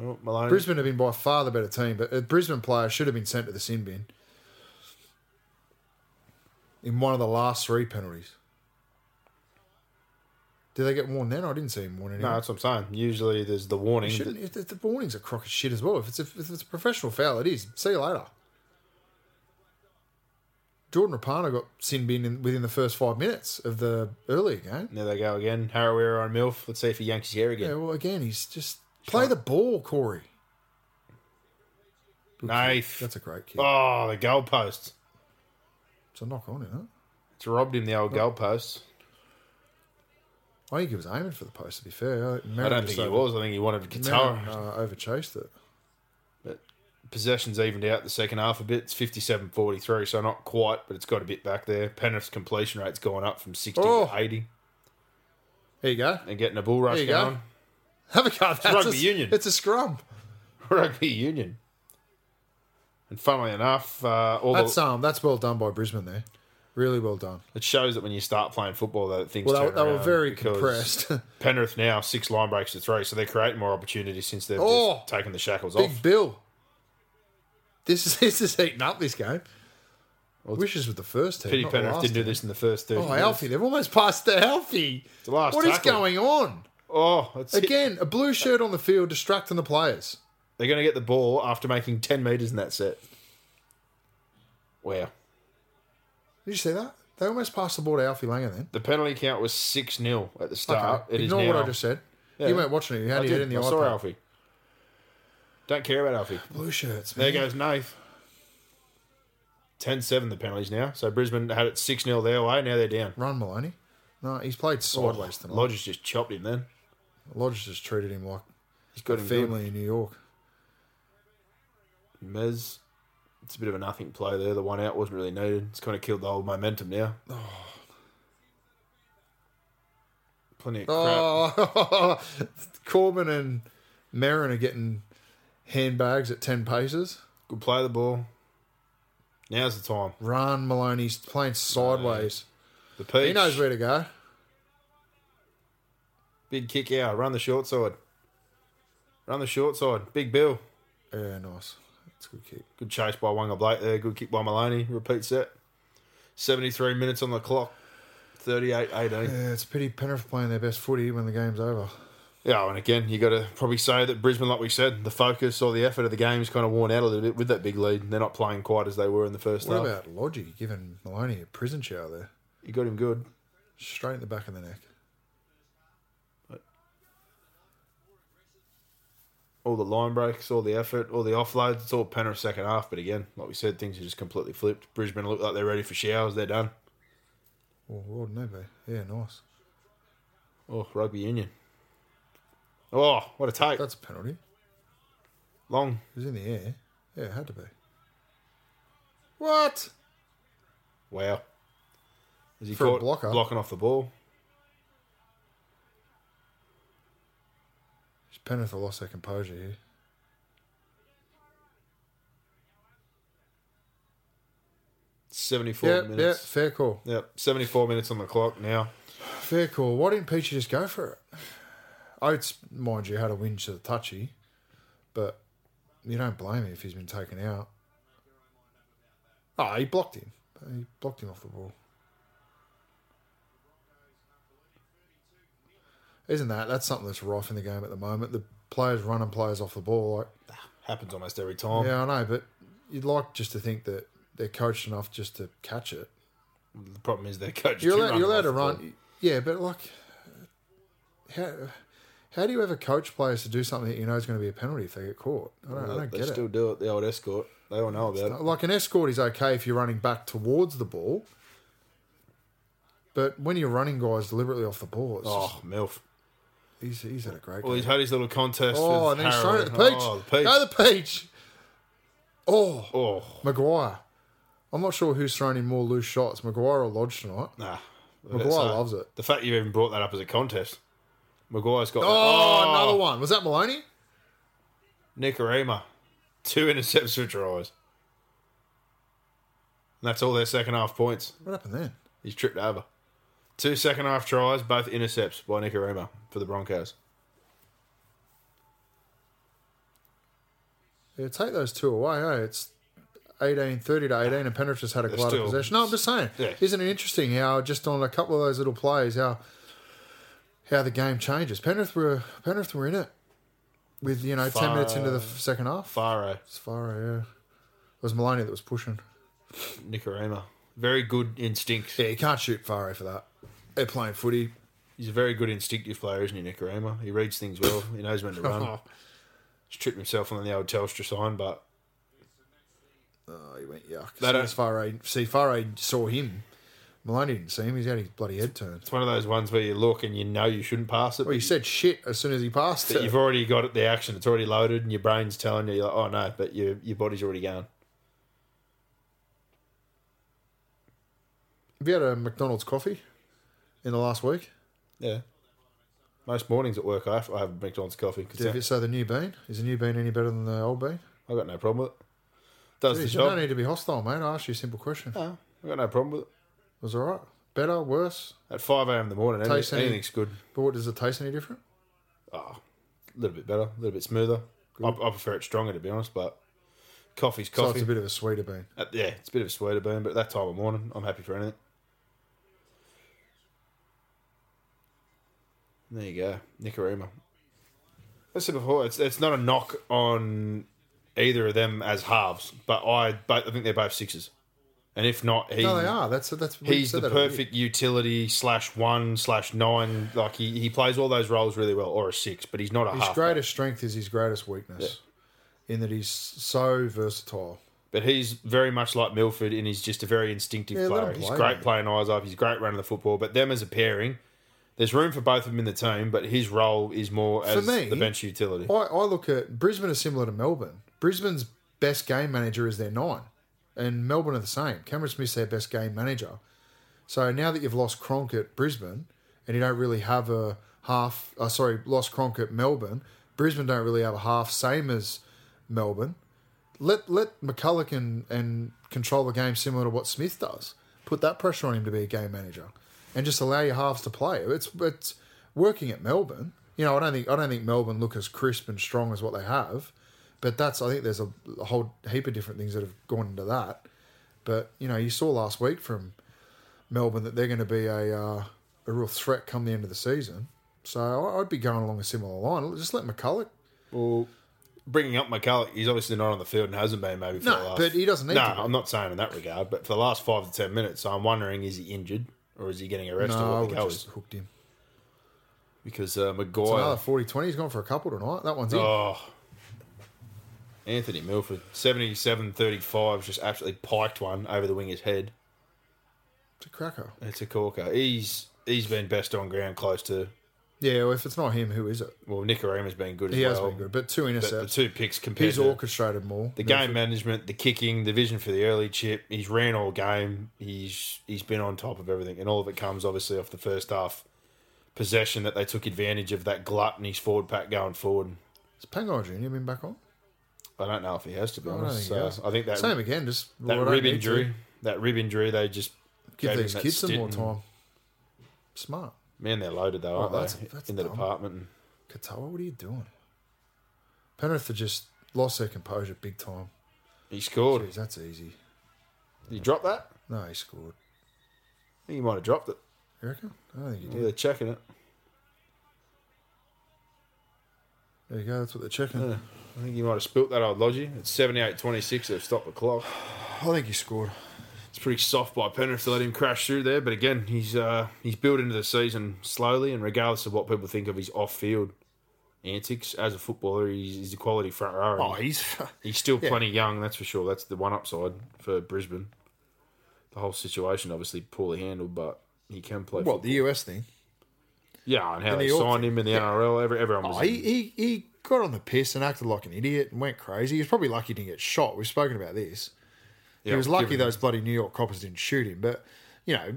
A: Oh, Maloney.
B: Brisbane have been by far the better team, but a Brisbane player should have been sent to the sin bin in one of the last three penalties. Did they get warned then? I didn't see him warned
A: No,
B: anyway.
A: that's what I'm saying. Usually there's the warning.
B: shouldn't. If if the warning's a crock of shit as well. If it's a, if it's a professional foul, it is. See you later. Jordan Rapana got sin bin in, within the first five minutes of the earlier game.
A: that- there they go again. Harawira on Milf. Let's see if he yanks his hair again.
B: Yeah, well, again, he's just play the ball, Corey.
A: Nath.
B: That's a great kick.
A: Oh, the goalpost.
B: It's a knock on, isn't it?
A: It's robbed him, the old goalpost.
B: I think he was aiming for the post. To be fair,
A: I don't think he was. I think he wanted Qatar.
B: uh, overchased it.
A: possessions evened out the second half a bit. It's 57-43, so not quite, but it's got a bit back there. Penrith's completion rate's gone up from 60
B: Oh.
A: to 80.
B: There you go.
A: They're getting a bull rush
B: There you go.
A: going.
B: Have a go. That's
A: rugby
B: a,
A: union.
B: It's a scrum.
A: Rugby union. And funnily enough, uh, all
B: That's
A: the,
B: um. That's well done by Brisbane there. Really well done.
A: it shows that when you start playing football, that things
B: Well,
A: turn
B: they, they were
A: around
B: very
A: because
B: compressed.
A: Penrith now six line breaks to three, so they're creating more opportunities since they've
B: Oh.
A: just taken the shackles off.
B: Big Bill. This is this is heating up this game. Wishes with the first team.
A: Pity
B: not the
A: Penrith
B: last
A: didn't do
B: team.
A: this in the first 30
B: Oh,
A: minutes.
B: Alfie! They've almost passed to Alfie.
A: The last
B: What is
A: tackle.
B: going on?
A: Oh, that's it.
B: Again, a blue shirt on the field distracting the players.
A: They're going to get the ball after making 10 metres in that set. Wow.
B: Did you see that? They almost passed the ball to Alfie Langer then.
A: The penalty count was 6 0 at the start.
B: Okay.
A: It is
B: Ignore what
A: now-
B: I just said.
A: Yeah.
B: You weren't watching it. You
A: I
B: had your
A: did.
B: head in the
A: I
B: iPad.
A: saw Alfie. Don't care about Alfie.
B: Blue shirts.
A: There
B: Man.
A: goes Nath. 10 7 the penalties now. So Brisbane had it 6 0 their way. Now they're down.
B: Run Maloney. No, he's played sideways
A: Oh,
B: tonight. Lodge.
A: Lodges just chopped him then.
B: just treated him like
A: He's got him
B: family in New York.
A: good. Mez. It's a bit of a nothing play there. The one out wasn't really needed. It's kind of killed the whole momentum now. Plenty of crap.
B: Oh, Corbin and Merrin are getting handbags at 10 paces.
A: Good play of the ball. Now's the time.
B: Ron Maloney's playing sideways.
A: The peach.
B: He knows where to go.
A: Big kick out. Run the short side. Run the short side. Big Bill.
B: Yeah, nice. That's a good kick.
A: Good chase by Wanga Blake there. Good kick by Maloney. Repeat set. 73 minutes on the clock. 38 18.
B: Yeah, it's a pity Penrith playing their best footy when the game's over.
A: Yeah, and again, you got to probably say that Brisbane, like we said, the focus or the effort of the game is kind of worn out a little bit with that big lead. They're not playing quite as they were in the first
B: What
A: half.
B: about Lodgy giving Maloney a prison shower there?
A: You got him good.
B: Straight in the back of the neck.
A: all the line breaks, all the effort, all the offloads. It's all Penrith second half. But again, like we said, things are just completely flipped. Brisbane look like they're ready for showers. They're done.
B: Oh, Lord, maybe. Yeah, nice.
A: Oh, rugby union. Oh, what a take.
B: That's a penalty.
A: Long.
B: It was in the air. Yeah, it had to be. What?
A: Wow. Is he
B: For a
A: caught
B: blocker?
A: blocking off the ball?
B: Penrith have lost their composure here.
A: Seventy-four
B: Yeah, yeah,
A: minutes.
B: fair call.
A: Yep, seventy-four minutes on the clock now.
B: Fair call. Why didn't Peachy just go for it? Oates, mind you, had a whinge to the touchy, but you don't blame him if he's been taken out. Oh, he blocked him. He blocked him off the ball. Isn't that? That's something that's rife in the game at the moment. The players running players off the ball. Like,
A: Happens almost every time.
B: yeah, I know, but you'd like just to think that they're coached enough just to catch it.
A: The problem is their coach.
B: You're allowed, you're allowed to run. Yeah, but like, how how do you ever coach players to do something that you know is going to be a penalty if they get caught? I don't, I don't
A: they
B: get
A: still
B: it.
A: do it. The old escort. They all know about it.
B: Like an escort is okay if you're running back towards the ball, but when you're running guys deliberately off the ball, it's just-
A: Oh, milf.
B: he's he's had a great.
A: Well,
B: game.
A: he's had his little contest.
B: Oh,
A: with
B: and then he's thrown
A: Harrow.
B: it at the peach.
A: Oh, the peach.
B: Go the peach. Oh,
A: oh,
B: Maguire. I'm not sure who's thrown in more loose shots, Maguire or Lodge tonight.
A: nah.
B: Maguire
A: So,
B: loves it.
A: The fact you even brought that up as a contest. Maguire's got. that-
B: Oh, another one. Was that Maloney?
A: Nicarima, two intercepts for tries. And that's all their second half points.
B: What happened then?
A: He's tripped over. Two second half tries, both intercepts by Nicarima for the Broncos.
B: Yeah, take those two away. eh? It's eighteen thirty to 18, and Penrith just had a
A: They're
B: glut
A: still-
B: of possession. No, I'm just saying.
A: Yeah.
B: Isn't it interesting how just on a couple of those little plays, how how the game changes? Penrith were Penrith were in it with you know ten
A: Far-
B: minutes into the f- second half.
A: Faro,
B: As far eh, yeah, it was Maloney that was pushing.
A: Nicarima, very good instincts.
B: Yeah, you can't shoot Faro for that. They're playing footy.
A: He's a very good instinctive player, isn't he, Nicarima? He reads things well. He knows when to
B: Um,
A: run. He's tripped himself on the old Telstra sign, but
B: Oh, he went yuck.
A: They
B: As soon
A: don't-
B: as Faro, see, Faro saw him. Maloney didn't see him. He's had his bloody head turned.
A: it's one of those ones where you look and you know you shouldn't pass it.
B: Well, he
A: but
B: said shit as soon as he passed
A: But
B: it.
A: you've already got it, the action. It's already loaded, and your brain's telling you, like, "Oh no!" But your your body's already going.
B: Have you had a McDonald's coffee in the last week?
A: Yeah. Most mornings at work, I have, I have McDonald's coffee because
B: Have you- So uh, the new bean is the new bean any better than the old bean?
A: I got no problem with it. Does
B: Jeez,
A: the
B: you don't
A: job?
B: need to be hostile, mate. I asked you a simple question.
A: No, I got no problem with it.
B: Was all right, better, worse,
A: At five a.m. in the morning, any,
B: Tastes any-
A: anything's good.
B: but what does it taste any different?
A: A little bit better, a little bit smoother. I, I prefer it stronger, to be honest. But coffee's
B: So
A: coffee.
B: it's a bit of a sweeter bean.
A: Uh, yeah, it's a bit of a sweeter burn, but at that time of morning, I'm happy for anything. There you go, Nicarima. I said before, it's it's not a knock on either of them as halves, but I but I think they're both sixes, and if not, he
B: No, they are. That's that's we
A: he's
B: said
A: the
B: that already.
A: perfect utility slash one slash nine. Like he, he plays all those roles really well, or a six, but he's not a
B: His
A: half.
B: greatest strength is his greatest weakness, in that he's so versatile.
A: But he's very much like Milford and he's just a very instinctive
B: Yeah, let
A: player.
B: him
A: He's
B: play,
A: great
B: mate.
A: playing eyes up, he's great running the football, but them as a pairing, there's room for both of them in the team, but his role is more as
B: me,
A: the bench utility.
B: I, I look at Brisbane is similar to Melbourne. Brisbane's best game manager is their nine, and Melbourne are the same. Cameron Smith's their best game manager. So now that you've lost Cronk at Brisbane, and you don't really have a half, uh, sorry, lost Cronk at Melbourne, Brisbane don't really have a half, same as Melbourne. Let let McCulloch and, and control the game similar to what Smith does. Put that pressure on him to be a game manager, and just allow your halves to play. It's it's working at Melbourne. You know, I don't think I don't think Melbourne look as crisp and strong as what they have, but that's I think there's a whole heap of different things that have gone into that. But you know, you saw last week from Melbourne that they're going to be a uh, a real threat come the end of the season. So I- I'd be going along a similar line. Just let McCulloch.
A: Well, bringing up McCulloch, he's obviously not on the field and hasn't been maybe for
B: No,
A: the last.
B: but he doesn't need
A: No,
B: to be.
A: I'm not saying in that regard, but for the last five to ten minutes, so I'm wondering is he injured or is he getting arrested
B: No, I
A: or what
B: would
A: the goal
B: just
A: is?
B: hooked him.
A: Because uh,
B: Another
A: Maguire.
B: 40 20. He's gone for a couple tonight. That one's in.
A: Oh, Anthony Milford, 77 35, just absolutely piked one over the winger's head.
B: It's a cracker.
A: It's a corker. He's he's been best on ground close to
B: Yeah, well, if it's not him, who is it?
A: well, Nicaragua has been good as
B: He
A: well.
B: has been good, but two
A: But the
B: intercepts.
A: two picks compared
B: He's
A: to
B: orchestrated more.
A: the game management, the kicking, the vision for the early chip. He's ran all game. He's he's been on top of everything, and all of it comes obviously off the first half possession that they took advantage of that glut in his forward pack going forward.
B: Has Pangai Junior been back on?
A: I don't know if he has to be
B: I don't think
A: honest.
B: he
A: so
B: has.
A: uh, I think that
B: Same again, just
A: that
B: well, I don't
A: rib
B: need
A: injury,
B: to.
A: that rib injury, they just
B: Give
A: gave him
B: these
A: that
B: kids some
A: stint
B: more
A: and-
B: time. Smart.
A: Man, they're loaded though,
B: Oh,
A: aren't
B: that's-
A: they?
B: that's
A: in the
B: dumb.
A: department, and
B: Katoa, what are you doing? Penrith have just lost their composure big time.
A: he scored.
B: Jeez, that's easy.
A: Did he drop that?
B: No, he scored.
A: I think he might have dropped it.
B: You reckon? I don't think he did.
A: Yeah, they're checking it.
B: There you go. That's what they're checking.
A: I think he might have spilt that old lodgy. It's 78-26. They've stopped the clock.
B: I think he scored.
A: It's pretty soft by Penrith to let him crash through there, but again, he's uh, he's built into the season slowly, and regardless of what people think of his off-field antics as a footballer, he's, he's a quality front rower.
B: Oh, he's
A: He's still plenty young, that's for sure. That's the one upside for Brisbane. The whole situation obviously poorly handled, but he can play.
B: what
A: Well,
B: the US thing.
A: yeah, and how
B: and
A: they
B: the Orc-
A: signed him in the NRL, every, everyone was.
B: Oh, he, he he got on the piss and acted like an idiot and went crazy. He was probably lucky he didn't get shot. We've spoken about this.
A: Yeah,
B: he was lucky
A: given-
B: those bloody New York coppers didn't shoot him. But you know,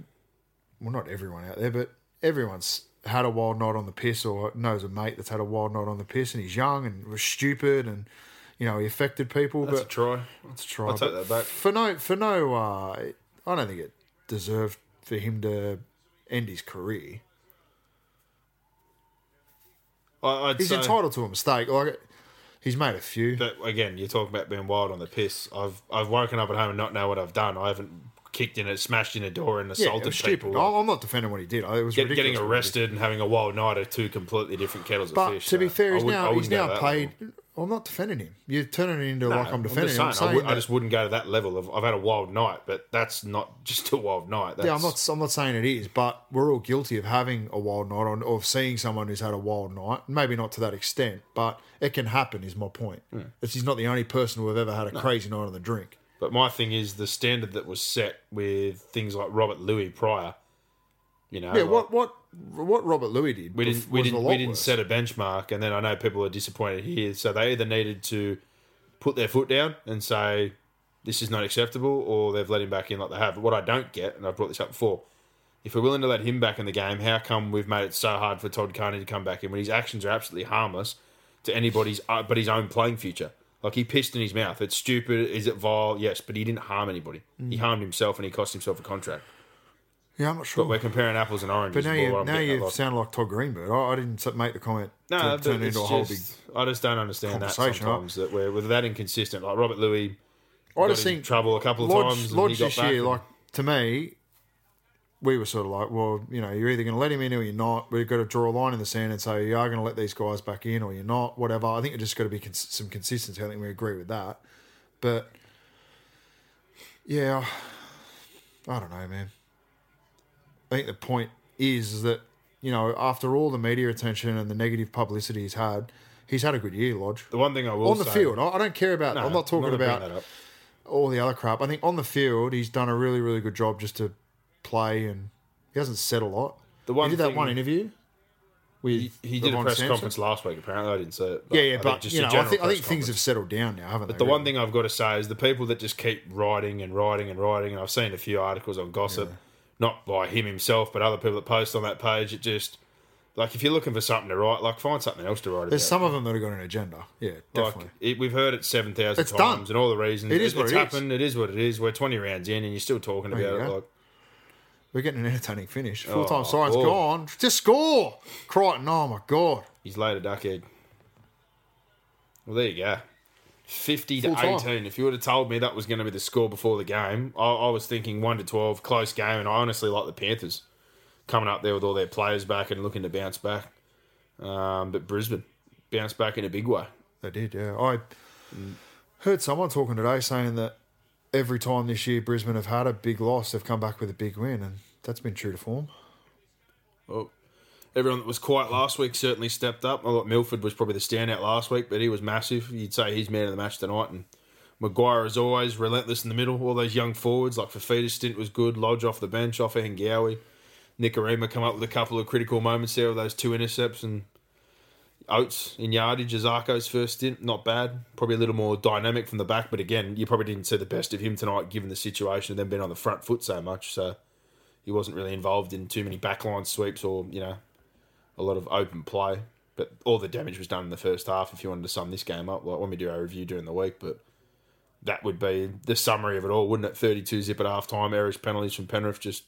B: well, not everyone out there, but everyone's had a wild night on the piss or knows a mate that's had a wild night on the piss, and he's young and was stupid and you know he affected people.
A: That's
B: but
A: a try.
B: Let's try.
A: I'll take
B: but
A: that back.
B: For no, for no, uh, I don't think it deserved for him to end his career.
A: I, I'd
B: He's
A: say,
B: entitled to a mistake. Like he's made a few.
A: But again, you're talking about being wild on the piss. I've I've woken up at home and not know what I've done. I haven't kicked in it, smashed in a door, and
B: yeah,
A: assaulted
B: it was
A: people.
B: stupid. I'm I'm not defending what he did. I- It was
A: Get-
B: ridiculous
A: getting
B: what he did.
A: arrested and having a wild night are two completely different kettles of
B: But
A: fish.
B: to be
A: so
B: fair,
A: I
B: he's
A: wouldn't- I
B: now he's
A: wouldn't go
B: now
A: to that
B: played.
A: level.
B: I'm not defending him. You're turning it into like
A: No,
B: I'm defending him.
A: I'm just saying, I would- I
B: that-
A: just wouldn't go to that level of I've had a wild night, but that's not just a wild night. That's,
B: yeah, I'm not. I'm not saying it is, but we're all guilty of having a wild night or, or of seeing someone who's had a wild night. Maybe not to that extent, but it can happen. Is my point. It's, he's not the only person who have ever had a crazy night on the drink.
A: But my thing is the standard that was set with things like Robert Louis Pryor. You know,
B: Yeah,
A: like-
B: what what what Robert Louis did?
A: we
B: was-
A: didn't we
B: was a
A: didn't
B: lot
A: we didn't
B: worse.
A: set a benchmark, and then I know people are disappointed here. So they either needed to put their foot down and say this is not acceptable, or they've let him back in like they have. What I don't get, and I've brought this up before, if we're willing to let him back in the game, how come we've made it so hard for Todd Carney to come back in when his actions are absolutely harmless to anybody's uh, but his own playing future? Like he pissed in his mouth. It's stupid. Is it vile? Yes, but he didn't harm anybody.
B: Mm.
A: He harmed himself and he cost himself a contract.
B: Yeah, I'm not sure.
A: We're comparing apples and oranges.
B: But now
A: is what
B: you
A: I'm
B: now
A: getting at,
B: you
A: like-
B: sound like Todd Greenberg. I, I didn't s- make the comment
A: No,
B: to
A: but
B: turn it
A: it's
B: into a whole big.
A: just- I just don't understand that
B: conversation,
A: sometimes that we're, we're that inconsistent. Like Robert Louis
B: I
A: got
B: just
A: in
B: think
A: trouble a couple of
B: Lodge,
A: times.
B: Lodge
A: and he got
B: this
A: back
B: year,
A: and-
B: like to me, we were sort of like, well, you know, you're either going to let him in or you're not. We've got to draw a line in the sand and say you are going to let these guys back in or you're not. Whatever. I think it just got to be cons- some consistency. I think we agree with that. But yeah, I don't know, man. I think the point is that you know, after all the media attention and the negative publicity he's had, he's had a good year, Lodge.
A: the one thing I will
B: On the
A: say-
B: field, I I don't care about.
A: No,
B: I'm not talking
A: gonna bring
B: about
A: that up.
B: all the other crap. I think on the field, he's done a really, really good job just to play, and he hasn't said a lot.
A: The one
B: he did that
A: thing-
B: one interview with
A: He, he did a
B: Ravon
A: press
B: Sampson.
A: conference last week. Apparently, I didn't say it.
B: Yeah, yeah,
A: I think
B: but
A: just
B: you
A: a
B: know, I
A: general
B: think, I
A: press
B: think things have
A: conference.
B: settled down now, haven't they?
A: The one thing I've got to say is the people that just keep writing and writing and writing, and I've seen a few articles on gossip, not by him himself, but other people that post on that page. It just like if you're looking for something to write, like find something else to write about.
B: there's some of them that have got an agenda. Yeah,
A: Oh,
B: definitely.
A: Like it, we've heard it seven thousand
B: It's
A: times,
B: done.
A: and all the reasons
B: It is what
A: it's
B: it is.
A: happened. It is what it is. We're twenty rounds in, and you're still talking
B: There you
A: about it.
B: go.
A: Like
B: We're getting an entertaining finish. Full time
A: Oh,
B: sign's
A: oh.
B: gone. Just score, Crichton. Oh my god.
A: he's laid a duckhead. Well, there you go. Fifty
B: Full
A: to
B: time.
A: eighteen. If you would have told me that was going to be the score before the game, I, I was thinking one to twelve, close game. And I honestly like the Panthers coming up there with all their players back and looking to bounce back. Um, but Brisbane bounced back in a big way.
B: They did, yeah. I
A: Mm.
B: heard someone talking today saying that every time this year Brisbane have had a big loss, they've come back with a big win, and that's been true to form.
A: Oh. Everyone that was quiet last week certainly stepped up. I thought Milford was probably the standout last week, but he was massive. You'd say he's man of the match tonight. And Maguire, as always, relentless in the middle. All those young forwards, like Fafita's stint was good. Lodge off the bench, off Hengawi. Nicarima come up with a couple of critical moments there with those two intercepts and Oates in yardage as Arco's first stint, not bad. Probably a little more dynamic from the back, but again, you probably didn't see the best of him tonight given the situation of them being on the front foot so much. So he wasn't really involved in too many backline sweeps or, you know, a lot of open play. But all the damage was done in the first half if you wanted to sum this game up, like when we do our review during the week. But that would be the summary of it all, wouldn't it? 32 zip at half time, errors, penalties from Penrith just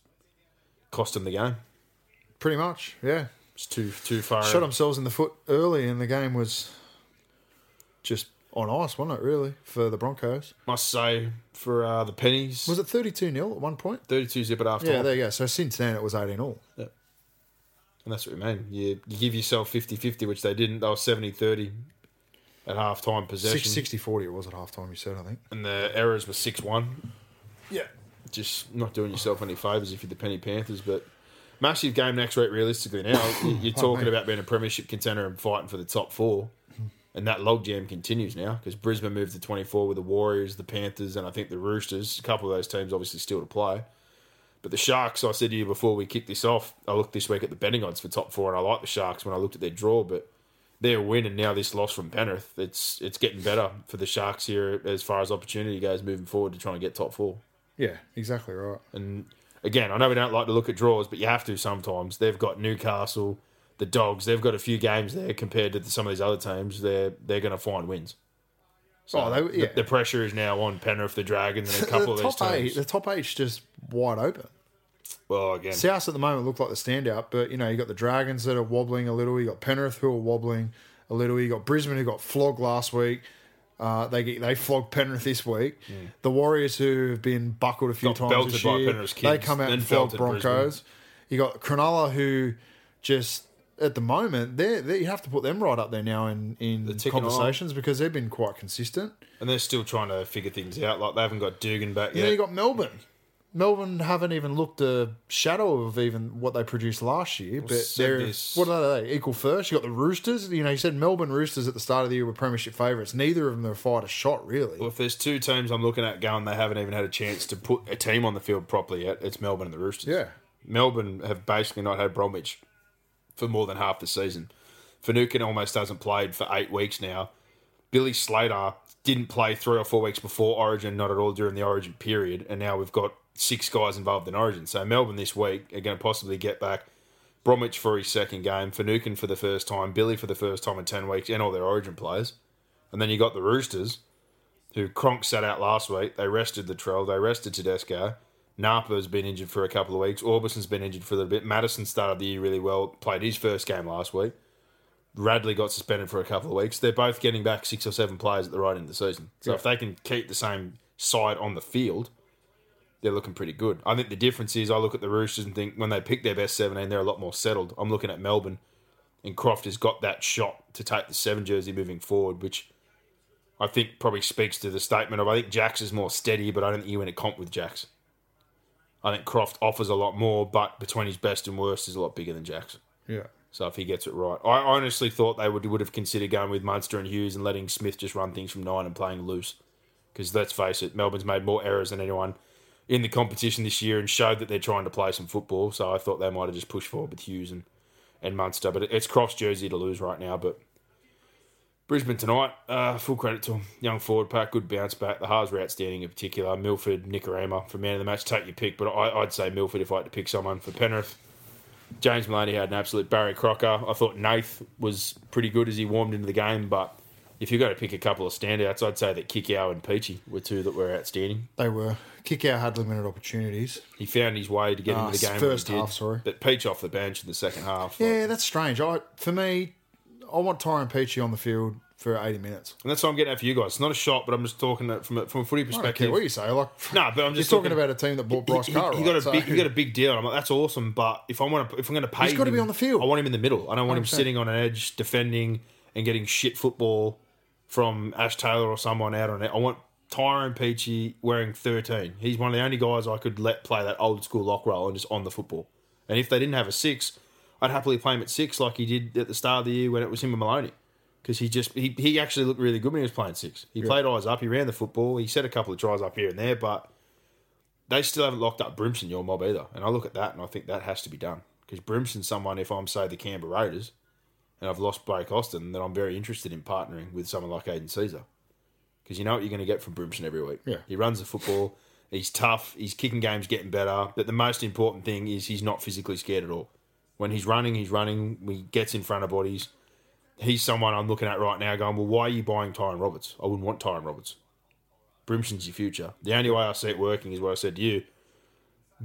A: cost them the game.
B: Pretty much, yeah.
A: It's too too far.
B: Shot themselves in the foot early, and the game was just on ice, wasn't it? Really, for the Broncos.
A: Must say for uh, the pennies.
B: Was it thirty-two 0 at one point?
A: 32 zip at half time.
B: Yeah, there you go. So since then, it was eighteen all.
A: And that's what we mean. You, you give yourself 50 50, which they didn't. They were 70 30 at half time possession.
B: Six, 60 40 it was at halftime. You said, I think.
A: And the errors were 6 1.
B: Yeah.
A: Just not doing yourself any favours if you're the Penny Panthers. But massive game next week, realistically. Now, You- you're talking about being a premiership contender and fighting for the top four. And that logjam continues now because Brisbane moved to 24 with the Warriors, the Panthers, and I think the Roosters. A couple of those teams obviously still to play. But the Sharks, I said to you before we kicked this off, I looked this week at the betting odds for top four, and I like the Sharks when I looked at their draw, but their win and now this loss from Penrith, it's it's getting better for the Sharks here as far as opportunity goes moving forward to try and get top four.
B: Yeah, exactly right.
A: And again, I know we don't like to look at draws, but you have to sometimes. They've got Newcastle, the Dogs. They've got a few games there compared to some of these other teams. They're they're going to find wins. So
B: Oh, they- yeah.
A: the, the pressure is now on Penrith, the Dragons, and a couple
B: the
A: of these
B: top eight,
A: teams.
B: the top eight's just wide open.
A: well, again,
B: South at the moment look like the standout, but you know you got the Dragons that are wobbling a little. You got Penrith who are wobbling a little. You got Brisbane who got flogged last week. Uh, they get, they flogged Penrith this week. The Warriors who have been buckled a few
A: Hmm. Got
B: times this
A: belted by
B: year.
A: Penrith's
B: they
A: kids,
B: come out
A: then
B: and flog
A: belted
B: Broncos. You got Cronulla who just at the moment they they you have to put them right up there now in in
A: ticking
B: conversations because they've been quite consistent.
A: and they're still trying to figure things out. Like they haven't got Dugan back
B: And then
A: yet.
B: you got Melbourne. Melbourne haven't even looked a shadow of even what they produced last year, but
A: said
B: they're
A: this-
B: what are they? Equal first. You got the Roosters. You know, you said Melbourne Roosters at the start of the year were premiership favourites. Neither of them have fired a shot really.
A: Well, if there's two teams I'm looking at going, they haven't even had a chance to put a team on the field properly yet. It's Melbourne and the Roosters.
B: Yeah.
A: Melbourne have basically not had Bromwich for more than half the season. Finucane almost hasn't played for eight weeks now. Billy Slater didn't play three or four weeks before Origin, not at all during the Origin period, and now we've got six guys involved in Origin. So Melbourne this week are going to possibly get back Bromwich for his second game, Finucane for the first time, Billy for the first time in ten weeks, and all their Origin players. And then you got the Roosters, who Cronk sat out last week. They rested the Trell. They rested Tedesco. Napa's been injured for a couple of weeks. Orbison's been injured for a little bit. Madison started the year really well, played his first game last week. Radley got suspended for a couple of weeks. They're both getting back six or seven players at the right end of the season. So if they can keep the same side on the field, they're looking pretty good. I think the difference is I look at the Roosters and think when they pick their best 17, they're a lot more settled. I'm looking at Melbourne, and Croft has got that shot to take the seven jersey moving forward, which I think probably speaks to the statement of I think Jax is more steady, but I don't think you win a comp with Jax. I think Croft offers a lot more, but between his best and worst is a lot bigger than Jack's.
B: yeah,
A: So if he gets it right, I honestly thought they would would have considered going with Munster and Hughes and letting Smith just run things from nine and playing loose. Because let's face it, Melbourne's made more errors than anyone in the competition this year and showed that they're trying to play some football. So I thought they might have just pushed forward with Hughes and and Munster. But it's Croft's jersey to lose right now. But Brisbane tonight, uh, full credit to 'em. Young forward pack, good bounce back. The Haas were outstanding in particular. Milford, Nicarima for man of the match. Take your pick, but I, I'd say Milford if I had to pick someone for Penrith. James Maloney had an absolute Barry Crocker. I thought Nath was pretty good as he warmed into the game, but if you've got to pick a couple of standouts, I'd say that Kikau and Peachy were two that were outstanding.
B: they were kick out had limited opportunities.
A: He found his way to get
B: Ah,
A: into the game.
B: first
A: when he did,
B: half, sorry.
A: But Peach off the bench in the second half. like-
B: Yeah, that's strange. I for me, I want Tyron Peachy on the field for eighty minutes.
A: and that's what I'm getting at for you guys. It's not a shot, but I'm just talking that from a, from a footy
B: I don't care
A: perspective.
B: what you say. Like,
A: No, but I'm just
B: you're talking
A: looking-
B: about a team that bought Bryce
A: he,
B: Carr.
A: he
B: right?
A: got a
B: So-
A: big, he got a big deal. I'm like, that's awesome. But if I want to, if I'm going to pay,
B: He's gotta
A: him,
B: be on the field.
A: I want him in the middle. I don't want him
B: 100%.
A: sitting on an edge defending and getting shit football from Ash Taylor or someone out on it. I want Tyrone Peachy wearing 13. He's one of the only guys I could let play that old school lock roll and just on the football. And if they didn't have a six, I'd happily play him at six, like he did at the start of the year when it was him and Maloney, because he just he, he actually looked really good when he was playing six. He played eyes up, he ran the football, he set a couple of tries up here and there, but they still haven't locked up Brimson your mob either. And I look at that and I think that has to be done because Brimson's someone. If I'm say the Canberra Raiders, and I've lost Blake Austin, then I'm very interested in partnering with someone like Aiden Caesar because you know what you're going to get from Brimson every week.
B: Yeah.
A: he runs the football. He's tough. His kicking game's getting better. But the most important thing is he's not physically scared at all. When he's running, he's running. He gets in front of bodies. He's someone I'm looking at right now going, well, why are you buying Tyron Roberts? I wouldn't want Tyron Roberts. Brimson's your future. The only way I see it working is what I said to you.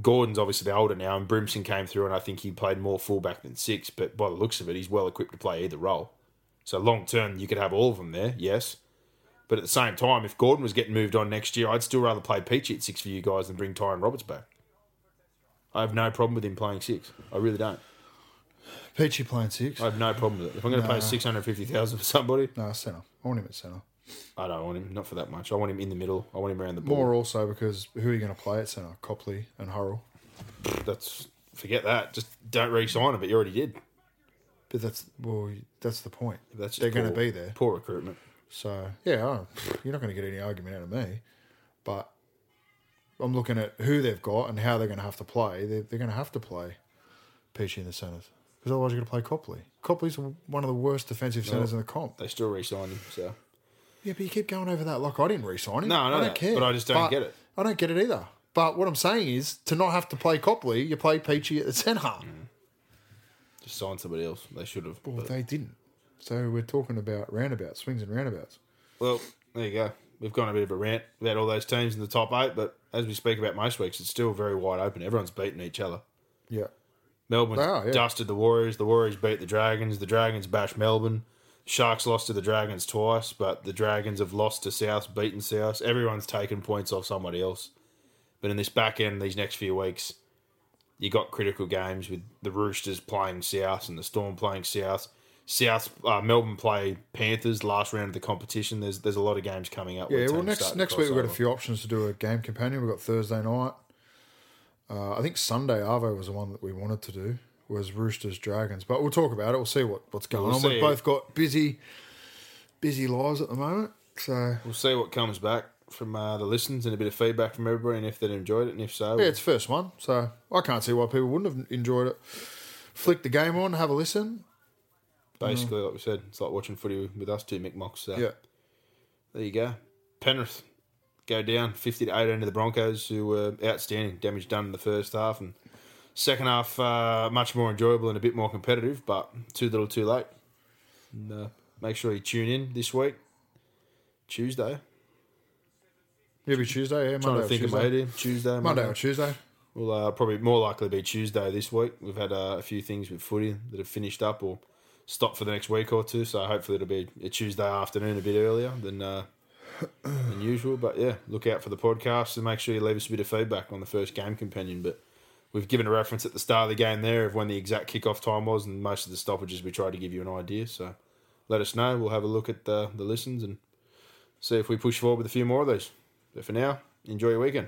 A: Gordon's obviously the older now, and Brimson came through, and I think he played more fullback than six. But by the looks of it, he's well equipped to play either role. So long term, you could have all of them there, yes. But at the same time, if Gordon was getting moved on next year, I'd still rather play Peachy at six for you guys than bring Tyron Roberts back. I have no problem with him playing six. I really don't.
B: Peachy playing six.
A: I have no problem with it. If I'm going to pay six hundred fifty thousand for somebody,
B: no, centre. I want him at centre.
A: I don't want him. Not for that much. I want him in the middle. I want him around the ball.
B: More also because who are you going to play at centre? Copley and Hurrell.
A: That's forget that. Just don't re-sign him. But you already did.
B: But that's well, that's the point.
A: That's
B: they're
A: just
B: going to
A: poor-
B: be there.
A: Poor recruitment.
B: So yeah, I don't, you're not going to get any argument out of me. But I'm looking at who they've got and how they're going to have to play. They're, they're going to have to play Peachy in the centres because otherwise you're going to play Copley. Copley's one of the worst defensive centres in the comp.
A: They still re-signed him. So
B: Yeah, but you keep going over that like I didn't re-sign him.
A: No, I know
B: I don't
A: that,
B: care.
A: but I just don't get it.
B: I don't get it either. But what I'm saying is to not have to play Copley, you play Peachy at the centre.
A: just sign somebody else. They should have.
B: Well,
A: but-
B: they didn't. So we're talking about roundabouts, swings and roundabouts.
A: Well, there you go. We've gone a bit of a rant about all those teams in the top eight, but as we speak about most weeks, it's still very wide open. Everyone's beating each other.
B: Yeah.
A: Melbourne
B: They are, Ah, yeah.
A: dusted the Warriors. The Warriors beat the Dragons. The Dragons bashed Melbourne. Sharks lost to the Dragons twice, but the Dragons have lost to South, beaten South. Everyone's taken points off somebody else. But in this back end, these next few weeks, you got critical games with the Roosters playing South and the Storm playing South. South uh, Melbourne play Panthers last round of the competition. There's there's a lot of games coming up. where
B: Yeah, well,
A: teams
B: next
A: start to
B: next
A: cross
B: week we've got a
A: over.
B: few options to do a game companion. We've got Thursday night. Uh, I think Sunday Arvo was the one that we wanted to do was Roosters Dragons, but we'll talk about it. We'll see what, what's going
A: we'll
B: on.
A: see.
B: We've both got busy busy lives at the moment, so
A: We'll see what comes back from uh, the listens and a bit of feedback from everybody, and if they've enjoyed it, and if so,
B: yeah, it's the first one. So I can't see why people wouldn't have enjoyed it. Flick the game on, have a listen.
A: basically, like we said, it's like watching footy with us two Mick Mocks. So
B: Mm. Yeah,
A: there you go. Penrith go down fifty to eighteen to the Broncos, who were outstanding. Damage done in the first half and second half, uh, much more enjoyable and a bit more competitive, but too little, too late. And, uh, make sure you tune in this week, Tuesday.
B: maybe Tuesday. Yeah,
A: Trying
B: Monday.
A: to
B: Or
A: think of my
B: Tuesday.
A: idea. Tuesday,
B: Monday or Tuesday.
A: Will uh, probably more likely be Tuesday this week. We've had uh, a few things with footy that have finished up or stopped for the next week or two. So hopefully it'll be a Tuesday afternoon a bit earlier than uh, than usual. But yeah, look out for the podcast and make sure you leave us a bit of feedback on the first game companion. But we've given a reference at the start of the game there of when the exact kickoff time was and most of the stoppages we tried to give you an idea. So let us know. We'll have a look at the, the listens and see if we push forward with a few more of these. But for now, enjoy your weekend.